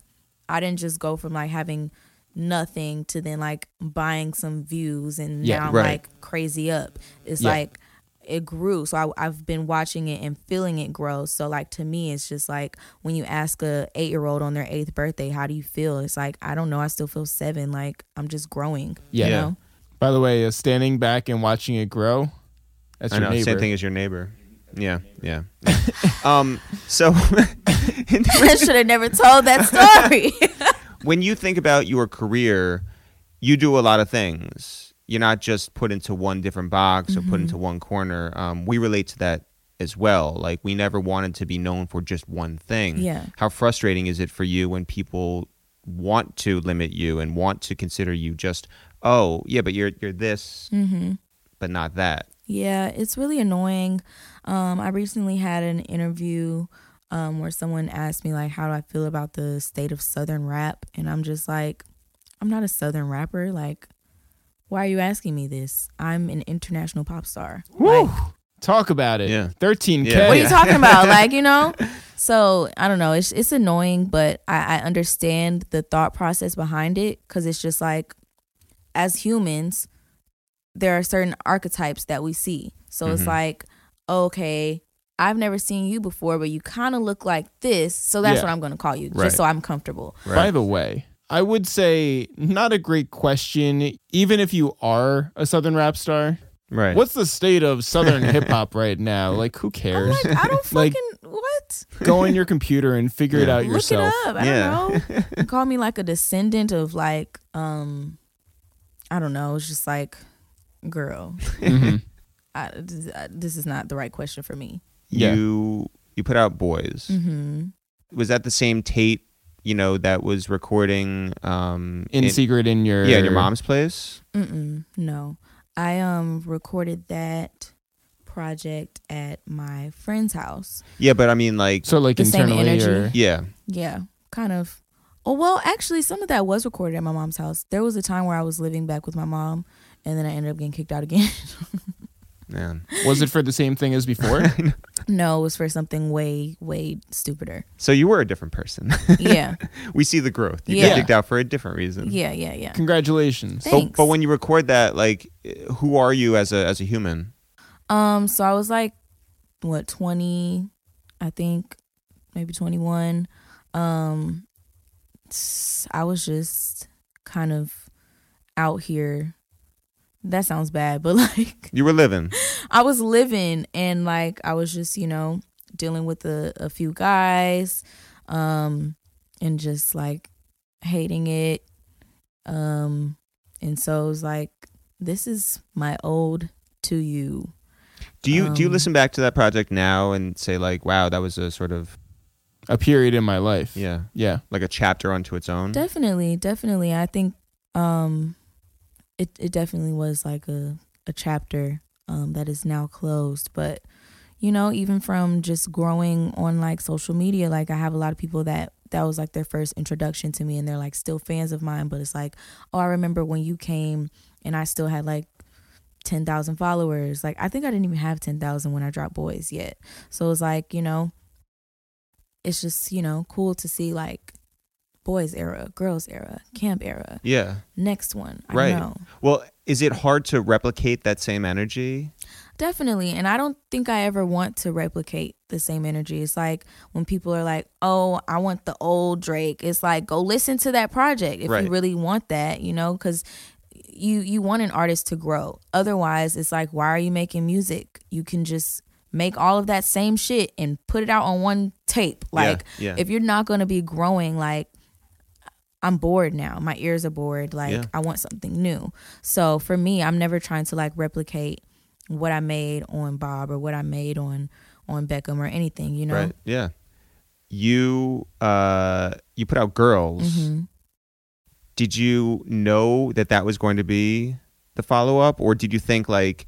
[SPEAKER 4] i didn't just go from like having nothing to then like buying some views and
[SPEAKER 2] Yeah,
[SPEAKER 4] now i'm
[SPEAKER 1] right.
[SPEAKER 4] like crazy up it's
[SPEAKER 2] Yeah.
[SPEAKER 4] like it grew so I, i've been watching it and feeling it grow so like to me it's just like when you ask a eight year old on their eighth birthday how do you feel it's like i don't know i still feel seven like i'm just growing
[SPEAKER 2] Yeah.
[SPEAKER 4] you know
[SPEAKER 2] By the way, uh, standing back and watching it grow, that's
[SPEAKER 1] I
[SPEAKER 2] your
[SPEAKER 1] know,
[SPEAKER 2] neighbor.
[SPEAKER 1] same thing as your neighbor. Yeah, yeah. um, so
[SPEAKER 4] I should have never told that story.
[SPEAKER 1] when you think about your career, you do a lot of things. You're not just put into one different box or put
[SPEAKER 4] Mm-hmm.
[SPEAKER 1] into one corner. Um, we relate to that as well. Like we never wanted to be known for just one thing.
[SPEAKER 4] Yeah.
[SPEAKER 1] How frustrating is it for you when people want to limit you and want to consider you just oh yeah, but you're you're this, but not that.
[SPEAKER 4] Mm-hmm. yeah, it's really annoying. Um, I recently had an interview um, where someone asked me like, "How do I feel about the state of Southern rap?" And I'm just like, "I'm not a Southern rapper. Like, why are you asking me this? I'm an international pop star.
[SPEAKER 2] Woo!
[SPEAKER 4] Like,
[SPEAKER 2] Talk about it.
[SPEAKER 1] Yeah.
[SPEAKER 2] 13K.
[SPEAKER 1] Yeah.
[SPEAKER 4] what are you talking about? like, you know? So I don't know. It's it's annoying, but I, I understand the thought process behind it because it's just like, as humans, there are certain archetypes that we see. So it's
[SPEAKER 2] Mm-hmm.
[SPEAKER 1] Mhm.
[SPEAKER 4] like, okay, I've never seen you before, but you kind of look like this, so that's
[SPEAKER 2] Yeah.
[SPEAKER 4] what I'm going to call you,
[SPEAKER 1] Right.
[SPEAKER 4] just so I'm comfortable.
[SPEAKER 2] By the way, I would say not a great question, even if you are a Southern rap star.
[SPEAKER 1] Right.
[SPEAKER 2] What's the state of Southern hip hop right now? Like, who
[SPEAKER 4] I'm
[SPEAKER 2] cares?
[SPEAKER 4] like, I don't
[SPEAKER 2] Like-
[SPEAKER 4] fucking what.
[SPEAKER 2] Go on your computer and figure it
[SPEAKER 1] Yeah.
[SPEAKER 2] out yourself.
[SPEAKER 4] Look it up. I don't know. Call me like a descendant of like um I don't know, it's just like girl.
[SPEAKER 2] Mhm.
[SPEAKER 4] I, this, I- this is not the right question for me.
[SPEAKER 2] Yeah.
[SPEAKER 1] You you put out boys.
[SPEAKER 4] Mhm.
[SPEAKER 1] Was that the same tape, you know, that was recording um
[SPEAKER 2] In secret, in your
[SPEAKER 1] Yeah, in your mom's place.
[SPEAKER 4] Mm-mm. No. I um recorded that project at my friend's house.
[SPEAKER 1] Yeah, but I mean, like,
[SPEAKER 2] So like
[SPEAKER 4] The same
[SPEAKER 2] internally,
[SPEAKER 4] energy.
[SPEAKER 2] or
[SPEAKER 1] yeah,
[SPEAKER 4] Yeah, kind of. Oh well, actually, some of that was recorded at my mom's house. There was a time where I was living back with my mom, and then I ended up getting kicked out again.
[SPEAKER 1] man.
[SPEAKER 2] was it for the same thing as before?
[SPEAKER 4] no, it was for something way, way stupider.
[SPEAKER 1] So you were a different person.
[SPEAKER 4] Yeah,
[SPEAKER 1] we see the growth. You
[SPEAKER 4] Yeah.
[SPEAKER 1] got kicked out for a different reason.
[SPEAKER 4] yeah, yeah, yeah.
[SPEAKER 2] Congratulations.
[SPEAKER 1] But,
[SPEAKER 4] Thanks.
[SPEAKER 1] but when you record that, like, who are you as a as a human?
[SPEAKER 4] Um, so I was like, what, 20, I think, maybe 21. Um, s- I was just kind of out here. That sounds bad, but like,
[SPEAKER 1] You were living.
[SPEAKER 4] I was living and like, I was just, you know, dealing with a, a few guys, um, and just like hating it. Um, and so it was like, this is my old to you.
[SPEAKER 1] Do you do you
[SPEAKER 4] Um,
[SPEAKER 1] listen back to that project now and say like, wow, that was a sort of
[SPEAKER 2] A period in my life.
[SPEAKER 1] yeah,
[SPEAKER 2] Yeah.
[SPEAKER 1] like a chapter unto its own?
[SPEAKER 4] Definitely, definitely. I think um it it definitely was like a a chapter um that is now closed, but you know, even from just growing on like social media, like I have a lot of people that that was like their first introduction to me and they're like still fans of mine, but it's like, "Oh, I remember when you came and I still had like 10,000 followers." Like I think I didn't even have 10,000 when I dropped Boys yet. So it's like, you know, it's just, you know, cool to see like boys era, girls era, camp era,
[SPEAKER 1] Yeah.
[SPEAKER 4] next one. I
[SPEAKER 1] Right.
[SPEAKER 4] don't know.
[SPEAKER 1] Well, is it hard to replicate that same energy?
[SPEAKER 4] Definitely. And I don't think I ever want to replicate the same energy. It's like when people are like, oh, I want the old Drake. It's like, go listen to that project if
[SPEAKER 1] Right.
[SPEAKER 4] you really want that, you know, because you you want an artist to grow otherwise it's like why are you making music you can just make all of that same shit and put it out on one tape. Like
[SPEAKER 6] yeah.
[SPEAKER 4] if you're not going to be growing like I'm bored now. My ears are bored. Like
[SPEAKER 6] Yeah.
[SPEAKER 4] I want something new. So for me, I'm never trying to like replicate what I made on Bob or what I made on on Beckham or anything, you know.
[SPEAKER 6] Right. Yeah. You uh you put out girls.
[SPEAKER 4] Mhm.
[SPEAKER 6] Did you know that that was going to be the follow up or did you think like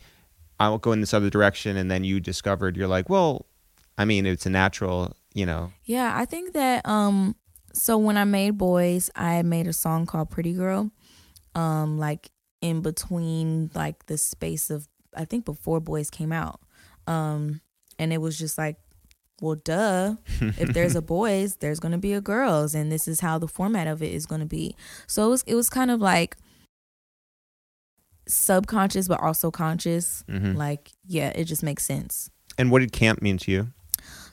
[SPEAKER 6] I'll go in this other direction and then you discovered you're like, well, I mean, it's a natural, you know.
[SPEAKER 4] Yeah, I think that um so when I made Boys, I made a song called Pretty Girl. Um like in between like the space of I think before Boys came out. Um and it was just like well duh if there's a boys there's going to be a girls and this is how the format of it is going to be so it was it was kind of like subconscious but also conscious
[SPEAKER 1] Mm.
[SPEAKER 6] Mhm.
[SPEAKER 4] like yeah it just makes sense
[SPEAKER 6] And what did camp mean to you?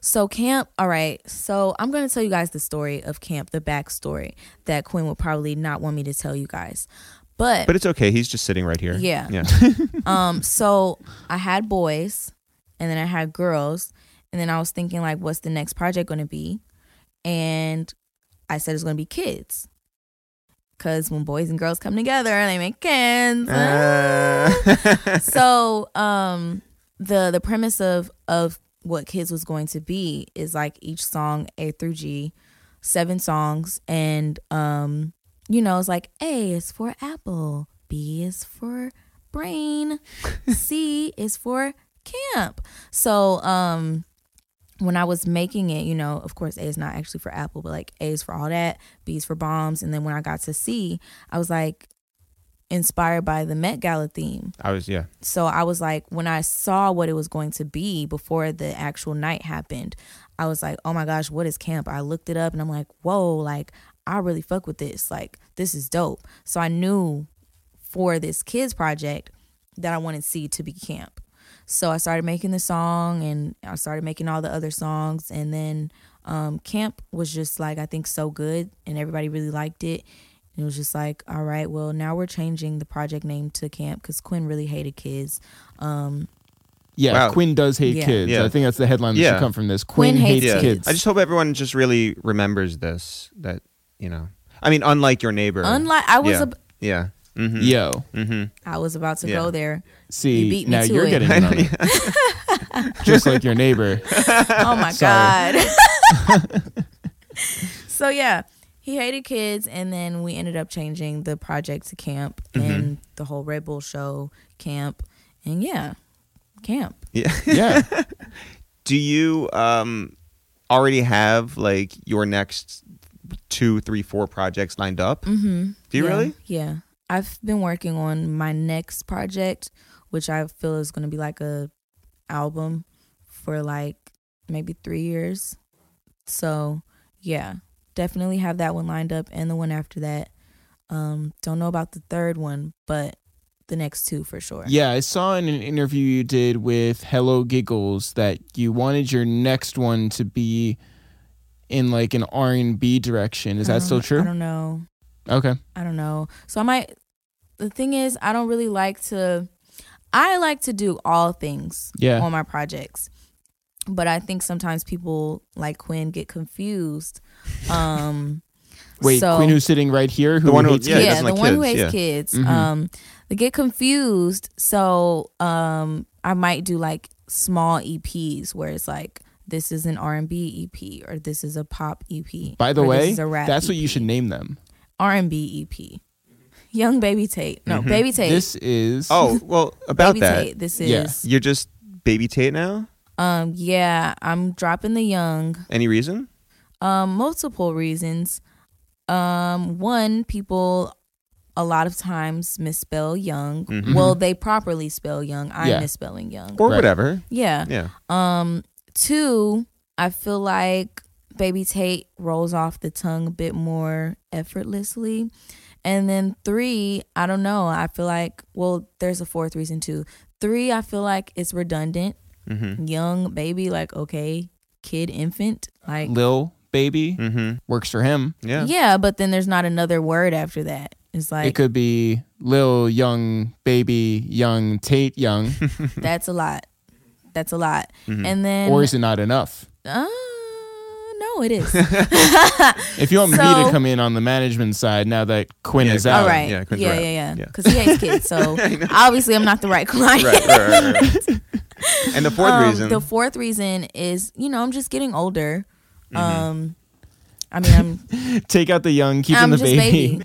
[SPEAKER 4] so camp, all right. So I'm gonna tell you guys the story of camp, the backstory that Quinn would probably not want me to tell you guys. But,
[SPEAKER 6] But it's okay. He's just sitting right here.
[SPEAKER 4] Eh. Yeah.
[SPEAKER 6] Yeah.
[SPEAKER 4] um, so I had boys and then I had girls, and then I was thinking like, what's the next project gonna be? And I said it's gonna be kids. Cause when boys and girls come together they make kids.
[SPEAKER 1] Ah,
[SPEAKER 6] Uh,
[SPEAKER 4] so um the the premise of of what kids was going to be is like each song a through g seven songs and um you know it's like a is for apple b is for brain c is for camp so um when i was making it you know of course a is not actually for apple but like a is for all that b is for bombs and then when i got to c i was like inspired by the met gala theme
[SPEAKER 6] I was yeah.
[SPEAKER 4] so I was like, when I saw what it was going to be before the actual night happened, I was like, oh my gosh, what is camp? I looked it up and I'm like, whoa, like I really fuck with this. Like this is dope. So I knew for this kids project that I wanted C to be camp. So I started making the song and I started making all the other songs and then um, camp was just like I think so good and everybody really liked it. And it was just like, all right, well now we're changing the project name to camp because Quinn really hated kids. Um,
[SPEAKER 2] Yeah,
[SPEAKER 6] Wow.
[SPEAKER 2] Quinn does hate
[SPEAKER 4] Yeah.
[SPEAKER 2] kids.
[SPEAKER 6] Yeah.
[SPEAKER 2] I think that's the headline that
[SPEAKER 6] Yeah.
[SPEAKER 2] should come from this.
[SPEAKER 4] Quinn
[SPEAKER 2] Quinn,
[SPEAKER 4] hates
[SPEAKER 2] hates
[SPEAKER 6] Yeah.
[SPEAKER 2] kids.
[SPEAKER 6] I just hope everyone just really remembers this that, you know. I mean, unlike your neighbor.
[SPEAKER 4] unlike I was
[SPEAKER 6] yeah.
[SPEAKER 4] ab-
[SPEAKER 6] yeah. Mhm.
[SPEAKER 2] Yo,
[SPEAKER 6] Mhm.
[SPEAKER 4] I was about to
[SPEAKER 6] Yeah.
[SPEAKER 4] go there. You
[SPEAKER 2] see,
[SPEAKER 4] Mm. beat me
[SPEAKER 2] now
[SPEAKER 4] to
[SPEAKER 2] you're
[SPEAKER 4] it.
[SPEAKER 2] getting it on it. just like your neighbor.
[SPEAKER 4] Oh my
[SPEAKER 2] Sorry.
[SPEAKER 4] god. so yeah, he hated kids, and then we ended up changing the project to camp and the whole Red Bull show camp, and yeah, camp.
[SPEAKER 2] Yeah.
[SPEAKER 6] Do you um already have like your next two, three, four projects lined up?
[SPEAKER 4] Mm-hmm.
[SPEAKER 6] Do you
[SPEAKER 4] yeah,
[SPEAKER 6] really?
[SPEAKER 4] Yeah. I've been working on my next project, which I feel is going to be like a album for like maybe 3 years. So, yeah. Definitely have that one lined up and the one after that. Um don't know about the third one, but the next two for sure.
[SPEAKER 2] Yeah, I saw in an interview you did with Hello Giggles that you wanted your next one to be in like an R and B direction. Is
[SPEAKER 4] I
[SPEAKER 2] that still
[SPEAKER 4] don't- Um, I
[SPEAKER 2] true?
[SPEAKER 4] don't know.
[SPEAKER 2] Okay.
[SPEAKER 4] I don't know. So I might. The thing is, I don't really like to. I like to do all things
[SPEAKER 2] Yeah.
[SPEAKER 4] on my projects, but I think sometimes people like Quinn get confused. Um,
[SPEAKER 2] Wait,
[SPEAKER 4] so,
[SPEAKER 2] Quinn, who's sitting right here, who
[SPEAKER 6] The one who-
[SPEAKER 2] hates
[SPEAKER 6] yeah,
[SPEAKER 4] yeah,
[SPEAKER 6] he
[SPEAKER 2] kids?
[SPEAKER 4] the
[SPEAKER 6] doesn't like
[SPEAKER 4] one who
[SPEAKER 6] kids,
[SPEAKER 4] hates
[SPEAKER 6] yeah.
[SPEAKER 4] kids.
[SPEAKER 2] Mhm.
[SPEAKER 4] Um, they get confused. So um, I might do like small EPs where it's like this is an R and B EP or this is a pop EP.
[SPEAKER 2] By the
[SPEAKER 4] or this
[SPEAKER 2] way,
[SPEAKER 4] is a rap
[SPEAKER 2] that's what
[SPEAKER 4] EP.
[SPEAKER 2] you should name them.
[SPEAKER 4] R and B EP. Young Baby Tate. No, Baby Tate.
[SPEAKER 2] Mm-hmm. This is
[SPEAKER 6] Oh, well, about
[SPEAKER 4] Baby
[SPEAKER 6] that.
[SPEAKER 4] Tate. This
[SPEAKER 2] Yeah.
[SPEAKER 4] is
[SPEAKER 6] You're just baby Tate now?
[SPEAKER 4] um yeah, I'm dropping the young.
[SPEAKER 6] Any reason?
[SPEAKER 4] Um multiple reasons. Um one, people a lot of times misspell young.
[SPEAKER 1] Mm-hmm.
[SPEAKER 7] Mm-hmm.
[SPEAKER 6] Mhm.
[SPEAKER 4] Well, they properly spell young. I'm
[SPEAKER 2] Yeah.
[SPEAKER 4] misspelling young.
[SPEAKER 6] Or
[SPEAKER 2] Right.
[SPEAKER 6] whatever.
[SPEAKER 4] Yeah.
[SPEAKER 6] Yeah.
[SPEAKER 4] Um two, I feel like Baby Tate rolls off the tongue a bit more effortlessly. And then three, I don't know. I feel like well, there's a fourth reason too. Three, I feel like it's redundant.
[SPEAKER 7] Mm-hmm.
[SPEAKER 6] Mhm.
[SPEAKER 4] Young baby, like okay, kid, infant, like
[SPEAKER 2] Lil Baby.
[SPEAKER 7] Mm-hmm.
[SPEAKER 6] Mhm.
[SPEAKER 2] Works for him.
[SPEAKER 6] Yeah.
[SPEAKER 4] But then there's not another word after that. It's
[SPEAKER 2] It
[SPEAKER 4] like
[SPEAKER 2] could be Lil Young Baby Young Tate Young.
[SPEAKER 4] that's a lot. That's a lot.
[SPEAKER 1] Hmm.
[SPEAKER 7] Mm-hmm.
[SPEAKER 4] And then
[SPEAKER 8] or is it not enough?
[SPEAKER 4] uh, no, it is.
[SPEAKER 8] If you want me
[SPEAKER 4] So-
[SPEAKER 8] to come in on the management side now that Quinn
[SPEAKER 7] Yeah,
[SPEAKER 8] is
[SPEAKER 7] Quinn.
[SPEAKER 8] out,
[SPEAKER 4] All right.
[SPEAKER 7] Yeah,
[SPEAKER 4] Yeah,
[SPEAKER 7] Quinn's
[SPEAKER 4] yeah,
[SPEAKER 7] right.
[SPEAKER 4] yeah,
[SPEAKER 7] Yeah.
[SPEAKER 4] Because he hates kids, so obviously I'm not the right client.
[SPEAKER 7] right, right, right, right, right. And the fourth
[SPEAKER 4] Um,
[SPEAKER 7] reason,
[SPEAKER 4] The fourth reason is, you know, I'm just getting older. Um, I mean, I'm
[SPEAKER 8] take out the young, keep
[SPEAKER 4] I'm
[SPEAKER 8] in the
[SPEAKER 4] Um, just
[SPEAKER 8] baby.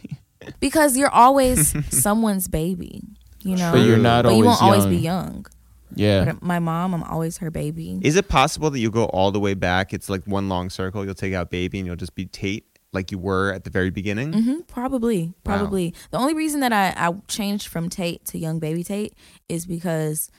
[SPEAKER 4] because you're always someone's baby, you know.
[SPEAKER 8] But you're not
[SPEAKER 4] But
[SPEAKER 8] always
[SPEAKER 4] you won't
[SPEAKER 8] young.
[SPEAKER 4] always be young.
[SPEAKER 8] Yeah.
[SPEAKER 4] But my mom, I'm always her baby.
[SPEAKER 7] is it possible that you go all the way back? It's like one long circle. You'll take out baby, and you'll just be Tate, like you were at the very beginning.
[SPEAKER 4] hmm probably, probably. The only reason that I, I changed from Tate to Young Baby Tate is because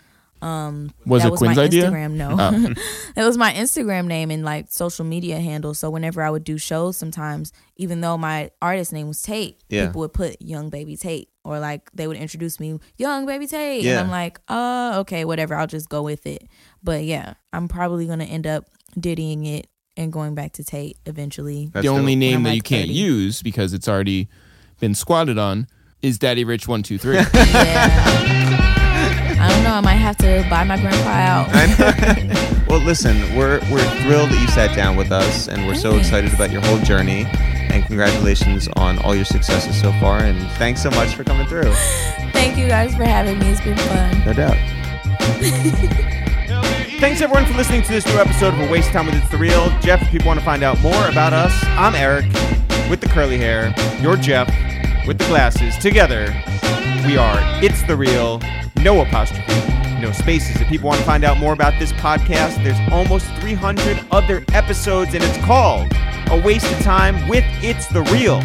[SPEAKER 4] um,
[SPEAKER 8] Was
[SPEAKER 4] that
[SPEAKER 8] it
[SPEAKER 4] was
[SPEAKER 8] Quinn's
[SPEAKER 4] my
[SPEAKER 8] idea? Oh.
[SPEAKER 4] Instagram. No, it was my Instagram name and like social media handle. So whenever I would do shows, sometimes even though my artist name was Tate,
[SPEAKER 7] Yeah.
[SPEAKER 4] people would put Young Baby Tate or like they would introduce me Young Baby Tate,
[SPEAKER 7] Yeah.
[SPEAKER 4] and I'm like, oh, okay, whatever. I'll just go with it. But yeah, I'm probably gonna end up diddying it and going back to Tate eventually.
[SPEAKER 7] That's
[SPEAKER 8] the only
[SPEAKER 7] dope.
[SPEAKER 8] name
[SPEAKER 4] I'm
[SPEAKER 8] that
[SPEAKER 4] like
[SPEAKER 8] you can't
[SPEAKER 4] 30.
[SPEAKER 8] use because it's already been squatted on is Daddy Rich One Two Three.
[SPEAKER 4] Yeah. I don't know. I might have to buy my grandpa out.
[SPEAKER 7] Well, listen, we're we're thrilled that you sat down with us, and we're so
[SPEAKER 4] Thanks.
[SPEAKER 7] excited about your whole journey. And congratulations on all your successes so far. And thanks so much for coming through.
[SPEAKER 4] Thank you guys for having me. It's been fun.
[SPEAKER 7] No doubt.
[SPEAKER 1] Thanks everyone for listening to this new episode of A Waste of Time with It's the Real. Jeff, if people want to find out more about us, I'm Eric with the curly hair. You're Jeff with the glasses. Together, we are It's the Real. No apostrophe, no spaces. If people want to find out more about this podcast, there's almost 300 other episodes, and it's called A Waste of Time with It's the Real.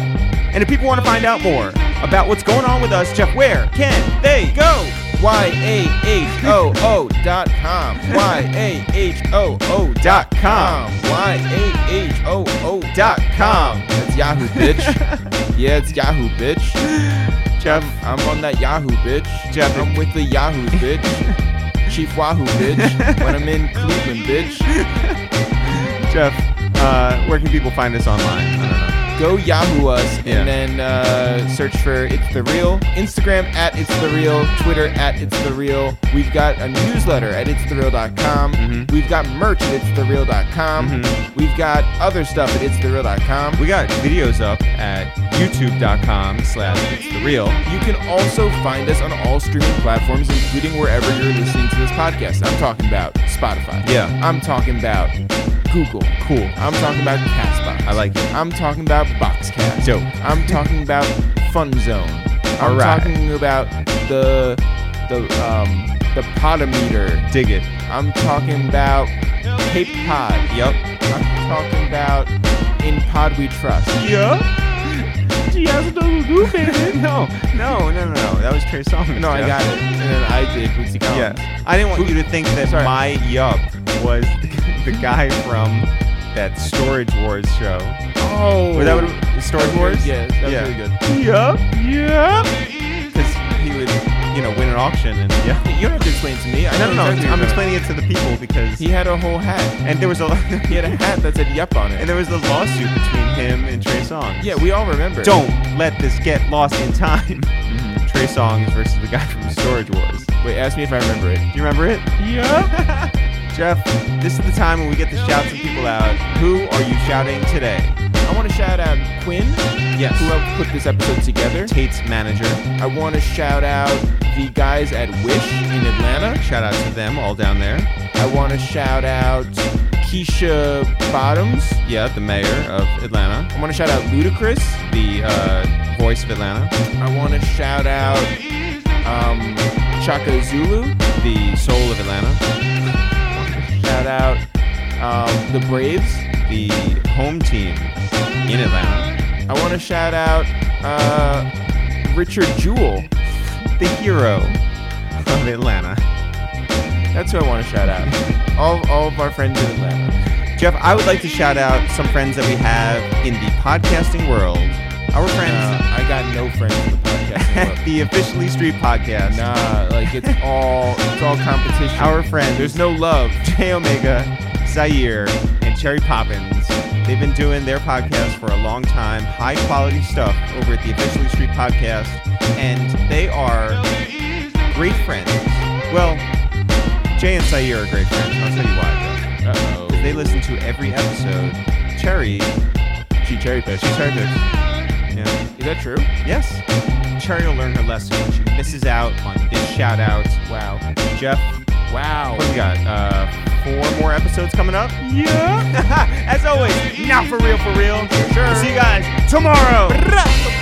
[SPEAKER 1] And if people want to find out more about what's going on with us, Jeff, where can they go?
[SPEAKER 2] Y A H O O dot com. Y A H O O dot com. Y A H O O dot com. That's Yahoo, bitch. yeah, it's Yahoo, bitch. Jeff, I'm on that Yahoo, bitch.
[SPEAKER 1] Jeff,
[SPEAKER 2] I'm with the Yahoo, bitch. Chief Wahoo, bitch. When I'm in Cleveland, bitch.
[SPEAKER 1] Jeff, uh, where can people find us online? I don't know.
[SPEAKER 2] Go Yahoo us
[SPEAKER 1] Yeah.
[SPEAKER 2] and then uh, search for It's The Real. Instagram at It's The Real. Twitter at It's The Real. We've got a newsletter at It'sTheReal.com.
[SPEAKER 1] Mhm.
[SPEAKER 2] We've got merch at It'sTheReal.com.
[SPEAKER 1] Mm-hmm.
[SPEAKER 2] We've got other stuff at It'sTheReal.com.
[SPEAKER 1] We got videos up at youtube.com slash it's the real.
[SPEAKER 2] You can also find us on all streaming platforms, including wherever you're listening to this podcast. I'm talking about Spotify.
[SPEAKER 1] Yeah.
[SPEAKER 2] I'm talking about Google.
[SPEAKER 1] Cool.
[SPEAKER 2] I'm talking about Castbox.
[SPEAKER 1] I like it.
[SPEAKER 2] I'm talking about Boxcast.
[SPEAKER 1] Dope.
[SPEAKER 2] I'm talking about Fun Zone. I'm
[SPEAKER 1] Alright.
[SPEAKER 2] talking about the the um the potometer.
[SPEAKER 1] Dig it.
[SPEAKER 2] I'm talking about Cape Cod.
[SPEAKER 1] Yup.
[SPEAKER 2] I'm talking about In Pod We Trust.
[SPEAKER 1] Yup. She has a double do, baby. no, no, no, no, no. That was Trey Songz.
[SPEAKER 2] No, I
[SPEAKER 1] Jeff.
[SPEAKER 2] got it. And then I did Bootsy Collins.
[SPEAKER 1] Yeah. I didn't want you to think that
[SPEAKER 2] Sorry.
[SPEAKER 1] my yup was the guy from that Storage Wars show.
[SPEAKER 2] Oh.
[SPEAKER 1] Or that would Storage Wars?
[SPEAKER 2] Yeah, that was
[SPEAKER 1] Yeah.
[SPEAKER 2] really good.
[SPEAKER 1] Yup. Yup. Because he would, you know, win an auction and yeah.
[SPEAKER 2] You don't have to explain to me. I
[SPEAKER 1] No,
[SPEAKER 2] know
[SPEAKER 1] no, no. I'm
[SPEAKER 2] exactly what you're talking
[SPEAKER 1] explaining it to the people because
[SPEAKER 2] about. He had a whole hat.
[SPEAKER 1] and there was a lot.
[SPEAKER 2] He had a hat that said "Yep" on it.
[SPEAKER 1] And there was the lawsuit between him and Trey Songz.
[SPEAKER 2] yeah, we all remember. Mm-hmm.
[SPEAKER 1] don't let this get lost in time. Trey Songz versus the guy from Storage Wars. Do
[SPEAKER 2] Wait, ask me if I remember it.
[SPEAKER 1] you remember it? Yeah. Jeff, this is the time when we get to shout some people out. Who are you shouting today?
[SPEAKER 2] I want to shout out Quinn,
[SPEAKER 1] Yes.
[SPEAKER 2] who helped put this episode together.
[SPEAKER 1] Tate's manager.
[SPEAKER 2] I want to shout out the guys at Wish in Atlanta.
[SPEAKER 1] Shout out to them all down there.
[SPEAKER 2] I want to shout out Keisha Bottoms.
[SPEAKER 1] Yeah, the mayor of Atlanta,
[SPEAKER 2] I want to shout out Ludacris.
[SPEAKER 1] the uh, voice of Atlanta,
[SPEAKER 2] I want to shout out um, Chaka Zulu.
[SPEAKER 1] the soul of Atlanta,
[SPEAKER 2] Shout out um, the Braves.
[SPEAKER 1] the home team in Atlanta,
[SPEAKER 2] I want to shout out uh, Richard Jewell.
[SPEAKER 1] the hero of Atlanta.
[SPEAKER 2] That's who I want to shout out. all, all of our friends in Atlanta.
[SPEAKER 1] Jeff, I would like to shout out some friends that we have in the podcasting world. Our friends
[SPEAKER 2] Uh, I got no friends in the
[SPEAKER 1] at
[SPEAKER 2] podcast.
[SPEAKER 1] the Officially Street Podcast.
[SPEAKER 2] nah, like it's all it's all competition.
[SPEAKER 1] Our friends,
[SPEAKER 2] There's no love.
[SPEAKER 1] Jay Omega, Zaire, and Cherry Poppins. They've been doing their podcast for a long time. High quality stuff over at the Officially Street Podcast. And they are great friends. Well, Jay and Sayer are great friends. I'll tell you why.
[SPEAKER 5] Uh-oh.
[SPEAKER 1] Though. They listen to every episode. Cherry,
[SPEAKER 5] She cherry picked.
[SPEAKER 1] she started. Yeah.
[SPEAKER 5] Is that true?
[SPEAKER 1] Yes. Cherry will learn her lesson. She misses out on this shout out.
[SPEAKER 5] Wow.
[SPEAKER 1] Jeff,
[SPEAKER 5] Wow.
[SPEAKER 1] what do we got? Uh, four more episodes coming up. Yeah. As always, not for real, for real. Sure. See you guys tomorrow.